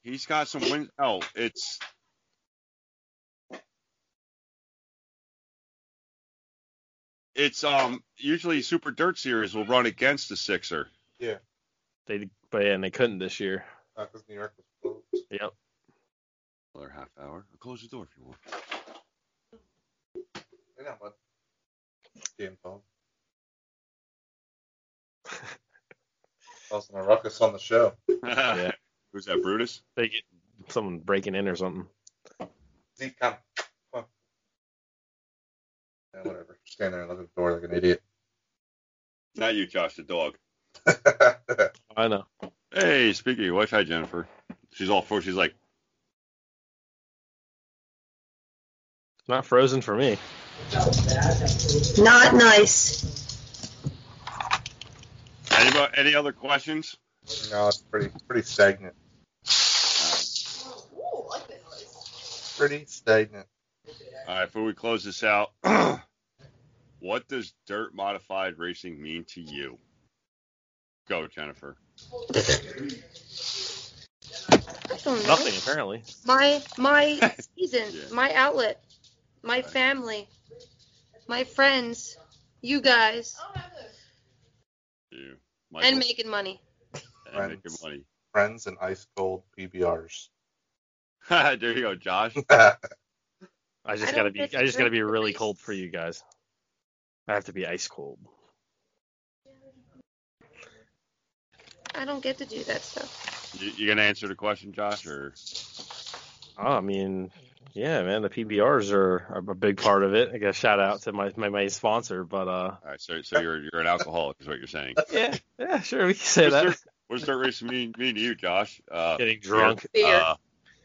[SPEAKER 3] he's got some wins. No, it's it's um usually Super Dirt Series will run against the Sixer.
[SPEAKER 1] they but yeah, and they couldn't this year.
[SPEAKER 2] Because uh, New York was closed.
[SPEAKER 1] Yep.
[SPEAKER 3] Another half hour. close the door if you want.
[SPEAKER 2] You know, but game phone. Causing a ruckus on the show.
[SPEAKER 1] Yeah.
[SPEAKER 3] Who's that, Brutus?
[SPEAKER 1] They get someone breaking in or something.
[SPEAKER 2] Zeke, come. Come on. Yeah, whatever. Stand there and look at the door like an idiot.
[SPEAKER 3] Not you, Josh, the dog.
[SPEAKER 1] I know.
[SPEAKER 3] Hey, speaking of your wife, hi Jennifer. She's all for. She's like,
[SPEAKER 1] It's not frozen for me.
[SPEAKER 5] Not nice.
[SPEAKER 3] any, any other questions?
[SPEAKER 2] no, it's pretty pretty stagnant. Pretty stagnant.
[SPEAKER 3] All right, before we close this out, what does dirt modified racing mean to you? Go, Jennifer.
[SPEAKER 5] I don't know.
[SPEAKER 1] Nothing apparently.
[SPEAKER 5] My my season,
[SPEAKER 3] Yeah.
[SPEAKER 5] my outlet, my family, my friends, you guys,
[SPEAKER 3] You, Michael,
[SPEAKER 5] and making money.
[SPEAKER 3] and making money.
[SPEAKER 2] Friends and ice cold PBRs.
[SPEAKER 3] there you go, Josh.
[SPEAKER 1] I
[SPEAKER 5] I
[SPEAKER 1] just
[SPEAKER 5] don't
[SPEAKER 1] gotta be
[SPEAKER 5] get to
[SPEAKER 1] I just gotta
[SPEAKER 5] drink
[SPEAKER 1] be
[SPEAKER 5] the
[SPEAKER 1] really
[SPEAKER 5] ice.
[SPEAKER 1] cold for you guys. I have to be ice cold.
[SPEAKER 5] I don't get to do that stuff.
[SPEAKER 3] You, you gonna answer the question, Josh, or
[SPEAKER 1] Oh, I mean, yeah, man, the PBRs are, are a big part of it. I guess shout out to my my, my sponsor, but uh,
[SPEAKER 3] all right? So, so you're you're an alcoholic, is what you're saying.
[SPEAKER 1] yeah, yeah, sure, we can say
[SPEAKER 3] Yes,
[SPEAKER 1] that.
[SPEAKER 3] sir. What does dirt racing mean, mean to you, Josh? Uh,
[SPEAKER 1] Getting drunk,
[SPEAKER 5] Beer.
[SPEAKER 3] Uh,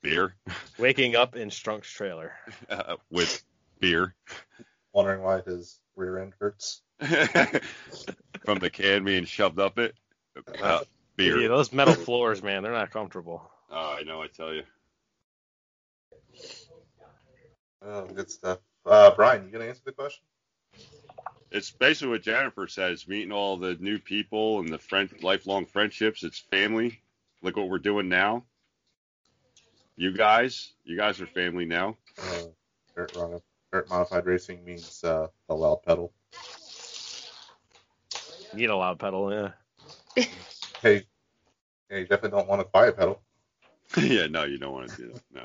[SPEAKER 3] beer
[SPEAKER 1] waking up in Strunk's trailer.
[SPEAKER 3] uh, with beer
[SPEAKER 2] Wondering why his rear end hurts.
[SPEAKER 3] from the can being shoved up it. Uh, beer.
[SPEAKER 1] Yeah, those metal floors, man, they're not comfortable.
[SPEAKER 3] Oh, I know. I tell you.
[SPEAKER 2] Oh, good stuff. Uh, Brian, you gonna answer the question?
[SPEAKER 3] it's basically what Jennifer says: meeting all the new people and the friend, lifelong friendships. It's family, like what we're doing now. You guys, you guys are family now.
[SPEAKER 2] Uh, dirt, run, dirt modified racing means uh, the loud pedal.
[SPEAKER 1] You need a loud pedal, yeah.
[SPEAKER 2] Hey, yeah, you definitely don't want a quiet pedal.
[SPEAKER 3] yeah, no, you don't want to do that. No.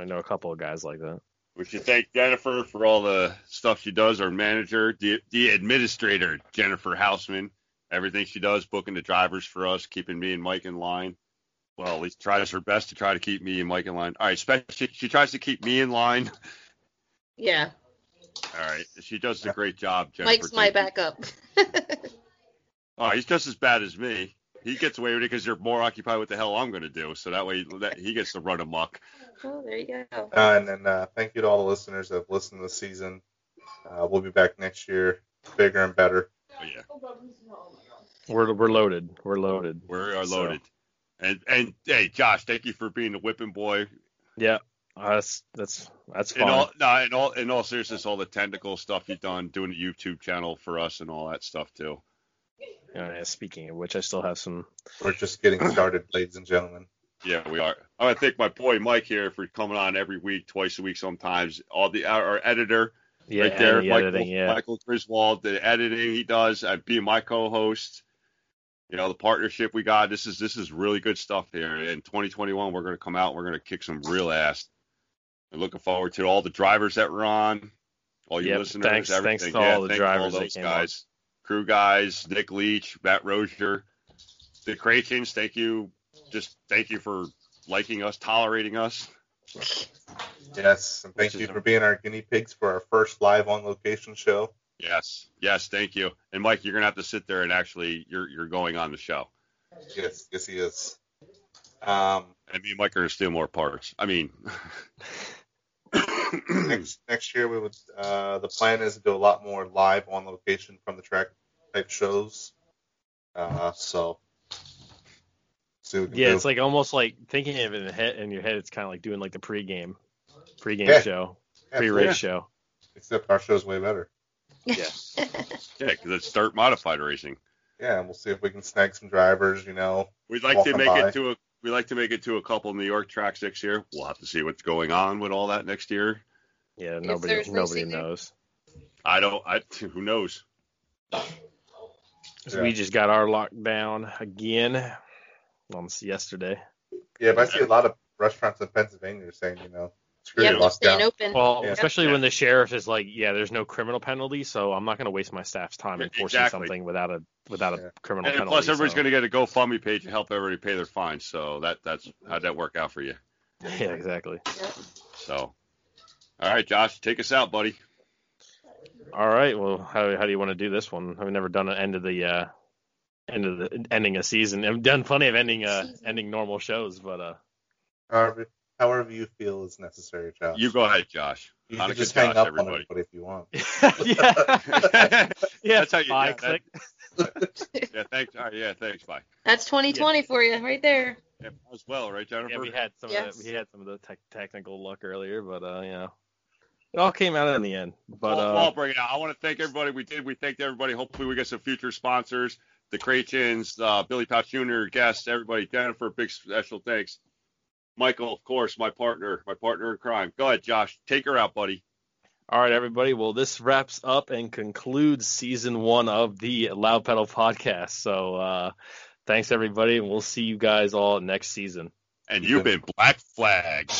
[SPEAKER 1] I know a couple of guys like that.
[SPEAKER 3] We should thank Jennifer for all the stuff she does. Our manager, the, the administrator, Jennifer Houseman. Everything she does, booking the drivers for us, keeping me and Mike in line. Well, at least tries her best to try to keep me and Mike in line. All right, especially she tries to keep me in line.
[SPEAKER 5] Yeah,
[SPEAKER 3] All right, she does a great job. Jennifer,
[SPEAKER 5] Mike's my
[SPEAKER 3] Thank you.
[SPEAKER 5] backup.
[SPEAKER 3] Oh, he's just as bad as me. He gets away with it because you're more occupied with the hell I'm going to do. So that way that, he gets to run amok.
[SPEAKER 5] oh, there you go.
[SPEAKER 2] Uh, and then uh, thank you to all the listeners that have listened this season. Uh, we'll be back next year, bigger and better.
[SPEAKER 3] Oh, yeah,
[SPEAKER 1] We're we're loaded. We're loaded.
[SPEAKER 3] we are
[SPEAKER 1] So-
[SPEAKER 3] uh, loaded. And and hey, Josh, thank you for being the whipping boy.
[SPEAKER 1] Yeah, uh, that's that's that's
[SPEAKER 3] In
[SPEAKER 1] fine.
[SPEAKER 3] all, no, in all, in all seriousness, all the tentacle stuff you've done, doing the YouTube channel for us, and all that stuff too.
[SPEAKER 1] Yeah, speaking of which, I still have some.
[SPEAKER 2] We're just getting started, ladies and gentlemen.
[SPEAKER 3] Yeah, we are. I want to thank my boy Mike here for coming on every week, twice a week, sometimes. All the our, our editor
[SPEAKER 1] Yeah,
[SPEAKER 3] right there,
[SPEAKER 1] and the
[SPEAKER 3] Michael,
[SPEAKER 1] editing. Yeah,
[SPEAKER 3] Michael Griswold, the editing he does, uh, being my co-host. You know the partnership we got. This is this is really good stuff here. In 2021, we're going to come out. We're going to kick some real ass. And looking forward to all the drivers that were on, all you
[SPEAKER 1] Yep,
[SPEAKER 3] listeners,
[SPEAKER 1] thanks-
[SPEAKER 3] everything.
[SPEAKER 1] thanks to
[SPEAKER 3] yeah,
[SPEAKER 1] all the
[SPEAKER 3] thanks
[SPEAKER 1] drivers
[SPEAKER 3] to all
[SPEAKER 1] that
[SPEAKER 3] those
[SPEAKER 1] came
[SPEAKER 3] guys, crew guys, Nick Leach, Matt Rozier, the Creatins. Thank you, just thank you for liking us, tolerating us.
[SPEAKER 2] Yes, and thank
[SPEAKER 3] Which
[SPEAKER 2] you
[SPEAKER 3] is-
[SPEAKER 2] for being our guinea pigs for our first live on location show.
[SPEAKER 3] Yes, yes, thank you. And Mike, you're gonna have to sit there and actually, you're you're going on the show.
[SPEAKER 2] Yes, yes he is. Um,
[SPEAKER 3] And me and Mike are gonna steal more parts. I mean,
[SPEAKER 2] next next year we would uh, the plan is to do a lot more live on location from the track type shows. Uh, so see what we can
[SPEAKER 1] Yeah,
[SPEAKER 2] do.
[SPEAKER 1] it's like almost like thinking of it in, the head, in your head. It's kind of like doing like the pregame, pregame
[SPEAKER 2] Yeah.
[SPEAKER 1] show,
[SPEAKER 2] Yeah,
[SPEAKER 1] pre-race
[SPEAKER 3] yeah.
[SPEAKER 1] show.
[SPEAKER 2] Except our show's way better.
[SPEAKER 3] yes, yeah, because it's dirt modified racing.
[SPEAKER 2] Yeah, and we'll see if we can snag some drivers. You know,
[SPEAKER 3] We'd like
[SPEAKER 2] Walking
[SPEAKER 3] to make
[SPEAKER 2] by.
[SPEAKER 3] it to a we like to make it to a couple New York tracks next year. We'll have to see what's going on with all that next year.
[SPEAKER 1] Yeah, nobody
[SPEAKER 5] there's
[SPEAKER 1] nobody
[SPEAKER 5] racing there?
[SPEAKER 1] knows.
[SPEAKER 3] I don't. I who knows.
[SPEAKER 1] So We
[SPEAKER 2] Yeah.
[SPEAKER 1] just got our lockdown again on s- yesterday.
[SPEAKER 2] yeah, but I see a lot of restaurants in Pennsylvania are saying, you know, screw
[SPEAKER 5] Yep,
[SPEAKER 2] your lockdown.
[SPEAKER 5] staying open.
[SPEAKER 1] Well,
[SPEAKER 2] Yeah.
[SPEAKER 1] especially
[SPEAKER 3] Yeah.
[SPEAKER 1] when the sheriff is like, "Yeah, there's no criminal penalty, so I'm not going to waste my staff's time
[SPEAKER 3] Yeah,
[SPEAKER 1] enforcing
[SPEAKER 3] exactly.
[SPEAKER 1] something without a without
[SPEAKER 2] Yeah.
[SPEAKER 1] a criminal
[SPEAKER 3] And
[SPEAKER 1] penalty."
[SPEAKER 3] plus, everybody's
[SPEAKER 1] so-
[SPEAKER 3] going to get a GoFundMe page to help everybody pay their fines. So that that's how'd that work out for you.
[SPEAKER 1] Yeah, exactly.
[SPEAKER 3] So, all right, Josh, take us out, buddy.
[SPEAKER 1] All right. Well, how how do you want to do this one? I've never done an end of the uh, end of the ending a season. I've done plenty of ending uh,
[SPEAKER 5] Season.
[SPEAKER 1] ending normal shows, but uh,
[SPEAKER 2] However, however you feel is necessary, Josh.
[SPEAKER 3] You go ahead, Josh.
[SPEAKER 2] You
[SPEAKER 3] Hanukkah
[SPEAKER 2] can just
[SPEAKER 3] Josh,
[SPEAKER 2] hang up on
[SPEAKER 3] everybody.
[SPEAKER 2] everybody if you want.
[SPEAKER 1] yeah, yeah.
[SPEAKER 3] That's how you do
[SPEAKER 1] Bye,
[SPEAKER 3] that.
[SPEAKER 1] click.
[SPEAKER 3] yeah, thanks. All right, yeah, thanks. Bye.
[SPEAKER 5] That's 2020 for you, right there.
[SPEAKER 3] Yeah, as well, right, Jennifer?
[SPEAKER 1] Yeah, we had some
[SPEAKER 5] Yes.
[SPEAKER 1] of the, we had some of the tech technical luck earlier, but uh, you know, it all came out in the end. But
[SPEAKER 3] Well,
[SPEAKER 1] uh,
[SPEAKER 3] well, bring it out. I want to thank everybody. We did. We thanked everybody. Hopefully, we get some future sponsors. The Crachins, uh, Billy Pouch Jr., guests, everybody. Jennifer, big special thanks. Michael, of course, my partner, my partner in crime. Go ahead, Josh. Take her out, buddy.
[SPEAKER 1] All right, everybody. Well, this wraps up and concludes season one of the Loud Pedal podcast. So uh, thanks, everybody, and we'll see you guys all next season.
[SPEAKER 3] And you've been Black Flag.